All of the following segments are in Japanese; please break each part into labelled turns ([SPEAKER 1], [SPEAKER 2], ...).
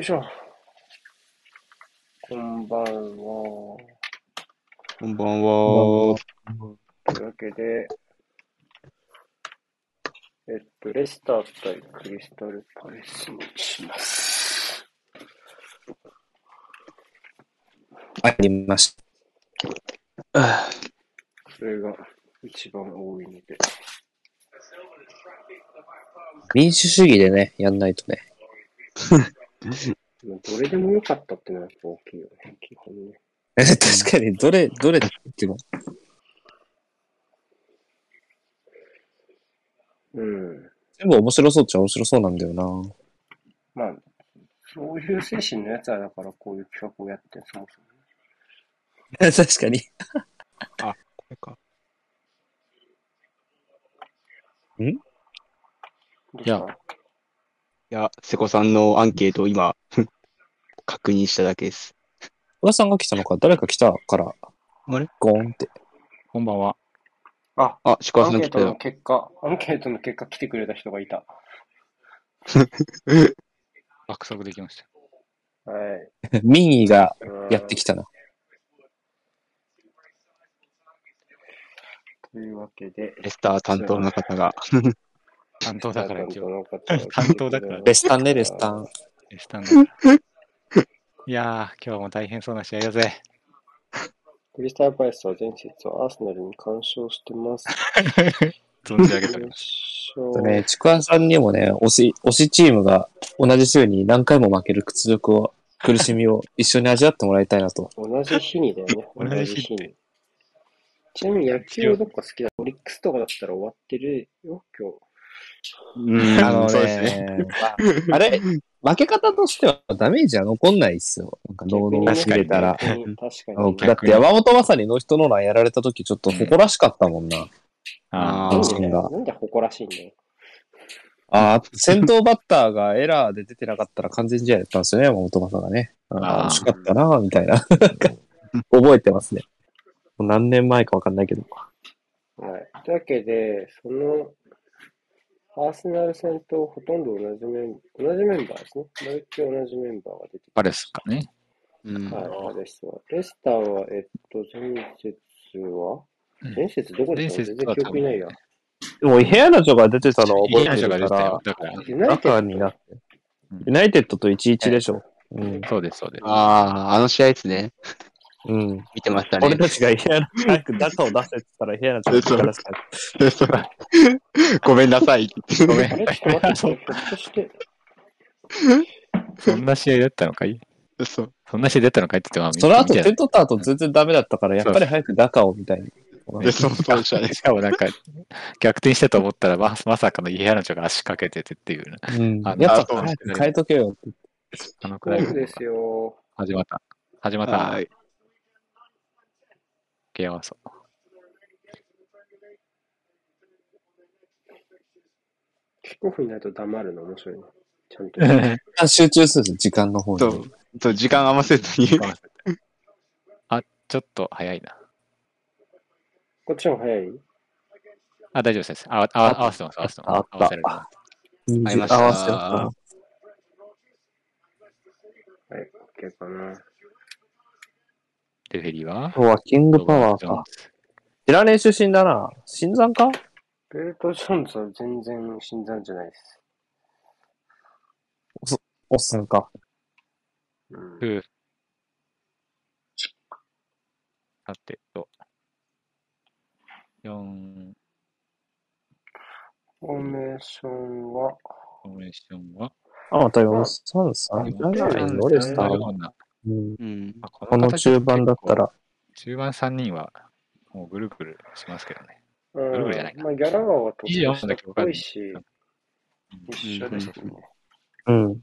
[SPEAKER 1] いしょ。こんばんは。
[SPEAKER 2] こんばんは。
[SPEAKER 1] というわけで、えっと、レスター対クリスタルパレスにします。
[SPEAKER 2] ありました。
[SPEAKER 1] それが一番多いので。
[SPEAKER 2] 民主主義でね、やんないと ね。
[SPEAKER 1] もうどれでもよかったってのはやっぱ大きいよね、基本ね。
[SPEAKER 2] 確かに、どれ、どれっても。
[SPEAKER 1] うん。
[SPEAKER 2] 全部面白そうっちゃ面白そうなんだよな。
[SPEAKER 1] まあ、そういう精神のやつは、だからこういう企画をやって、そもそも。
[SPEAKER 2] 確かに。
[SPEAKER 3] これか。
[SPEAKER 1] どう
[SPEAKER 3] いや
[SPEAKER 1] した
[SPEAKER 3] いや、瀬古さんのアンケートを今、 確認しただけです。
[SPEAKER 2] 小田さんが来たのか、誰か来たから、
[SPEAKER 3] あれ
[SPEAKER 2] ゴーンって。
[SPEAKER 4] こんばんは。
[SPEAKER 1] あ、
[SPEAKER 3] あ、シコ
[SPEAKER 1] ア
[SPEAKER 3] さ
[SPEAKER 1] ン
[SPEAKER 3] ん
[SPEAKER 1] ケ
[SPEAKER 3] 来
[SPEAKER 1] ート
[SPEAKER 3] た
[SPEAKER 1] の
[SPEAKER 3] よ。
[SPEAKER 1] 結果、アンケートの結果来てくれた人がいた。
[SPEAKER 4] 爆速できました。
[SPEAKER 1] はい。
[SPEAKER 2] 民意がやってきたな。
[SPEAKER 1] た。というわけで、
[SPEAKER 3] レスター担当の方が。
[SPEAKER 4] 担当だから一応。
[SPEAKER 1] 担当だから
[SPEAKER 4] 担当だから
[SPEAKER 2] レスタンね、レスタン。
[SPEAKER 4] スタンドだから いやー、今日も大変そうな試合だぜ。
[SPEAKER 1] クリスタルパレスは前節をアーセナルに干渉して ます。
[SPEAKER 4] 存じ上げた。
[SPEAKER 1] 優
[SPEAKER 2] と
[SPEAKER 1] 勝
[SPEAKER 2] ね、ちくわさんにもね、推し、推しチームが同じ週に何回も負ける屈辱を、苦しみを一緒に味わってもらいたいなと。
[SPEAKER 1] 同じ日にだよね。同
[SPEAKER 4] 同
[SPEAKER 1] じ
[SPEAKER 4] じ
[SPEAKER 1] 日
[SPEAKER 4] 日って
[SPEAKER 1] に。ちなみに野球をどっか好きだ。オリックスとかだったら終わってるよ、今日。
[SPEAKER 3] うん
[SPEAKER 2] あのね、
[SPEAKER 3] そうですね。
[SPEAKER 2] まああれ、負け方としてはダメージは残んないっすよ。なんか、ノーノー
[SPEAKER 1] 確
[SPEAKER 2] 入
[SPEAKER 1] かに
[SPEAKER 2] れたら。
[SPEAKER 1] 確か
[SPEAKER 2] あの
[SPEAKER 1] に。
[SPEAKER 2] だって山本まさにノーヒットノーランやられた時ちょっと誇らしかったもんな。
[SPEAKER 4] あ
[SPEAKER 1] な
[SPEAKER 2] あ
[SPEAKER 1] ん
[SPEAKER 2] ー
[SPEAKER 4] ー
[SPEAKER 1] で
[SPEAKER 2] そ
[SPEAKER 1] だ
[SPEAKER 2] う
[SPEAKER 1] よ
[SPEAKER 2] だ
[SPEAKER 1] なんで誇らしいんだよ。
[SPEAKER 2] あ あ、先頭バッターがエラーで出てなかったら完全試合だったんですよね、山本まさがね。あ
[SPEAKER 3] あ
[SPEAKER 2] あ、
[SPEAKER 3] ー
[SPEAKER 2] 惜しかったな、みたいな。 覚えてますね。もう何年前かわかんないけど。
[SPEAKER 1] はい。というわけで、その、アーセナル戦とほとんど同じメン同じメンバーですね。マルチ同じメンバーが出てきて
[SPEAKER 4] パレスかね。
[SPEAKER 3] うん
[SPEAKER 1] はい、レスは。レスターは、えっと、前節は
[SPEAKER 4] うん
[SPEAKER 1] 前節どこでしたの
[SPEAKER 4] 前節
[SPEAKER 1] 全然
[SPEAKER 4] は
[SPEAKER 1] 記憶にないや。
[SPEAKER 2] でも、ヘアナチョが出てたの
[SPEAKER 4] いい
[SPEAKER 2] 覚え
[SPEAKER 4] 話
[SPEAKER 2] て
[SPEAKER 4] が出
[SPEAKER 2] る
[SPEAKER 4] て
[SPEAKER 2] か
[SPEAKER 4] た
[SPEAKER 2] ら
[SPEAKER 4] よ。、だから。
[SPEAKER 1] ユナイテ
[SPEAKER 2] 赤
[SPEAKER 1] ッ
[SPEAKER 2] に
[SPEAKER 1] ド
[SPEAKER 2] なって。ユナイテッドと1-1でしょ。う
[SPEAKER 4] うん
[SPEAKER 2] ん。
[SPEAKER 4] そうです、そうです。
[SPEAKER 3] ああ、あの試合ですね。
[SPEAKER 2] うん。
[SPEAKER 3] 見てましたね
[SPEAKER 2] 俺。たちがヘアナチョ、ダサを出せって言ったらヘアナチョが出した。
[SPEAKER 3] ごめんなさい。
[SPEAKER 4] ごめ
[SPEAKER 1] あ
[SPEAKER 4] ん
[SPEAKER 1] れ。ちょっと待 って、ひょっとして、
[SPEAKER 4] そんな試合だったのかい
[SPEAKER 3] そう。
[SPEAKER 4] そんな試合だったのかいって言って
[SPEAKER 2] そ
[SPEAKER 4] も、ま
[SPEAKER 2] の
[SPEAKER 4] あ
[SPEAKER 2] 後、点取った後全然ダメだったから、やっぱり早くダカをみたいに。
[SPEAKER 3] でそうそうでしたね。
[SPEAKER 4] しかもなんか、逆転したと思ったら、ままさかのイヘアナチョが足掛けててっていうね、
[SPEAKER 2] うん
[SPEAKER 4] あの
[SPEAKER 2] やっ
[SPEAKER 3] 後
[SPEAKER 2] ぱ
[SPEAKER 3] は
[SPEAKER 2] 早く変えとけよって。
[SPEAKER 4] あのく
[SPEAKER 1] そ
[SPEAKER 4] らいう
[SPEAKER 1] ですよ。
[SPEAKER 4] 始まった。始まった。
[SPEAKER 3] はい。
[SPEAKER 4] 付け合わそう。
[SPEAKER 1] キックオフになると黙るの面白いね。ちゃんと。
[SPEAKER 2] 一旦集中するんですよ時間の方
[SPEAKER 3] そ
[SPEAKER 2] に。
[SPEAKER 3] う。そう時間合わせずに。
[SPEAKER 4] あ、ちょっと早いな。
[SPEAKER 1] こっちも早い
[SPEAKER 4] あ、大丈夫です。あわあ合わせてます。合わせてます。
[SPEAKER 2] あった
[SPEAKER 4] 合わせられてます
[SPEAKER 3] ありました
[SPEAKER 2] 合わせてま
[SPEAKER 1] はい、OK かな。
[SPEAKER 4] レフェリーは
[SPEAKER 2] す今日はキングパワーか。。知らねえ出身だな。新山か
[SPEAKER 1] ベルト・ジョーンズは全然新参じゃないです。
[SPEAKER 2] おっさんか。
[SPEAKER 1] うん
[SPEAKER 4] う。んさてと。4
[SPEAKER 1] フォーメーションは、
[SPEAKER 4] フォーメーションは。
[SPEAKER 2] あ、また433じゃないのレスタ
[SPEAKER 4] こ
[SPEAKER 2] ー
[SPEAKER 4] のよ。うな
[SPEAKER 2] うん
[SPEAKER 3] うん。
[SPEAKER 4] まあこ
[SPEAKER 2] この中盤だった。ら。
[SPEAKER 4] 中盤3人はもうぐるぐるしますけどね。
[SPEAKER 1] うん
[SPEAKER 4] ルールじゃないか
[SPEAKER 1] まあ、ギャラガーは
[SPEAKER 4] いいよ
[SPEAKER 1] 年下っぽいし
[SPEAKER 4] なんだ、
[SPEAKER 1] 一緒ですね。
[SPEAKER 2] うん。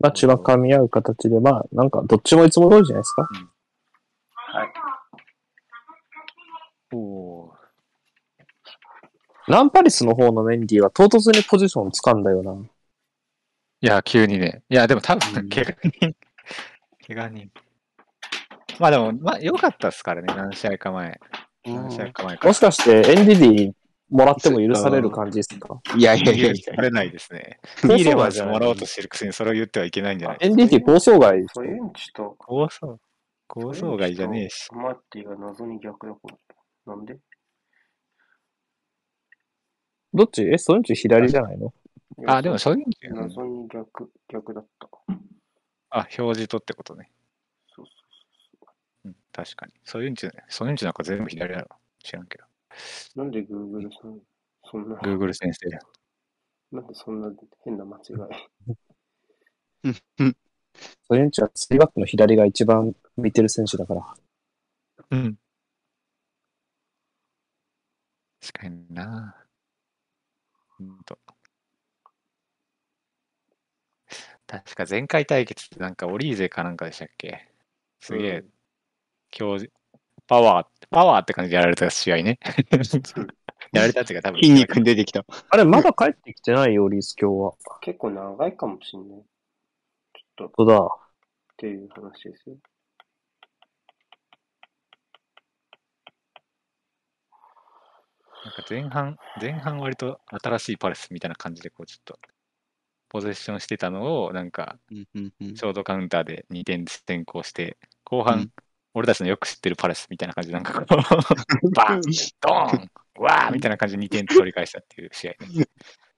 [SPEAKER 2] まあ、血は噛み合う形で、まあ、なんか、どっちもいつも通りじゃないですか。
[SPEAKER 4] おお
[SPEAKER 2] ランパリスの方のメンディーは唐突にポジションを掴んだよな。
[SPEAKER 4] ー。いや、急にね。いや、でも多
[SPEAKER 2] う
[SPEAKER 4] 分、
[SPEAKER 2] ん
[SPEAKER 4] 怪我人。怪我人。まあでも、まあ良かったですからね、何試合か前。何試合か前か
[SPEAKER 2] も
[SPEAKER 4] ら
[SPEAKER 2] し。かして、エンディディもらっても許される感じですか
[SPEAKER 3] いやい
[SPEAKER 4] い
[SPEAKER 3] や
[SPEAKER 4] や
[SPEAKER 3] い
[SPEAKER 4] い
[SPEAKER 3] や
[SPEAKER 4] や
[SPEAKER 3] いや、
[SPEAKER 4] あれないです ね。
[SPEAKER 2] そう
[SPEAKER 4] いいレバージ
[SPEAKER 2] そうなんじゃない
[SPEAKER 4] もらおうとしてるくせにそれを言ってはいけないんじゃない
[SPEAKER 2] エンディティ暴走外
[SPEAKER 1] ソユンチと、
[SPEAKER 4] 暴走、暴走外じゃねえし。
[SPEAKER 1] ソユンチとマッティが謎に逆だから。なんで
[SPEAKER 2] どっちえ、そのうち左じゃないの
[SPEAKER 4] あ、でも、そういう
[SPEAKER 1] 謎に逆、逆だった。
[SPEAKER 4] あ、表示とってことね。
[SPEAKER 1] そう
[SPEAKER 4] うん、確かに。そういうんち、そういうんちなんか全部左だろ。知らんけど。
[SPEAKER 1] そう。なんで Google さん、そんな、
[SPEAKER 4] Google 先生。
[SPEAKER 1] なんでそんな変な間違い。
[SPEAKER 2] ソユンチはスリーバックの左が一番見てる選手だから。
[SPEAKER 4] うん。確かにな。うんと。確か前回対決ってなんかオリーゼかなんかでしたっけすげえ、強じパワー、パワーって感じでやられた試合 ね。やられたっていうか多分。
[SPEAKER 3] 筋肉出てきた。
[SPEAKER 2] あれ、まだ帰ってきてないよ、リース今日は。
[SPEAKER 1] 結構長いかもしんない。ちょっと、っ
[SPEAKER 2] そうだ。
[SPEAKER 1] ていう話ですよ。
[SPEAKER 4] なんか前半、前半割と新しいパレスみたいな感じでこうちょっと、ポゼッションしてたのを、なんか、
[SPEAKER 3] うんうんうん
[SPEAKER 4] ショートカウンターで2点先行して、後半、
[SPEAKER 3] うん
[SPEAKER 4] 俺たちのよく知ってるパレスみたいな感じで、なんかこ う、バン、ドーン、わーみたいな感じで2点取り返したっていう試合、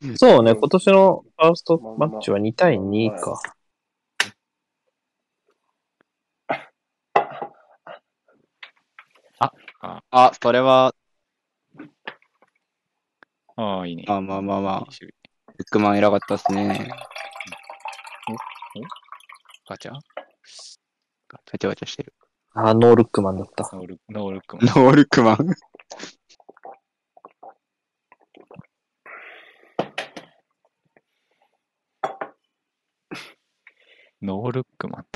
[SPEAKER 4] ね。
[SPEAKER 2] そうね、今年のファーストマッチは2対2か。
[SPEAKER 3] あ、それは、
[SPEAKER 4] ああ、いいね。
[SPEAKER 3] まあまあまあまあ
[SPEAKER 4] いい守備
[SPEAKER 3] ブックマン偉かったっすね。
[SPEAKER 4] ガチャ
[SPEAKER 3] わちゃわちゃしてる。
[SPEAKER 2] あー、ノールックマンだった。
[SPEAKER 4] ノールノールックも。
[SPEAKER 3] ノールックマン。
[SPEAKER 4] ノールックマン。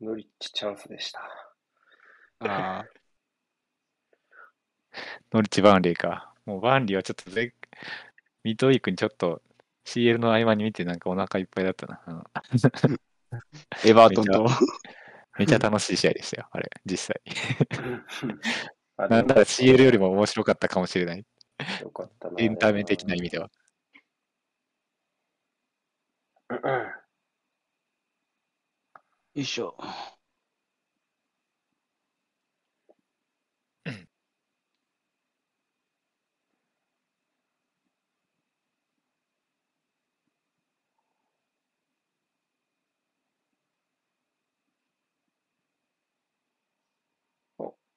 [SPEAKER 1] ノリッチチャンスでした。
[SPEAKER 3] ああ、
[SPEAKER 4] ノリッチ・バーンリーか。もうバーンリーはちょっとぜ、ミッドウィークにちょっと CL の合間に見てなんかお腹いっぱいだったな。うん
[SPEAKER 3] エバートンと。
[SPEAKER 4] めちゃ楽しい試合でしたよ、あれ、実際。
[SPEAKER 1] あ
[SPEAKER 4] なんだら CL よりも面白かったかもしれない。
[SPEAKER 1] よかったな。
[SPEAKER 4] エンタメ的な意味では。
[SPEAKER 1] うん。
[SPEAKER 3] よいしょ。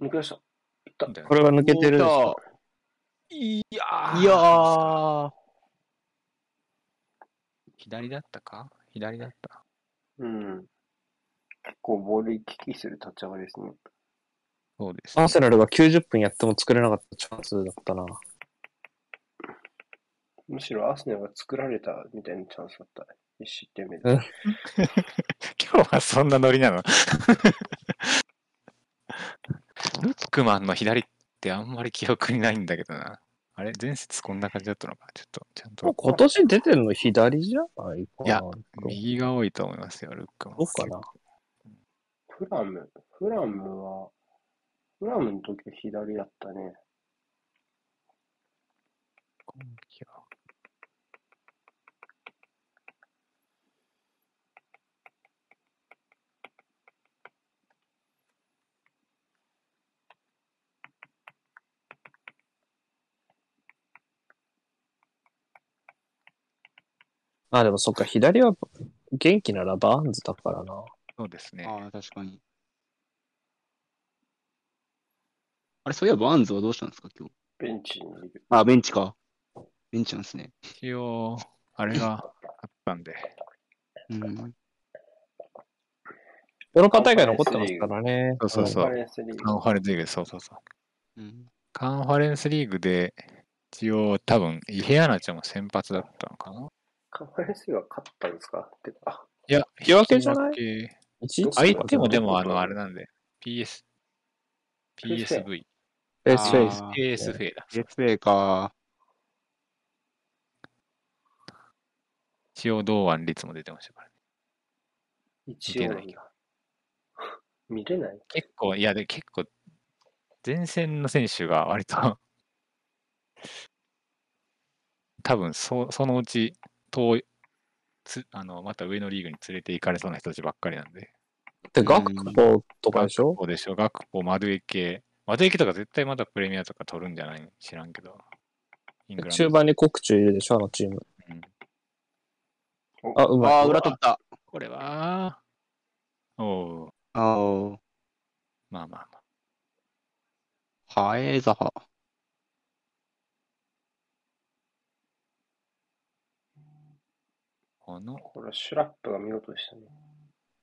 [SPEAKER 1] 抜けました。
[SPEAKER 2] これは抜けてるんですか
[SPEAKER 4] いや
[SPEAKER 3] いやー。
[SPEAKER 4] 左だったか左だった。
[SPEAKER 1] うん。結構ボール行き来する立ち上がりですね。
[SPEAKER 4] そうです、
[SPEAKER 2] アーセナルが90分やっても作れなかったチャンスだったな。
[SPEAKER 1] むしろアーセナルが作られたみたいなチャンスだった。一失点目で。
[SPEAKER 2] うん
[SPEAKER 4] 今日はそんなノリなの ルックマンの左ってあんまり記憶にないんだけどな。あれ前節こんな感じだったのかちょっと、ちゃんと。
[SPEAKER 2] 今年出てるの左じゃないかな。
[SPEAKER 4] いや
[SPEAKER 2] ど
[SPEAKER 4] 右が多いと思いますよ、ルックマン。
[SPEAKER 2] うかな。
[SPEAKER 1] フラム、フラムは、フラムの時は左だったね。
[SPEAKER 4] 今季は
[SPEAKER 2] あ、でもそっか、左は元気ならバーンズだからな。
[SPEAKER 4] そうですね。
[SPEAKER 3] ああ、確かに。あれ、そういえばバーンズはどうしたんですか、今日。
[SPEAKER 1] ベンチにいる。
[SPEAKER 3] あ、ベンチか。ベンチなんですね。
[SPEAKER 4] 一応、あれがあったんで。
[SPEAKER 3] うん。
[SPEAKER 2] ヨーロッパ大会残ってますからね。
[SPEAKER 4] そうそうそう
[SPEAKER 1] カンファレンスリーグ
[SPEAKER 4] カンファレンスリーグで、そうそうそう。
[SPEAKER 3] うん、
[SPEAKER 4] カンファレンスリーグで、一応多分、イヘアナちゃんも先発だったのかな
[SPEAKER 1] カンファレンスリーグは勝ったんですかてか、
[SPEAKER 4] いや、
[SPEAKER 2] 引き分けじゃない
[SPEAKER 4] 引き分け
[SPEAKER 2] 一日
[SPEAKER 4] 相手もでも、あ
[SPEAKER 1] どこ
[SPEAKER 4] の、あれなんで、PS、
[SPEAKER 1] PSV
[SPEAKER 4] PSV、
[SPEAKER 2] フェイスフェイス。
[SPEAKER 3] あー
[SPEAKER 4] PSV だ。
[SPEAKER 3] JFA か。
[SPEAKER 4] 一応、同案率も出てましたからね。
[SPEAKER 1] 一応なん
[SPEAKER 4] 見て
[SPEAKER 1] だ。見れない
[SPEAKER 4] 結構、いや、で結構、前線の選手が割と、多分そそのうち遠いつあの、また上のリーグに連れて行かれそうな人たちばっかりなんで。
[SPEAKER 2] で、学校とかでしょ
[SPEAKER 4] そうでしょ、学校、窓エケ。窓エケとか絶対まだプレミアとか取るんじゃない知らんけど。イングランド
[SPEAKER 2] 中盤にコクチュいるでしょあのチーム。
[SPEAKER 4] うん
[SPEAKER 2] あ、うまい。
[SPEAKER 3] ああ、裏取った。
[SPEAKER 4] これは、おお
[SPEAKER 3] あ
[SPEAKER 4] まあまあまあ。
[SPEAKER 3] あ、はえザハ。
[SPEAKER 4] この、
[SPEAKER 1] これ、シュラップが見事でしたね。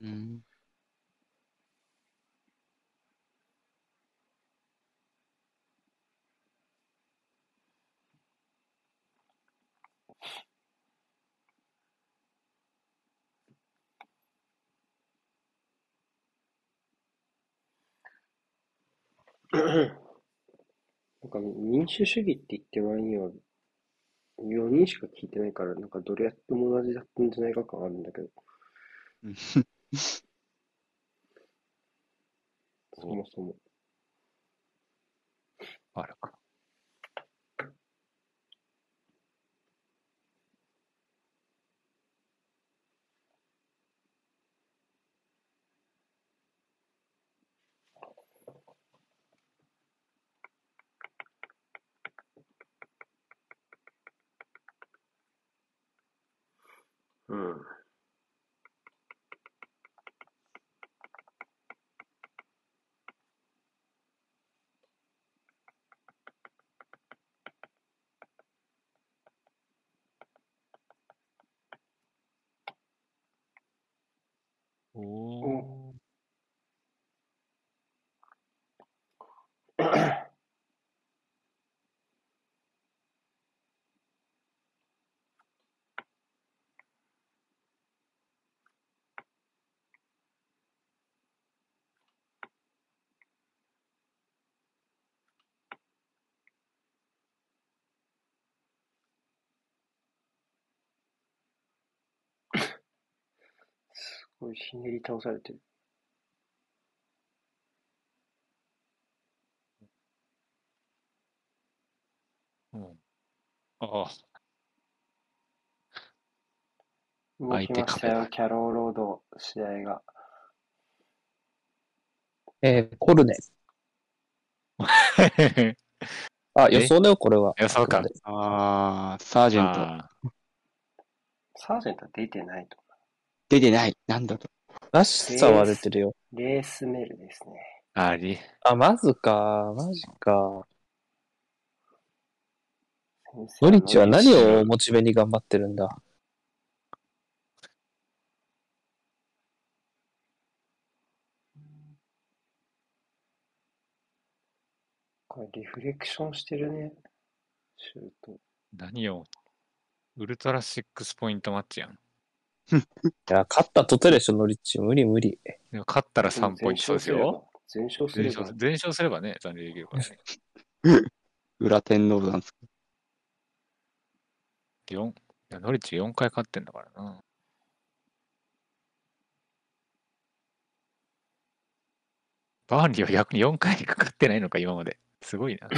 [SPEAKER 3] うん。
[SPEAKER 1] なんか民主主義って言って割には4人しか聞いてないから、なんかどれやっても同じだったんじゃないか感あるんだけど、そもそも。
[SPEAKER 4] あるか。
[SPEAKER 1] うん。
[SPEAKER 4] お
[SPEAKER 1] お
[SPEAKER 4] お。
[SPEAKER 1] こういうひねり倒されてる。
[SPEAKER 4] うん、ああ、
[SPEAKER 1] 動きました
[SPEAKER 4] 相手カ
[SPEAKER 1] よ、
[SPEAKER 4] フェ
[SPEAKER 1] キャローロード、試合が。
[SPEAKER 2] えーコルネ。あ、予想だよ、これは。
[SPEAKER 4] 予想か。
[SPEAKER 3] ああ、サージェント。
[SPEAKER 4] あ
[SPEAKER 1] サージェント出てないと。
[SPEAKER 3] 出てない。なんだと。
[SPEAKER 2] らしさは出てるよ。
[SPEAKER 1] レースメールですね。
[SPEAKER 4] ーあり。
[SPEAKER 2] あ、まずか、マジか。
[SPEAKER 1] 先生
[SPEAKER 2] ノリッチは何をモチベに頑張ってるんだ
[SPEAKER 1] これリフレクションしてるね。シュート。
[SPEAKER 4] 何を。ウルトラシックスポイントマッチやん。
[SPEAKER 2] いや、勝ったとてでしょ、ノリッチ。無理無理。
[SPEAKER 4] でも勝ったら3ポイントですよ。
[SPEAKER 1] 全勝す
[SPEAKER 4] 全
[SPEAKER 1] れば。全勝すれば
[SPEAKER 4] 勝全勝すればね、残留できるからね。
[SPEAKER 3] 裏天皇なんですけ
[SPEAKER 4] 四いやノリッチ4回勝ってんだからな。バーンリーは逆に4回かかってないのか、今まで。すごいな。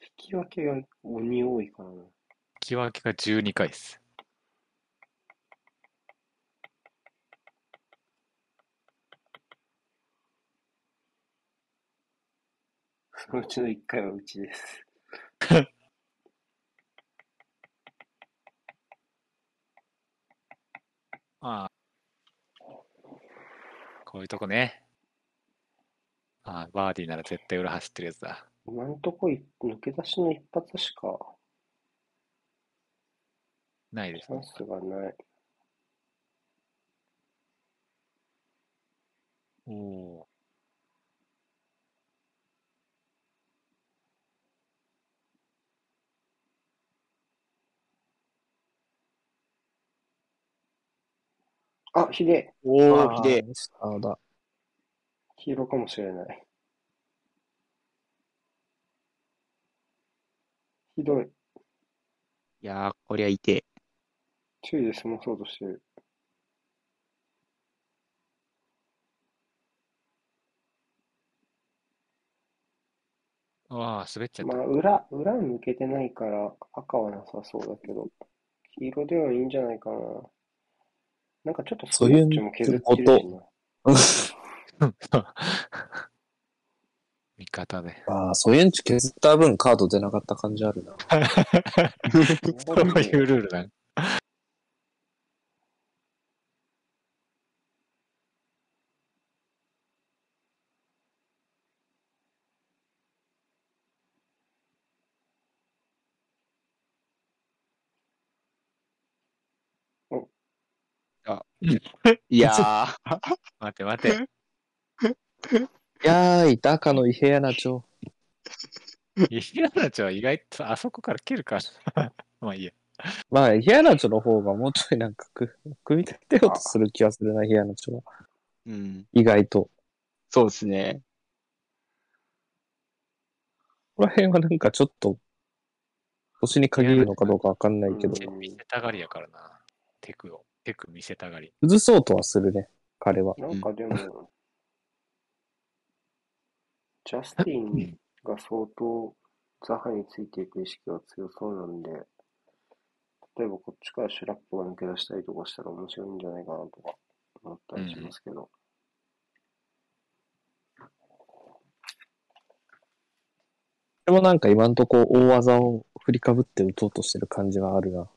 [SPEAKER 1] 引き分けが鬼多いからな。
[SPEAKER 4] 引き分けが12回です。
[SPEAKER 1] そのうちの1回はうちです。
[SPEAKER 4] ああ。こういうとこね。ああ、バーディーなら絶対裏走ってるやつだ。
[SPEAKER 1] 今んとこい抜け出しの一発しか
[SPEAKER 4] ないで
[SPEAKER 1] チ
[SPEAKER 4] す
[SPEAKER 1] ャン
[SPEAKER 4] ね。
[SPEAKER 1] スがない。
[SPEAKER 4] おお
[SPEAKER 1] あ、ひでえ
[SPEAKER 3] ど。お
[SPEAKER 2] あー
[SPEAKER 3] ひでえ。。
[SPEAKER 2] そうだ。
[SPEAKER 1] 黄色かもしれない。ひどい。
[SPEAKER 3] いやー、こりゃ痛え。
[SPEAKER 1] 注意で済まそうとしてる。
[SPEAKER 4] ああ、滑っちゃっ
[SPEAKER 1] ま
[SPEAKER 4] た。
[SPEAKER 1] あ、裏、裏抜けてないから赤はなさそうだけど、黄色ではいいんじゃないかな。なんかちょっとス
[SPEAKER 2] そういう
[SPEAKER 1] ナッチも削ってるしな。
[SPEAKER 4] 味 方で。
[SPEAKER 2] ああ、そういうンチ削った分カード出なかった感じあるな。
[SPEAKER 4] そういうルールだ。
[SPEAKER 3] いやー、
[SPEAKER 4] 待って待って。
[SPEAKER 2] いやーい、ダカの異変やな、ちょ。
[SPEAKER 4] イラナチョは意外とあそこから蹴るか。まあいいや。
[SPEAKER 2] まあ、ヒアナチョの方がもうちょいなんかく、組み立てようとする気がするな、ヒアナチョは。
[SPEAKER 3] うん、
[SPEAKER 2] 意外と。
[SPEAKER 3] そうですね。
[SPEAKER 2] この辺はなんかちょっと、星に限るのかどうかわかんないけど、
[SPEAKER 1] うん
[SPEAKER 4] 見せたがりやからな。テクを。テク見せたがり。
[SPEAKER 2] 崩そうとはするね、彼は。
[SPEAKER 1] なんかでも、ジャスティンが相当ザハについていく意識が強そうなんで、例えばこっちからシュラップが抜け出したりとかしたら面白いんじゃないかなとか思ったりしますけど。
[SPEAKER 2] でもなんか今んとこ大技を振りかぶって打とうとしてる感じはあるな。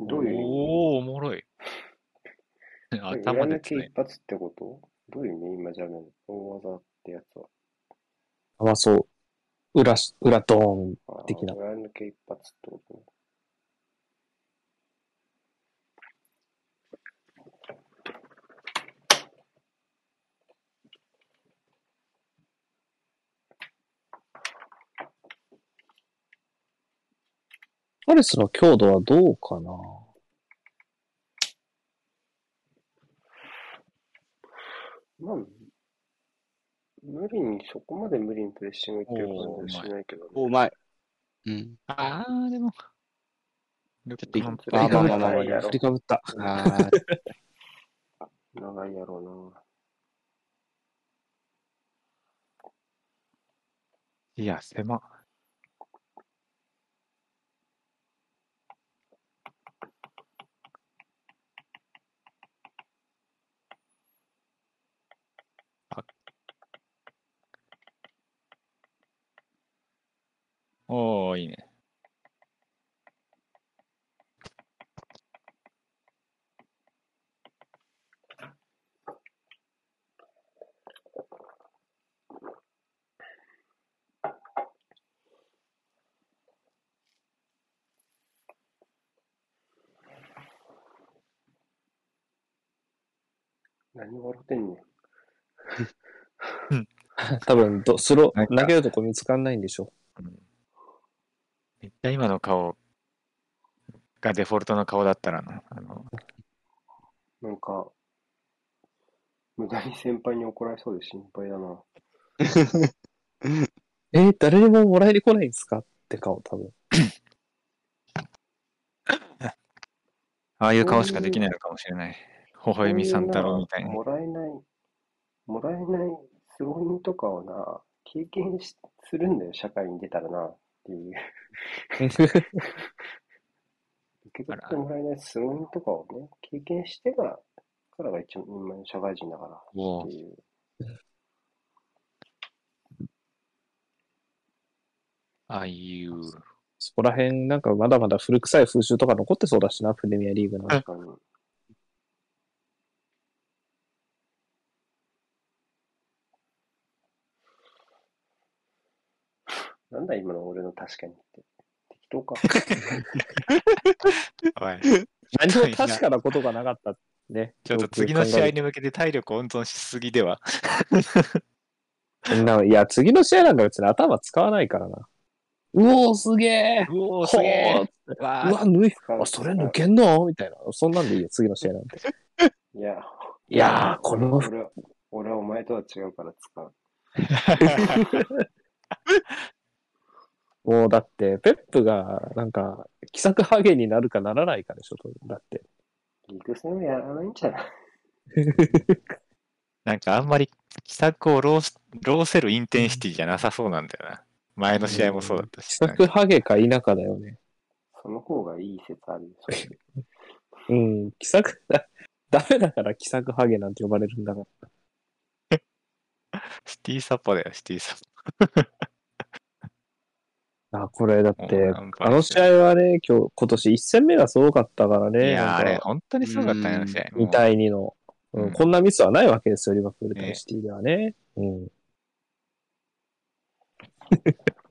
[SPEAKER 1] どういう意味
[SPEAKER 4] おお、おもろい。頭
[SPEAKER 1] 裏
[SPEAKER 4] で
[SPEAKER 1] 抜
[SPEAKER 4] つ
[SPEAKER 1] け
[SPEAKER 4] ない
[SPEAKER 1] 一発ってことどういう意味今ジャムの大技ってやつは。
[SPEAKER 2] まあそう、裏し、裏ドーン
[SPEAKER 1] あー
[SPEAKER 2] 的な
[SPEAKER 1] 裏抜け一発ってことね。
[SPEAKER 2] パレスの強度はどうかな
[SPEAKER 1] まあ、無理に、そこまで無理にプレッシングいってる感じはしないけどね。
[SPEAKER 3] お、うまい。うん。
[SPEAKER 4] ああ、でも。
[SPEAKER 3] ちょっとい
[SPEAKER 4] ルック
[SPEAKER 1] あ
[SPEAKER 4] マン
[SPEAKER 1] まあまあまあ
[SPEAKER 2] 振りかぶった。
[SPEAKER 3] あ
[SPEAKER 1] 長いやろ
[SPEAKER 4] いや、狭。あおー、いいね。
[SPEAKER 1] うな。何笑ってんねん。
[SPEAKER 2] 多分ど、スロ
[SPEAKER 4] なん
[SPEAKER 2] ー、
[SPEAKER 4] か
[SPEAKER 2] 投げるとこ見つかんないんでしょ。
[SPEAKER 4] うんめっちゃ今の顔がデフォルトの顔だったらな。あの
[SPEAKER 1] なんか、無駄に先輩に怒られそうで心配だな。
[SPEAKER 2] えー誰にももらいに来ないんですかって顔、多分。
[SPEAKER 4] ああいう顔しかできないのかもしれない。微笑み三太郎みたい
[SPEAKER 1] そううなも
[SPEAKER 4] に。
[SPEAKER 1] らえない、もらえない凄みとかをな、経験しするんだよ、社会に出たらな、っていう。受け取ってもらえない凄みとかをね、経験してが、からが一人前の社会人だから、
[SPEAKER 4] お
[SPEAKER 1] っ
[SPEAKER 4] ー
[SPEAKER 1] ていう。
[SPEAKER 4] ああいう。
[SPEAKER 2] そこら辺、なんかまだまだ古臭い風習とか残ってそうだしな、プレミアリーグの。
[SPEAKER 1] 確かに。 なんだ今の俺の確かにって。適当か。
[SPEAKER 4] おい
[SPEAKER 2] 何も確かなことがなかった。ね。
[SPEAKER 4] ちょっと次の試合に向けて体力温存しすぎでは。
[SPEAKER 2] 合いや、次の試合なんか別に頭使わないからな。うおー、すげえ
[SPEAKER 4] うお
[SPEAKER 2] ほ
[SPEAKER 4] ー、すげえ。
[SPEAKER 2] ーうわ、抜い、
[SPEAKER 1] 使う
[SPEAKER 2] あ、それ抜けんのみたいな。そんなんでいいよ、次の試合なんて。
[SPEAKER 1] いや、
[SPEAKER 2] いやー、この、
[SPEAKER 1] 俺は、俺はお前とは違うから使う。
[SPEAKER 2] もうだって、ペップが、なんか、気さくハゲになるかならないかでしょ、だって。
[SPEAKER 1] リーグ戦はやらないんじゃない
[SPEAKER 4] なんかあんまり奇策をロースローセルインテンシティじゃなさそうなんだよな。前の試合もそうだったし。
[SPEAKER 2] 試作ハゲか否かだよね。
[SPEAKER 1] その方がいい説あるでしょ。
[SPEAKER 2] うん、気さく、だ、 ダメだから気さくハゲなんて呼ばれるんだから。
[SPEAKER 4] シティサポだよ、シティサポ。
[SPEAKER 2] あ、これだって
[SPEAKER 4] うん、
[SPEAKER 2] あの試合はね、今日、今年1戦目がすごかったからね。
[SPEAKER 4] いや、
[SPEAKER 2] な
[SPEAKER 4] あ
[SPEAKER 2] んか
[SPEAKER 4] れ、本当にすごかったね、あの試合。
[SPEAKER 2] 2対2の、うん
[SPEAKER 4] うん
[SPEAKER 2] こんなミスはないわけですよ、リバプール
[SPEAKER 4] ね
[SPEAKER 2] 対シティではね。うん。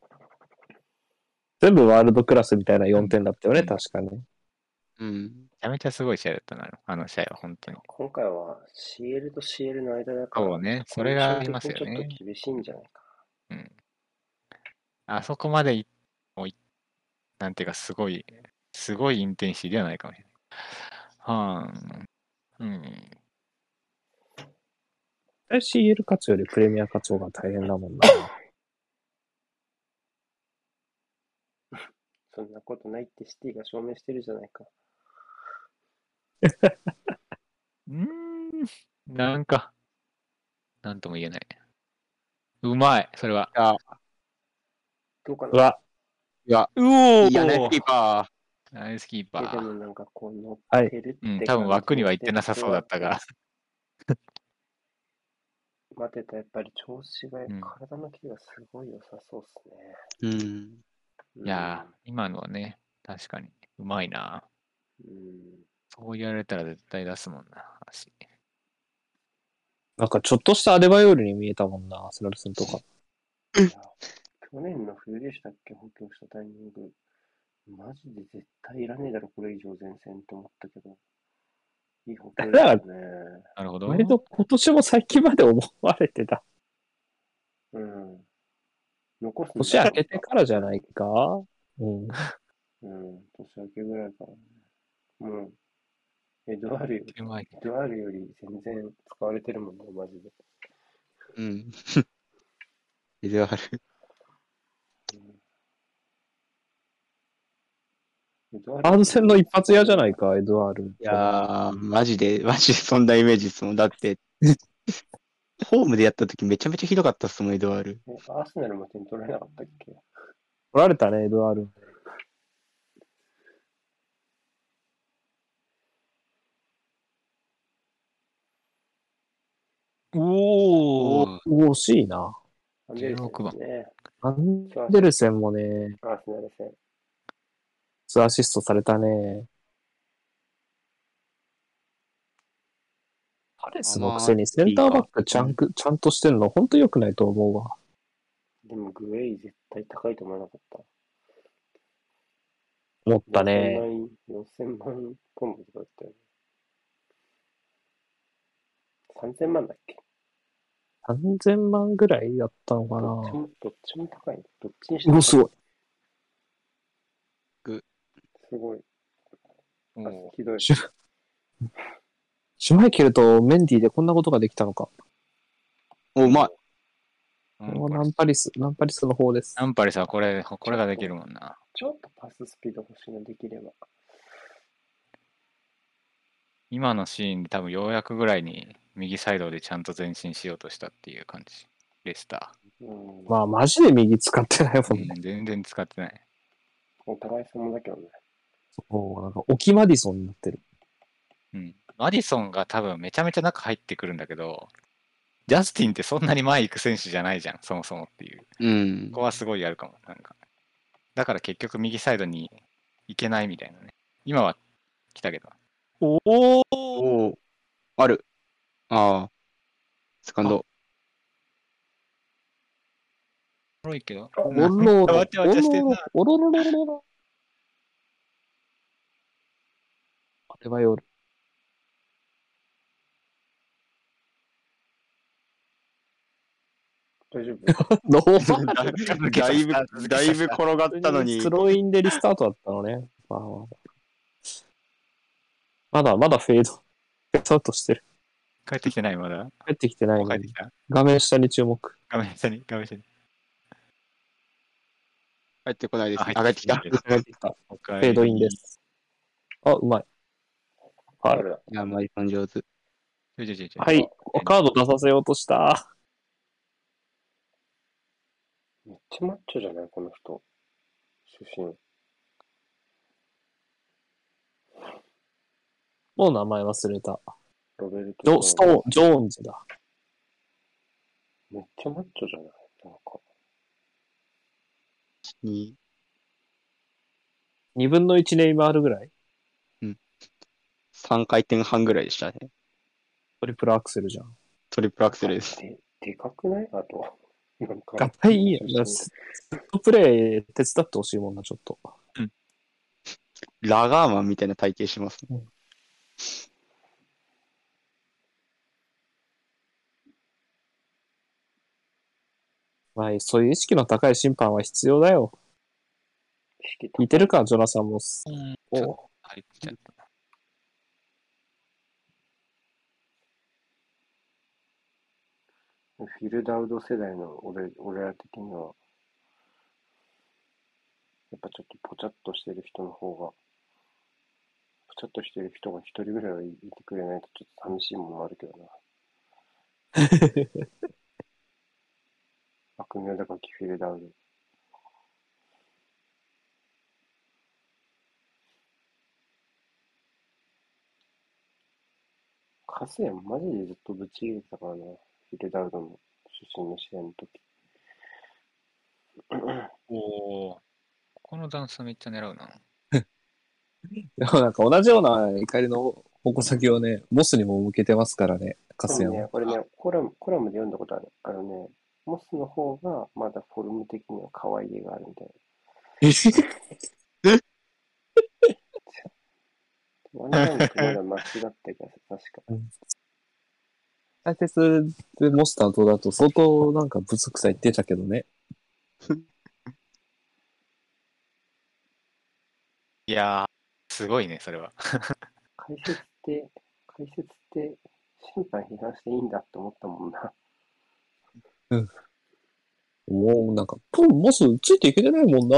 [SPEAKER 2] 全部ワールドクラスみたいな4点だったよね、
[SPEAKER 4] うん
[SPEAKER 2] 確かね。
[SPEAKER 3] うん。
[SPEAKER 4] めちゃめちゃすごい試合だったな、あの試合は、本当に。
[SPEAKER 1] 今回は CL と CL の間だから、
[SPEAKER 4] そうね、それがありますよ
[SPEAKER 1] コンディション
[SPEAKER 4] ね
[SPEAKER 1] 的にちょっ。と厳しいんじゃないか
[SPEAKER 4] あそこまでい、もういなんていうか、すごい、すごいインテンシーではないかもしれない。はーん。うん。
[SPEAKER 2] CL 活動よりプレミア活動が大変だもんな。
[SPEAKER 1] な。そんなことないってシティが証明してるじゃないか。
[SPEAKER 4] うーん、なんか、なんとも言えない。うまい、それは。
[SPEAKER 3] あ、
[SPEAKER 1] どうか
[SPEAKER 2] う
[SPEAKER 1] な
[SPEAKER 2] わ、
[SPEAKER 4] うお
[SPEAKER 3] いいやね、キーパ
[SPEAKER 4] ナイスキーパ
[SPEAKER 1] えでも
[SPEAKER 4] ー。
[SPEAKER 1] なんかこう乗
[SPEAKER 2] はい
[SPEAKER 1] ってるって、
[SPEAKER 4] うん、多分枠には行ってなさそうだったが。。
[SPEAKER 1] 待てたやっぱり調子が、
[SPEAKER 4] ん
[SPEAKER 1] 体のキレがすごい良さそうですね。
[SPEAKER 3] ー。う
[SPEAKER 1] う
[SPEAKER 3] ん。
[SPEAKER 1] ん
[SPEAKER 4] いやー、今のはね、確かに、うまいな。
[SPEAKER 1] うん
[SPEAKER 4] そう言われたら絶対出すもんな、足。
[SPEAKER 2] なんかちょっとしたアデバイオールに見えたもんな、アスラルスンとか。
[SPEAKER 1] いや去年の冬でしたっけ、補強したタイミング。マジで絶対いらねえだろ、これ以上前線って思ったけど。いい補強だよね。
[SPEAKER 4] なるほど。
[SPEAKER 2] 割と今年も最近まで思われてた。
[SPEAKER 1] うん。残すんだ
[SPEAKER 2] 年明けてからじゃないかうん。
[SPEAKER 1] うん、年明けぐらいからね。もう、エドワールより、
[SPEAKER 4] うまい。
[SPEAKER 1] エドワールより全然使われてるもんね、マジで。
[SPEAKER 3] うん。 ビデオある。
[SPEAKER 1] エドワール
[SPEAKER 2] アンセンの一発屋じゃないか、エドワール。
[SPEAKER 3] いやー、マジで、マジでそんなイメージですもん。だ って、ホームでやった時めちゃめちゃひどかったっすもん、エドワール。
[SPEAKER 1] えアーセナルも点取られなかったっけ
[SPEAKER 2] 取られたね、エドワール。
[SPEAKER 4] おお
[SPEAKER 2] 惜しいな。
[SPEAKER 1] アンデルセンですね。
[SPEAKER 2] アンデルセンもね、
[SPEAKER 1] アーセナル戦。
[SPEAKER 2] ツアシストされたね。ハレスのくせにセンターバックちゃんく、ちゃんとしてんの、ほんと良くないと思うわ。
[SPEAKER 1] でも、グレイ絶対高いと思わなかった。
[SPEAKER 2] 思ったね。
[SPEAKER 1] 4000万、4000万ポンドとかだったよね。3000万だっけ
[SPEAKER 2] 3000万ぐらいやったのか
[SPEAKER 1] どっち
[SPEAKER 2] な。
[SPEAKER 1] も、どっちも高いね。どっちにして
[SPEAKER 2] う
[SPEAKER 1] も
[SPEAKER 2] わ、
[SPEAKER 1] 高
[SPEAKER 2] すごい。
[SPEAKER 1] すごい。あ
[SPEAKER 4] ー。
[SPEAKER 1] ひどい。
[SPEAKER 2] シュシュマイケルとメンディでこんなことができたのか。
[SPEAKER 3] お、うまい。
[SPEAKER 4] う
[SPEAKER 2] こ
[SPEAKER 4] ん
[SPEAKER 2] れは
[SPEAKER 4] これ
[SPEAKER 2] ナンパリス、ナンパリスの方です。
[SPEAKER 4] ナンパリさ、これ、これができるもんな。
[SPEAKER 1] ちょっとパススピード欲しいのできれば。
[SPEAKER 4] 今のシーンで多分ようやくぐらいに右サイドでちゃんと前進しようとしたっていう感じでした。
[SPEAKER 1] うん。
[SPEAKER 2] まあ、マジで右使ってないも
[SPEAKER 4] うん
[SPEAKER 2] ね。
[SPEAKER 4] ん、全然使ってない。
[SPEAKER 1] お互い様だけどね。
[SPEAKER 2] そう、なんか、オキマディソンになってる。
[SPEAKER 4] うん。マディソンが多分めちゃめちゃ中入ってくるんだけど、ジャスティンってそんなに前行く選手じゃないじゃん、そもそもっていう。
[SPEAKER 3] うん
[SPEAKER 4] ここ。はすごいやるかも、なんか。だから結局右サイドに行けないみたいなね。今は来たけど。おお
[SPEAKER 3] おーある。ああ。セカンド。
[SPEAKER 4] 黒いけど。
[SPEAKER 2] おろろ、おろ
[SPEAKER 4] わちゃわちゃしてん
[SPEAKER 2] ろ
[SPEAKER 4] な、
[SPEAKER 2] おろろろろろ。あれは 夜。
[SPEAKER 1] 大 丈夫
[SPEAKER 2] ノー
[SPEAKER 3] だいぶ、だいぶだいぶ転がったのに
[SPEAKER 2] ス。ローインでリスタートだったのね。まあまあまあまだ、まだフェード、フェードアウトしてる。
[SPEAKER 4] 帰ってきてない、まだ。
[SPEAKER 2] 帰ってきてない
[SPEAKER 4] もう
[SPEAKER 2] の
[SPEAKER 4] 帰って
[SPEAKER 2] に
[SPEAKER 4] きた。
[SPEAKER 2] 画面下に注目。
[SPEAKER 4] 画面下に、画面下に。
[SPEAKER 3] 入ってこないですね。
[SPEAKER 4] あ
[SPEAKER 3] あ、
[SPEAKER 4] 入
[SPEAKER 3] 帰
[SPEAKER 4] っ
[SPEAKER 3] っててき
[SPEAKER 4] きて
[SPEAKER 3] た。
[SPEAKER 2] 帰ってきた。フ
[SPEAKER 4] フェ
[SPEAKER 2] ェードインで。す。あ、うまい。
[SPEAKER 1] あ
[SPEAKER 2] はい
[SPEAKER 1] れだ。
[SPEAKER 3] いや、マリさん上手。
[SPEAKER 4] ちょいちょいちょいちょい
[SPEAKER 2] はい。カード出させようとした。
[SPEAKER 1] ちマッチョじゃないこの人。出身。
[SPEAKER 2] もう名前忘れた。
[SPEAKER 1] ロベルト
[SPEAKER 2] ジ
[SPEAKER 1] さん
[SPEAKER 2] ョ、
[SPEAKER 1] は
[SPEAKER 2] ストーン、ジョーンズだ。
[SPEAKER 1] めっちゃマッチョじゃないなんか。
[SPEAKER 3] に、
[SPEAKER 2] 二分の一ネイマールぐらい
[SPEAKER 3] 3回転半ぐらいでしたね。
[SPEAKER 2] トリプルアクセルじゃん。
[SPEAKER 3] トリプルアクセルです。
[SPEAKER 1] で、でかくないあと。なんか。
[SPEAKER 2] 合体いいやん。だから
[SPEAKER 1] 出
[SPEAKER 2] セセットプレイ手伝ってほしいもんな、ちょっと。
[SPEAKER 3] ラガーマンみたいな体型してますね。
[SPEAKER 2] まあ、そういう意識の高い審判は必要だよ。
[SPEAKER 1] 身
[SPEAKER 2] 似てるか、ジョナサンも。
[SPEAKER 4] うん。ちょっと
[SPEAKER 2] お
[SPEAKER 4] 入っちゃったな。
[SPEAKER 1] フィルダウド世代の俺俺ら的には、やっぱちょっとぽちゃっとしてる人の方が、ぽちゃっとしてる人が一人ぐらいはいてくれないとちょっと寂しいものもあるけどな。悪名高きフィルダウド。カスヤンマジでずっとぶち切れてたからな、フィルダウドの出身の試合の時。
[SPEAKER 4] おお。このダンスめっちゃ狙うな。
[SPEAKER 2] でもなんか同じような怒りの矛先をね、モスにも向けてますからね、カス
[SPEAKER 1] で
[SPEAKER 2] ヤン
[SPEAKER 1] も
[SPEAKER 2] は
[SPEAKER 1] ね、これね、コラム、コラムで読んだことある。あのね、モスの方がまだフォルム的には可愛げがあるみたいな。ワンランクまだマシだった気がする、確か。
[SPEAKER 2] 解説でモスターとだと相当なんかぶつくさ言ってたけどね。
[SPEAKER 4] いやー、すごいね、それは。
[SPEAKER 1] 解説って、解説って審判批判していいんだって思ったもんな。
[SPEAKER 2] もうなんか、プロモスついていけてないもんな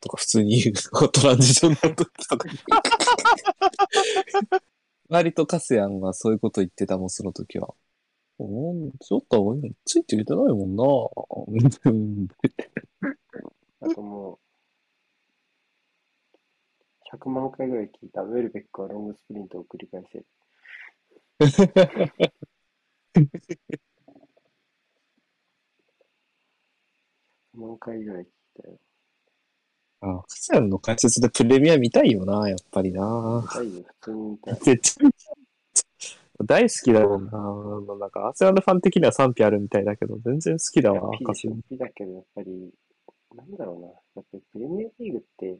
[SPEAKER 2] とか普通に言う。トランジションの時とかに。割とカスヤンがそういうこと言ってたモスの時は。うん、ちょっと俺ついていけてないもんなうん
[SPEAKER 1] あともう、100万回ぐらい聞いた、ウェルベックはロングスプリントを繰り返せ。100万回ぐらい聞いたよ。
[SPEAKER 2] あカスヤンの解説でプレミア見たいよなやっぱりな
[SPEAKER 1] 痛いよ、普通に痛い。
[SPEAKER 2] めっちゃ見ちゃう大好きだもんなあのなんか、アーセナルファン的には賛否あるみたいだけど、全然好きだわ、
[SPEAKER 1] ピ
[SPEAKER 2] カスヤン。
[SPEAKER 1] ピだけど、やっぱり、なんだろうな。だって、プレミアリーグって、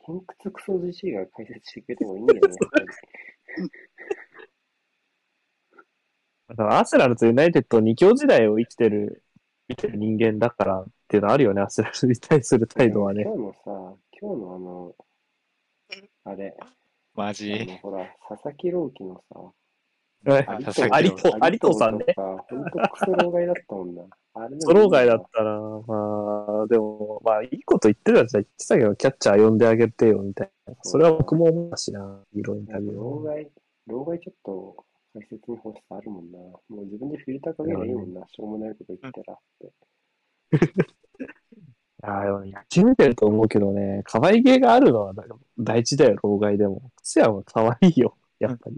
[SPEAKER 1] 偏屈クソ GC が解説してくれてもいいんだよね、やっぱり。
[SPEAKER 2] だからアーセナルとユナイテッド二強時代を生きてる、生きてる人間だからっていうのあるよね、アーセナルに対する 態度はね
[SPEAKER 1] 今。日のさ、今日のあの、あれ、
[SPEAKER 4] マ
[SPEAKER 1] あ
[SPEAKER 4] ジ
[SPEAKER 1] の、。ほら、佐々木朗希のさ、
[SPEAKER 2] はい
[SPEAKER 4] あ佐々
[SPEAKER 2] あ
[SPEAKER 4] 木
[SPEAKER 2] り
[SPEAKER 4] 朗希
[SPEAKER 2] と、ありとさんね。
[SPEAKER 1] とか。ほんとクソ老害だったもんな。あれで
[SPEAKER 2] ソロ外だ
[SPEAKER 1] た
[SPEAKER 2] ったら、まあ、でも、まあ、いいこと言ってるやつは言ってたけど、キャッチャー呼んであげてよ、みたいな。それは僕も思うしな、いろいろインタビュー
[SPEAKER 1] 老
[SPEAKER 2] を。
[SPEAKER 1] 害、老害ちょっと解説に欲しさあるもんな。もう自分でフィルターかけりゃいいもんな。しょうもないこと言ったらって。
[SPEAKER 2] ああ、でも野球見てると思うけどね、可愛げがあるのは大事だよ、老害でも。靴屋は可愛いよ、やっぱり。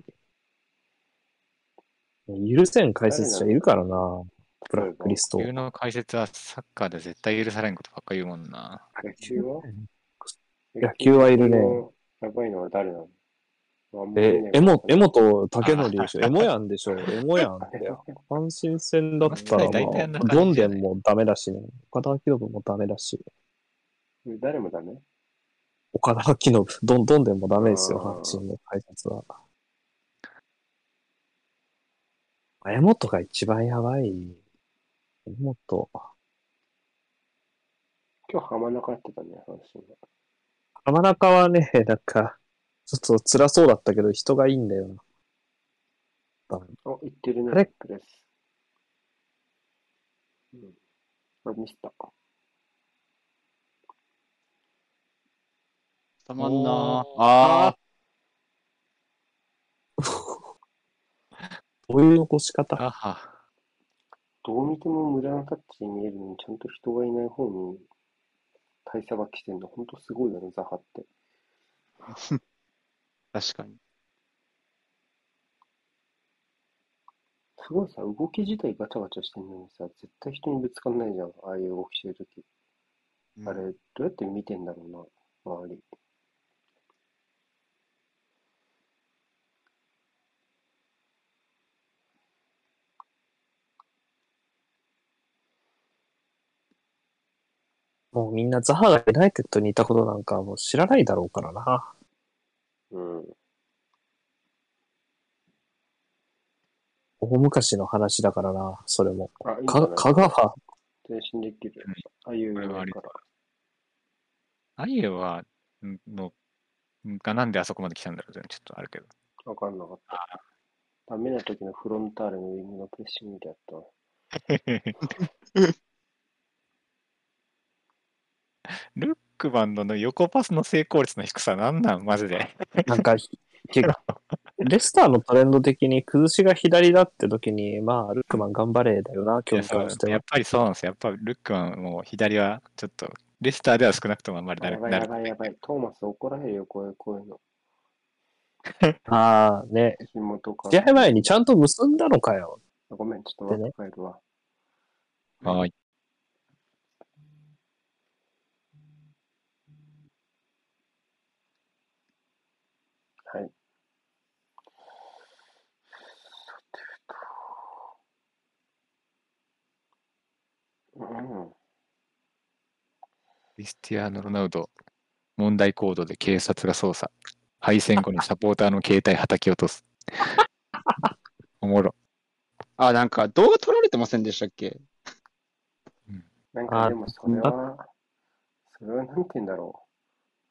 [SPEAKER 2] 許せん解説者いるからな、ブラックリスト。
[SPEAKER 4] 急の解説はサッカーで絶対許されんことばっか言うもんな。
[SPEAKER 1] 野球は
[SPEAKER 2] 野球はいるね。
[SPEAKER 1] やばいのは誰なのあんまり
[SPEAKER 2] え
[SPEAKER 1] ね、
[SPEAKER 2] エモ、エモと竹則でしょ。 エモやんでしょ。エモやんだよ。阪神戦だったら、ま
[SPEAKER 4] 大体あんな
[SPEAKER 2] あ、
[SPEAKER 4] 感じ
[SPEAKER 2] ドン
[SPEAKER 4] じ
[SPEAKER 2] デ
[SPEAKER 4] ゃ
[SPEAKER 2] ン
[SPEAKER 4] ない
[SPEAKER 2] もダメだしね。岡田明信もダメだし。
[SPEAKER 1] 誰もダメ
[SPEAKER 2] 岡田明信、 ドン、ドンデンもダメですよ、
[SPEAKER 1] あー
[SPEAKER 2] 阪神の解説は。エモトが一番やばい。エモト。
[SPEAKER 1] 今日浜中やってたね、阪神が。
[SPEAKER 2] 浜中はね、 なんか、ちょっと辛そうだったけど、人がいいんだよな。
[SPEAKER 1] あ、行ってるね。
[SPEAKER 2] あれ
[SPEAKER 1] プレス。うん。あ、ミスった。
[SPEAKER 3] たまんな
[SPEAKER 4] おー
[SPEAKER 3] あ
[SPEAKER 2] どういう残し方
[SPEAKER 4] あは。
[SPEAKER 1] どう見ても無駄なタッチに見えるのに、ちゃんと人がいない方に大差ばきしてるの、ほんとすごいよね、ザハって。
[SPEAKER 3] 確かに。
[SPEAKER 1] すごいさ、動き自体ガチャガチャしてるのにさ、絶対人にぶつかんないじゃん、ああいう動きしてるとき。
[SPEAKER 3] うん
[SPEAKER 1] あれ、どうやって見てんだろうな、周り。
[SPEAKER 2] もうみんなザハがユナイテッドにいたことなんかもう知らないだろうからな。
[SPEAKER 1] うん。
[SPEAKER 2] 大昔の話だからな、それも。
[SPEAKER 1] あ、いいんじゃな
[SPEAKER 2] か
[SPEAKER 1] い
[SPEAKER 2] 香川、
[SPEAKER 1] 全身できる。あゆ
[SPEAKER 4] これはあ
[SPEAKER 1] だ
[SPEAKER 4] り
[SPEAKER 1] から。
[SPEAKER 4] あゆは、んの、んがなんであそこまで来たんだろうってちょっとあるけど。
[SPEAKER 1] わかんなかった。ダメな時のフロンターレのウィングのプレッシングみたいだっ
[SPEAKER 4] ルックバンドの横パスの成功率の低さなんなんマジで。
[SPEAKER 2] なんか、結構レスターのトレンド的に崩しが左だって時に、まあ、ルックマン頑張れだよな、
[SPEAKER 4] い
[SPEAKER 2] 今
[SPEAKER 4] や
[SPEAKER 2] 日に関して
[SPEAKER 4] そうやっ
[SPEAKER 2] は。
[SPEAKER 4] ぱりそうなんですよ。やっぱりルックマンも左はちょっと、レスターでは少なくともあんまり
[SPEAKER 1] た。あ
[SPEAKER 4] な
[SPEAKER 1] や
[SPEAKER 4] る
[SPEAKER 1] ばい
[SPEAKER 4] な
[SPEAKER 1] や
[SPEAKER 4] る
[SPEAKER 1] ばいやばい。トーマス怒られるよ、こういう、こういうの。
[SPEAKER 2] ああ、ね。
[SPEAKER 1] 紐とか。
[SPEAKER 2] 試合前にちゃんと結んだのかよ。
[SPEAKER 1] ごめん、ちょっと枠変えるわ。
[SPEAKER 4] はい。
[SPEAKER 1] はい。うん。
[SPEAKER 4] クリスティアーノ・ロナウド、問題行動で警察が捜査。敗戦 後にサポーターの携帯はたき落とす。 おもろ。
[SPEAKER 3] あ、なんか動画撮られてませんでしたっけ
[SPEAKER 1] なんかでもそれは、それはなんて言うんだろ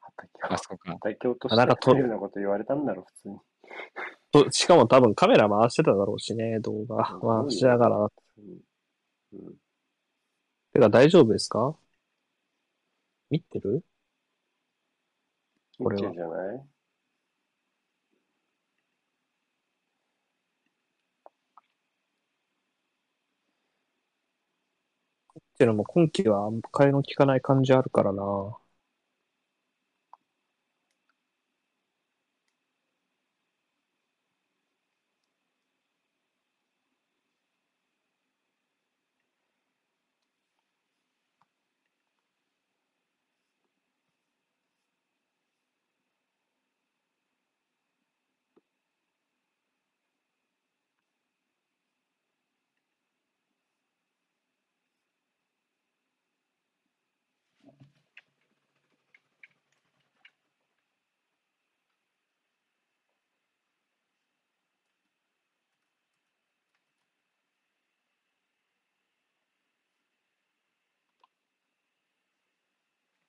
[SPEAKER 1] う。畑
[SPEAKER 4] あ
[SPEAKER 1] を、
[SPEAKER 4] そこか。
[SPEAKER 1] 畑を落と
[SPEAKER 2] あな
[SPEAKER 1] し
[SPEAKER 2] んか
[SPEAKER 1] て
[SPEAKER 2] と
[SPEAKER 1] るようなこと言われたんだろう、普通に。
[SPEAKER 2] としかも多分カメラ回してただろうしね、動画回しながら。
[SPEAKER 1] 普通に。うん。
[SPEAKER 2] てか大丈夫ですか見てるこれは
[SPEAKER 1] 見てるじゃない
[SPEAKER 2] っていうのも今季は替えの効かない感じあるからな。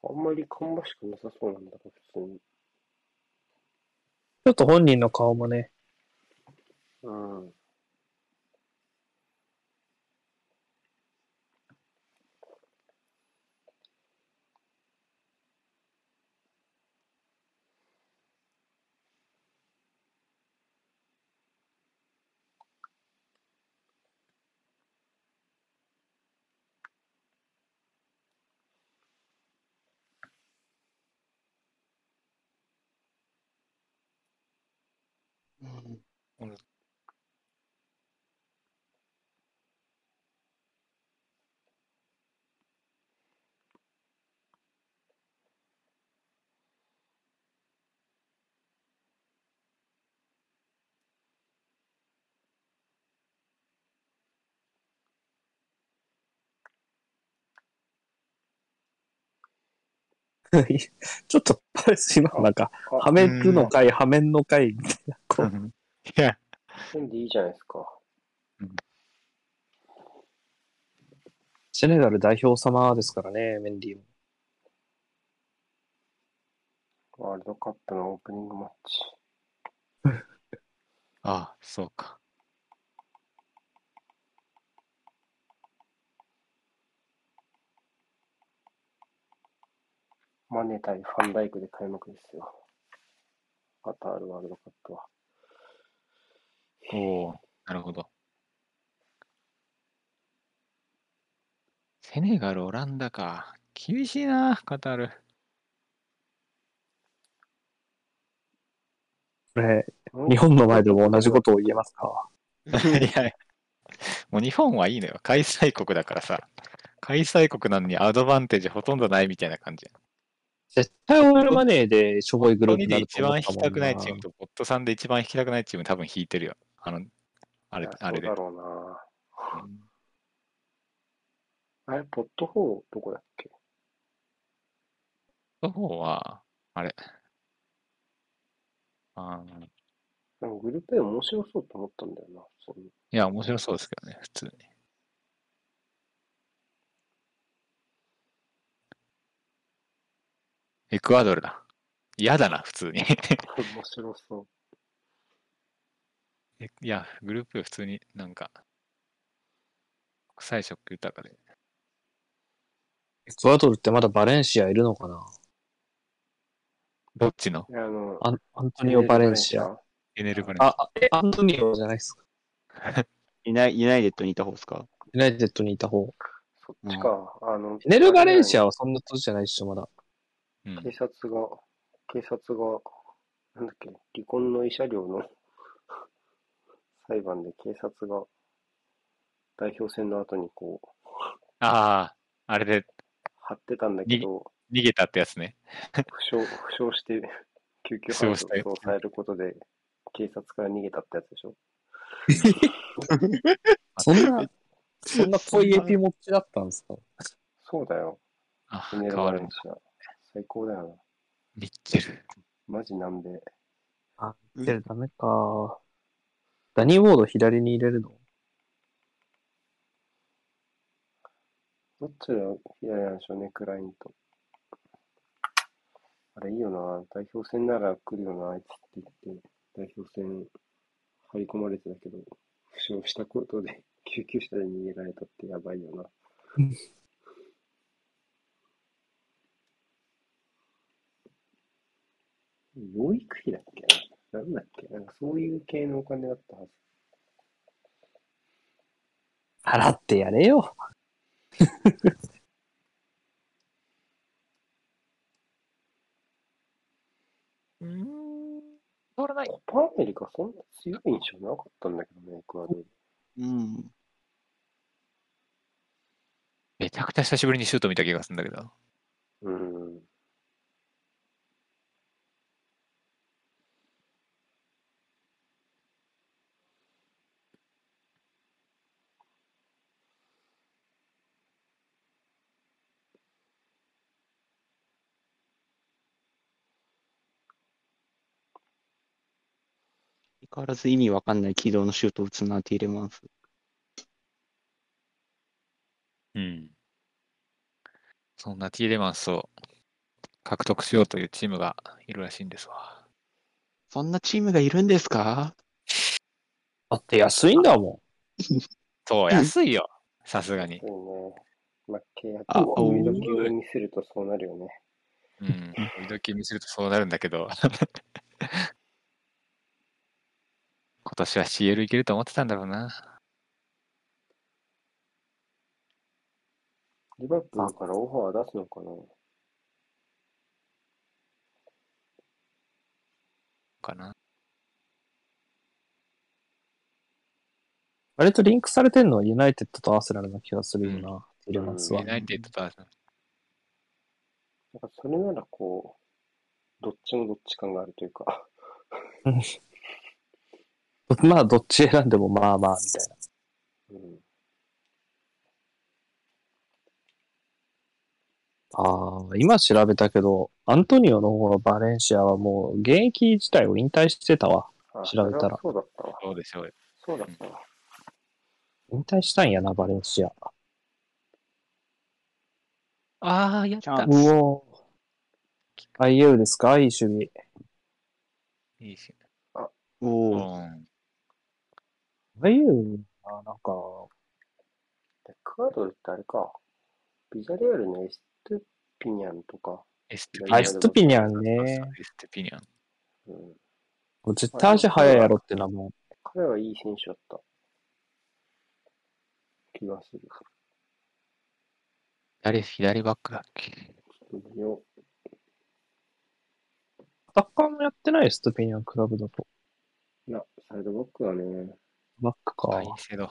[SPEAKER 1] あんまり芳しくなさそうなんだろう、普通に。
[SPEAKER 2] ちょっと本人の顔もね、
[SPEAKER 1] うん。
[SPEAKER 2] ちょっとパレス今なんか、
[SPEAKER 1] あ
[SPEAKER 2] はめるの回、はめんの回みたいな。こう
[SPEAKER 4] いや、
[SPEAKER 1] なんでいいじゃないですか。
[SPEAKER 2] セネガル代表様ですからね、メンディーも。
[SPEAKER 1] ワールドカップのオープニングマッチ。
[SPEAKER 4] ああ、そうか。
[SPEAKER 1] マネ対ファンダイクで開幕ですよ。カタールワールドカップは。
[SPEAKER 4] おお、なるほど。セネガル、オランダか。厳しいな、カタール。
[SPEAKER 2] これ、日本の前でも同じことを言えますか
[SPEAKER 4] いや、もう日本はいいのよ。開催国だからさ。開催国なのにアドバンテージほとんどないみたいな感じ。
[SPEAKER 2] 絶対オールマネーでしょぼいグループ
[SPEAKER 4] 国
[SPEAKER 2] に
[SPEAKER 4] で
[SPEAKER 2] なる
[SPEAKER 4] 一
[SPEAKER 2] と思
[SPEAKER 4] 番
[SPEAKER 2] っ
[SPEAKER 4] 引
[SPEAKER 2] たも
[SPEAKER 4] き
[SPEAKER 2] ん
[SPEAKER 4] たくないチームと、ボットさんで一番引きたくないチーム多分引いてるよ。あの、あれ
[SPEAKER 1] いや、
[SPEAKER 4] あれで
[SPEAKER 1] そうだ。ろ
[SPEAKER 4] うん
[SPEAKER 1] うな。あれ、ポット4どこだっけ
[SPEAKER 4] の方は、あれ。あーい
[SPEAKER 1] なんかグループ A 面白そうと思ったんだよな、普通に。
[SPEAKER 4] や、面白そうですけどね、普通に。エクアドルだ。嫌だな、普通に。
[SPEAKER 1] 面白そう。
[SPEAKER 4] えいや、グループ普通になんか、国際色豊かで。
[SPEAKER 2] エクアドルってまだバレンシアいるのかな
[SPEAKER 4] どっちの
[SPEAKER 1] いや、あの、
[SPEAKER 2] アンアントニオ・バレンシア。
[SPEAKER 1] ア。
[SPEAKER 4] エネルバレン
[SPEAKER 2] あ、あえ、アントニオじゃないですか。
[SPEAKER 3] いない、ユナイテッドにいた方ですか
[SPEAKER 2] ユナイテッドにいた方。
[SPEAKER 1] そっちか。あの、
[SPEAKER 2] ネル・バレンシアはそんな年じゃないっしょ、まだ。
[SPEAKER 4] うん
[SPEAKER 1] 警察が、警察が、なんだっけ、離婚の慰謝料の裁判で警察が代表選の後にこう、
[SPEAKER 4] ああ、あれで
[SPEAKER 1] 張ってたんだけど、
[SPEAKER 4] 逃げたってやつね。
[SPEAKER 1] 負傷、負傷して、救急搬送されることで、警察から逃げたってやつでしょ
[SPEAKER 2] そんな、そんな濃いエピ持ちだったんですか
[SPEAKER 1] そうだよ。
[SPEAKER 4] あ
[SPEAKER 1] エネル
[SPEAKER 4] 変わ
[SPEAKER 1] バレ
[SPEAKER 4] る
[SPEAKER 1] ン
[SPEAKER 4] ね。
[SPEAKER 1] シア。最高だよ
[SPEAKER 4] ミッチェル。
[SPEAKER 1] な。マジ南米。
[SPEAKER 3] うん
[SPEAKER 2] でダメか。ダニー・ウォード左に入れるの
[SPEAKER 1] どっちだよ、左なんでしょうね、クラインと。あれいいよな、代表戦なら来るよな、あいつって言って、代表戦張り込まれてたけど、負傷したことで 救急車で逃げられたってやばいよ な。養育費だっけななんだっけなんかそういう系のお金だったはず。
[SPEAKER 2] 払ってやれよ。
[SPEAKER 4] うーん、変わらない。
[SPEAKER 1] コパアメリカそんな強い印象なかったんだけどね、エクアドル。
[SPEAKER 3] うん。
[SPEAKER 4] めちゃくちゃ久しぶりにシュート見た気がするんだけど。
[SPEAKER 1] うん。
[SPEAKER 3] 相変わらず意味わかんない軌道のシュートを打つなって入れます。
[SPEAKER 4] うん。そんなティーレマンスを獲得しようというチームがいるらしいんですわ。
[SPEAKER 3] そんなチームがいるんですか
[SPEAKER 2] だって安いんだも
[SPEAKER 4] そう、安いよ。さすがに。
[SPEAKER 1] そうね。まあ、契約
[SPEAKER 3] あ
[SPEAKER 1] を見どきを見せるとそうなるよね。
[SPEAKER 4] うん。時々見せるとそうなるんだけど。 今年は CL いけると思ってたんだろうな。
[SPEAKER 1] リバプールからオファー出すのかな
[SPEAKER 4] かな。
[SPEAKER 2] ん。あれとリンクされてんのはユナイテッドとアーセナルな気がするよな、ティレマンスは
[SPEAKER 4] ユ。ナイテッドとアーセナル
[SPEAKER 1] なんかそれならこう、どっちもどっち感があるというか、
[SPEAKER 2] まあ、どっち選んでもまあまあ、みたいな。
[SPEAKER 1] うん、
[SPEAKER 2] ああ、今調べたけど、アントニオの方のバレンシアはもう現役自体を引退してたわ。
[SPEAKER 1] あ
[SPEAKER 2] 調べたら
[SPEAKER 1] それはそうだったわ。
[SPEAKER 4] そうでしょうよ。
[SPEAKER 1] そうだったわ。
[SPEAKER 2] 引退したんやな、バレンシア。
[SPEAKER 4] ああ、やっ
[SPEAKER 3] チャ
[SPEAKER 4] た
[SPEAKER 3] ン
[SPEAKER 2] う。おー IU ですかいい守備。
[SPEAKER 4] いいし。う
[SPEAKER 3] おお。
[SPEAKER 4] ん。
[SPEAKER 2] IU はなんか、
[SPEAKER 1] でクアドルってあれか、ビザレアルのエストゥピニャンとか、
[SPEAKER 4] エステピニ
[SPEAKER 1] あ
[SPEAKER 4] ャン。
[SPEAKER 2] エストゥピニャンね。
[SPEAKER 4] エステピニャン。
[SPEAKER 1] うん、
[SPEAKER 2] もう絶対足早いやろって名前。
[SPEAKER 1] 彼はいい選手だった気がする。
[SPEAKER 4] 左、左バックだっけ
[SPEAKER 1] ちょっと見よう
[SPEAKER 2] アタッカーもやってない、ストペニアンクラブだと。
[SPEAKER 1] いや、サイドバックはね、
[SPEAKER 2] バックか。
[SPEAKER 4] カイセド。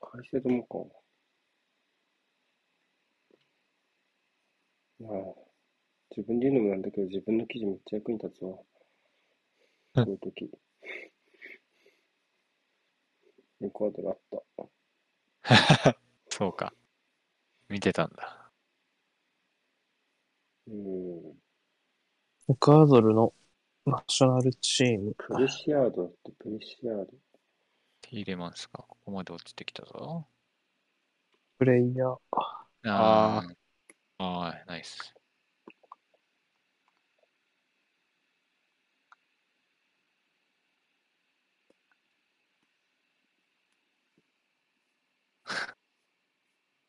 [SPEAKER 1] 解説もか。いやあ、自分で言うのもなんだけど、自分の記事めっちゃ役に立つわ。こういう時。レコードがあった。
[SPEAKER 4] そうか。見てたんだ。
[SPEAKER 1] うん。
[SPEAKER 2] エクアドルのナショナルチーム。
[SPEAKER 1] プレシアードだって、プレシアード。
[SPEAKER 4] ティーレマンスか。ここまで落ちてきたぞ。
[SPEAKER 2] プレイヤー。
[SPEAKER 3] あ
[SPEAKER 4] ー。あー、ナイス。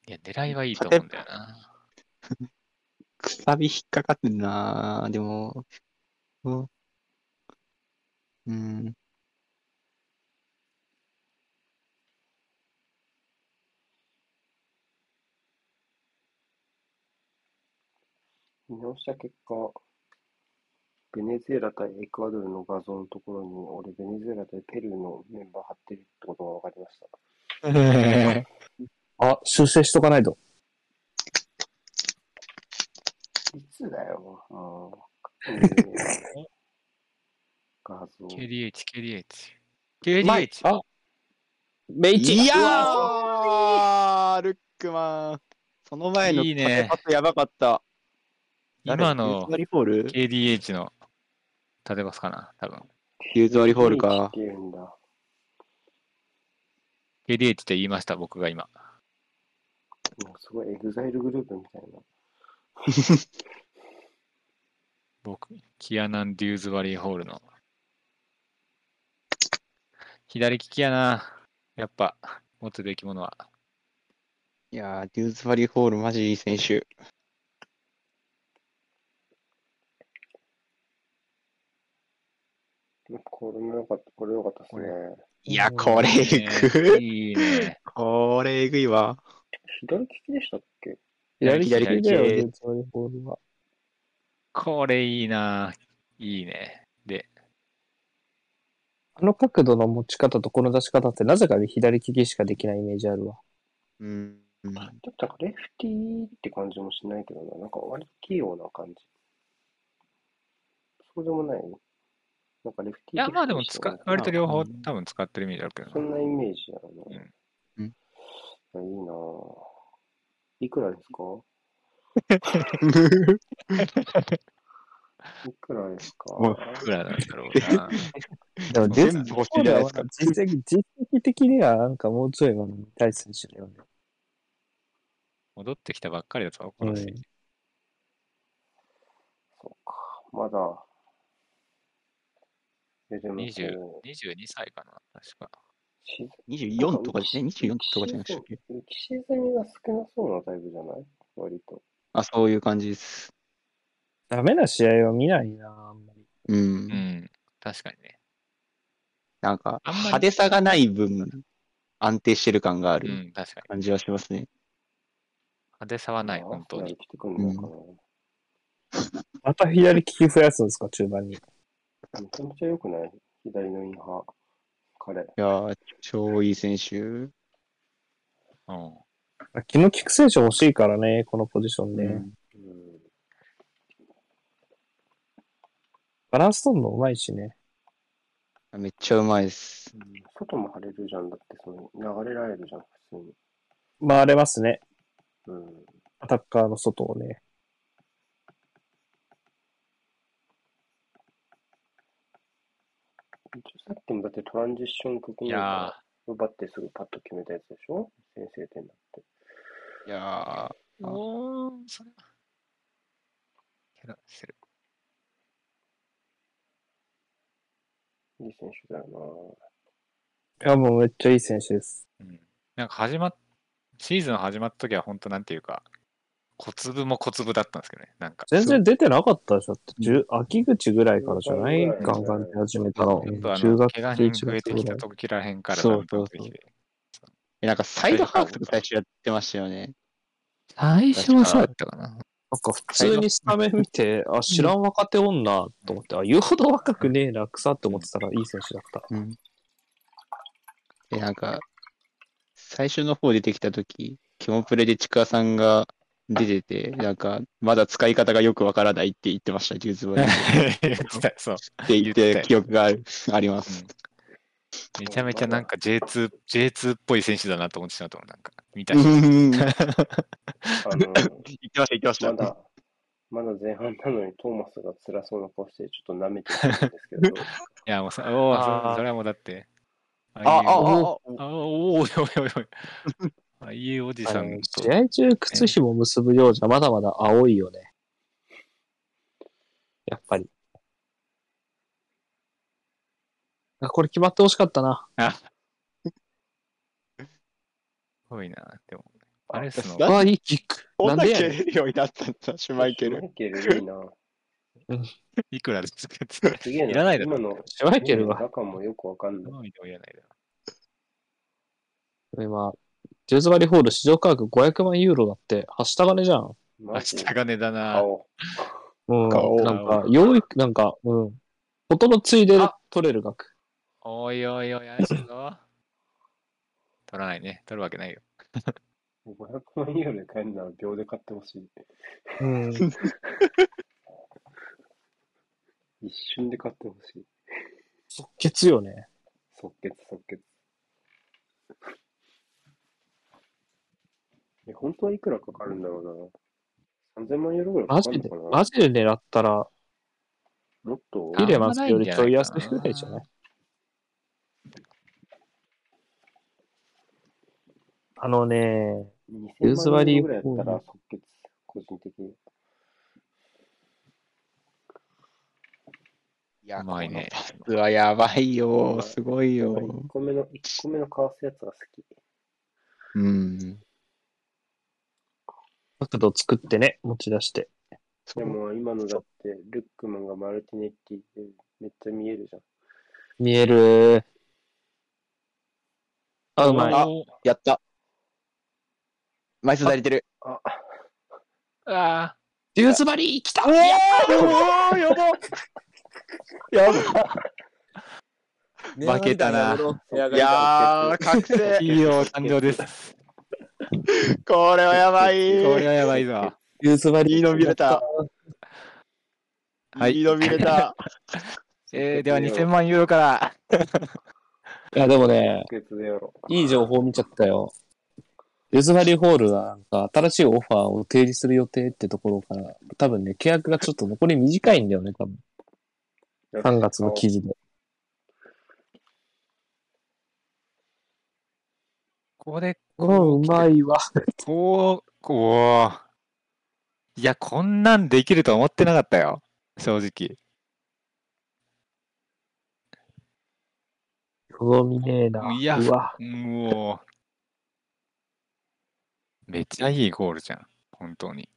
[SPEAKER 4] いや、狙いはいいと思うんだよな。
[SPEAKER 3] くさび引っかかってるなぁでも、うん。 うん。
[SPEAKER 1] 見直した結果、ベネズエラ対エクアドルの画像のところに、俺、ベネズエラ対ペルーのメンバー貼ってるってことが分かりました。
[SPEAKER 2] あ、修正しとかないと。
[SPEAKER 1] いつだよ、もう。画像。
[SPEAKER 4] KDH、KDH。
[SPEAKER 2] まい
[SPEAKER 4] KDH。
[SPEAKER 2] あベイチ
[SPEAKER 3] いや
[SPEAKER 2] うわ
[SPEAKER 3] ールックマン。その前の
[SPEAKER 4] いいね
[SPEAKER 3] パスやばかった。誰
[SPEAKER 4] 今の
[SPEAKER 3] ユーズアリフォール
[SPEAKER 4] KDH の縦パスかな、多分。
[SPEAKER 3] ユーズアリフォール
[SPEAKER 1] いい
[SPEAKER 3] か
[SPEAKER 1] って。言うんだ。
[SPEAKER 4] KDH って言いました、僕が今。
[SPEAKER 1] もうすごいエグザイルグループみたいな。
[SPEAKER 4] 僕、キアナン・デューズバリー・ホールの。左利きやな。やっぱ、持つべきものは。
[SPEAKER 3] いやー、デューズバリーホールマジいい選手。
[SPEAKER 1] これもよかった、これよかったですね。
[SPEAKER 3] いや、これ
[SPEAKER 4] いい
[SPEAKER 3] えぐい。
[SPEAKER 4] ねいいね。
[SPEAKER 3] これえぐいわ。
[SPEAKER 1] 左利きでしたっけ
[SPEAKER 2] 左利きだ
[SPEAKER 4] 左
[SPEAKER 2] よ、
[SPEAKER 4] 利
[SPEAKER 3] き
[SPEAKER 2] デツワリボールは。
[SPEAKER 4] これいいな。いいね。で、
[SPEAKER 2] あの角度の持ち方とこの出し方ってなぜか左利きしかできないイメージあるわ。
[SPEAKER 3] うん。
[SPEAKER 1] だっ たからレフティーって感じもしないけどな。なんか割と器用な感じ。そうでもないなんかレフ
[SPEAKER 4] い
[SPEAKER 1] ティー
[SPEAKER 4] や、まあでも使、割と両
[SPEAKER 3] う
[SPEAKER 4] 方
[SPEAKER 3] ん
[SPEAKER 4] 多分使ってる意味だけど
[SPEAKER 1] そん
[SPEAKER 4] な。
[SPEAKER 1] なイメージやな。
[SPEAKER 3] うん
[SPEAKER 1] あいいなぁ。いくらですかいくらですか
[SPEAKER 3] もう
[SPEAKER 4] いくらなんだろうな。
[SPEAKER 2] でも
[SPEAKER 3] 全部欲しいんじゃないですか
[SPEAKER 2] 実績、実績的にはなんかもうちょい今の見たい選手だよね。
[SPEAKER 4] 戻ってきたばっかりだぞ、このシーン。
[SPEAKER 1] そうか。まだ。いやでも
[SPEAKER 4] 20
[SPEAKER 1] こう
[SPEAKER 4] 22歳かな、確か。
[SPEAKER 1] し
[SPEAKER 3] 24とかじゃね ?24 とかじゃなくて。
[SPEAKER 1] 浮き沈みが少なそうなタイプじゃない割と。
[SPEAKER 3] あ、そういう感じです。
[SPEAKER 2] ダメな試合は見ないな、あんまり。
[SPEAKER 3] う。
[SPEAKER 4] うんん、確かにね。
[SPEAKER 3] なんか、
[SPEAKER 4] あんまり
[SPEAKER 3] 派手さがない分、安定してる感があ
[SPEAKER 4] う
[SPEAKER 3] る
[SPEAKER 4] ん、確かに。
[SPEAKER 3] 感じはしますね。
[SPEAKER 4] 派手さはない、
[SPEAKER 1] まあ
[SPEAKER 4] 本当
[SPEAKER 1] アーセナル
[SPEAKER 4] に。
[SPEAKER 1] 来てくんないかな。
[SPEAKER 2] また左利き増やすんですか、中盤に。
[SPEAKER 1] めちゃめちゃ良くない左のインハー。彼。
[SPEAKER 3] いやー、超いい選手。
[SPEAKER 4] うん。
[SPEAKER 2] 気の利く選手欲しいからね、このポジションね。
[SPEAKER 3] うん
[SPEAKER 1] うん。
[SPEAKER 2] バランス取るのうまいしね。
[SPEAKER 3] めっちゃうまいです。
[SPEAKER 1] 外も晴れるじゃん。だってその流れられるじゃん、普通に。
[SPEAKER 2] 回れますね。
[SPEAKER 1] うん。
[SPEAKER 2] アタッカーの外をね。
[SPEAKER 1] さっきもだってトランジッション局
[SPEAKER 4] い
[SPEAKER 1] 面
[SPEAKER 4] や
[SPEAKER 1] から奪ってすぐパッと決めたやつでしょ先制点だって。
[SPEAKER 3] いや
[SPEAKER 4] ー、おー、それは。怪我してる。
[SPEAKER 1] いい選手だよ
[SPEAKER 2] いや、もうめっちゃいい選手です。
[SPEAKER 4] うん。なんか始まっ、シーズン始まった時は本当なんていうか、小粒も小粒だったんですけどね。なんか。
[SPEAKER 2] 全然出てなかったでしょって、じゅ秋口ぐらいからじゃない
[SPEAKER 1] うん
[SPEAKER 2] ガンガン出始めたの。
[SPEAKER 4] ちょっとあ
[SPEAKER 2] 中
[SPEAKER 4] の、
[SPEAKER 2] 学
[SPEAKER 4] 怪我人
[SPEAKER 2] 中
[SPEAKER 4] 増えてきた
[SPEAKER 2] 学
[SPEAKER 4] 時らへんから
[SPEAKER 3] そう
[SPEAKER 4] だんだん増えてきて
[SPEAKER 3] え、なんかサイドハーフとか最初やってましたよね。
[SPEAKER 4] 最初はそうだ
[SPEAKER 3] 確
[SPEAKER 4] ったかな。
[SPEAKER 2] なんか普通にスタメン見て、あ、知らん若手女と思って、あ、言うほど若くねえな、草って思ってたらいい選手だった。
[SPEAKER 3] うん。え、なんか、最初の方出てきた時、キモプレでちくわさんが出てて、なんか、まだ使い方がよくわからないって言ってました、ジューズボーイ。
[SPEAKER 4] そう。
[SPEAKER 3] って言っ
[SPEAKER 4] 言ってた
[SPEAKER 3] て
[SPEAKER 4] よ
[SPEAKER 3] 記憶があるあります。
[SPEAKER 4] めちゃめちゃなんか J2、J2 っぽい選手だなと思ってしまったもん、なんか。見た
[SPEAKER 3] う
[SPEAKER 4] し。
[SPEAKER 3] ん 言って
[SPEAKER 1] あの、
[SPEAKER 3] ました、言ってまし
[SPEAKER 1] ま
[SPEAKER 3] た。
[SPEAKER 1] だ、まだ前半なのにトーマスが辛そうな顔して、ちょっと舐めてたんですけど、
[SPEAKER 4] いや、もうさ、おお、
[SPEAKER 2] あー
[SPEAKER 4] そそれはもうだって。あ
[SPEAKER 3] あ、あ、あ、
[SPEAKER 4] あ、
[SPEAKER 3] あ、
[SPEAKER 4] あおーおー、おいおいおい。あいうおじ
[SPEAKER 2] あ
[SPEAKER 4] さ
[SPEAKER 2] の
[SPEAKER 4] ん
[SPEAKER 2] 試
[SPEAKER 4] と。
[SPEAKER 2] 合中、靴紐結ぶようじゃまだまだ青いよね。やっぱり。あこれ決まってほしかったな。
[SPEAKER 4] あすごいな、でも。パレスの
[SPEAKER 3] だ
[SPEAKER 2] あ、いいキック。
[SPEAKER 3] こん
[SPEAKER 2] なん
[SPEAKER 3] な
[SPEAKER 2] で
[SPEAKER 3] 蹴
[SPEAKER 2] やねん
[SPEAKER 3] れるようになったんだ、シュ マイケル。
[SPEAKER 1] マイケルいいな。
[SPEAKER 4] いくらですかって。
[SPEAKER 1] すげえな。
[SPEAKER 4] いらないだろ
[SPEAKER 1] 今の、
[SPEAKER 2] シュマイケルは
[SPEAKER 1] 中もよくわかんない。
[SPEAKER 4] どう見てもいらないだろ。
[SPEAKER 2] 今、ジューズバリホール市場価格500万ユーロだって、はした金じゃん。
[SPEAKER 1] マ
[SPEAKER 4] あ、
[SPEAKER 1] ジ
[SPEAKER 4] 下金だな。
[SPEAKER 1] 顔。
[SPEAKER 2] うん。
[SPEAKER 3] 顔
[SPEAKER 2] なんか、養育、なんか、うん。ことのついで取れる額。
[SPEAKER 4] おいおいおい、怪しいぞ。取らないね。取るわけないよ。
[SPEAKER 1] 500万ユーロで買えるなら秒で買ってほしい。
[SPEAKER 2] うん。
[SPEAKER 1] 一瞬で買ってほしい。
[SPEAKER 2] 即決よね。
[SPEAKER 1] 即決即決。え、本当はいくらかかるんだろうな。3000万ユーロぐらい
[SPEAKER 2] マ
[SPEAKER 1] か
[SPEAKER 2] ジ
[SPEAKER 1] かる
[SPEAKER 2] で
[SPEAKER 1] のか、な
[SPEAKER 2] マジで狙ったら、
[SPEAKER 1] もっと
[SPEAKER 2] ビレマンスよりちょい安いぐらいじゃないあのね、
[SPEAKER 1] 2000万ユーロぐらいやったら即決、個人的に。
[SPEAKER 3] いや
[SPEAKER 4] うまいね。
[SPEAKER 3] このパスはやばいよ、すごいよ。
[SPEAKER 1] 1個目の、一個目のかわすやつが好き。
[SPEAKER 3] うん。
[SPEAKER 2] 角度作ってね、持ち出して。
[SPEAKER 1] でも今のだって、ルックマンがマルティネッティってめっちゃ見えるじゃん。
[SPEAKER 2] 見えるあ、うまい。
[SPEAKER 3] あやった。枚数足りてる。
[SPEAKER 1] あ、
[SPEAKER 4] あ
[SPEAKER 2] デューズバリー来た
[SPEAKER 3] おおやばやば負けたな。いやー、覚
[SPEAKER 4] あ。い
[SPEAKER 3] 醒。
[SPEAKER 4] いよ、誕生です。
[SPEAKER 3] これはやばい。
[SPEAKER 4] これはやばいぞ。
[SPEAKER 2] デューズバリ
[SPEAKER 3] いい
[SPEAKER 2] ー
[SPEAKER 3] の見れた。
[SPEAKER 4] はい
[SPEAKER 3] いいの見れ た。
[SPEAKER 4] えー、では2000万ユーロから。
[SPEAKER 2] いや、でもね、
[SPEAKER 1] 即決でやろう。
[SPEAKER 2] いい情報見ちゃったよ。デューズバリーホールはなんか新しいオファーを提示する予定ってところから、多分ね、契約がちょっと残り短いんだよね、多分。3月の記事で。
[SPEAKER 4] ここで、
[SPEAKER 2] うん、うまいわ。
[SPEAKER 4] こう、こう。いや、こんなんできると思ってなかったよ。正直。
[SPEAKER 2] とろみねえな。
[SPEAKER 4] いや
[SPEAKER 2] うわ。
[SPEAKER 4] もう。めっちゃいいゴールじゃん。本当に。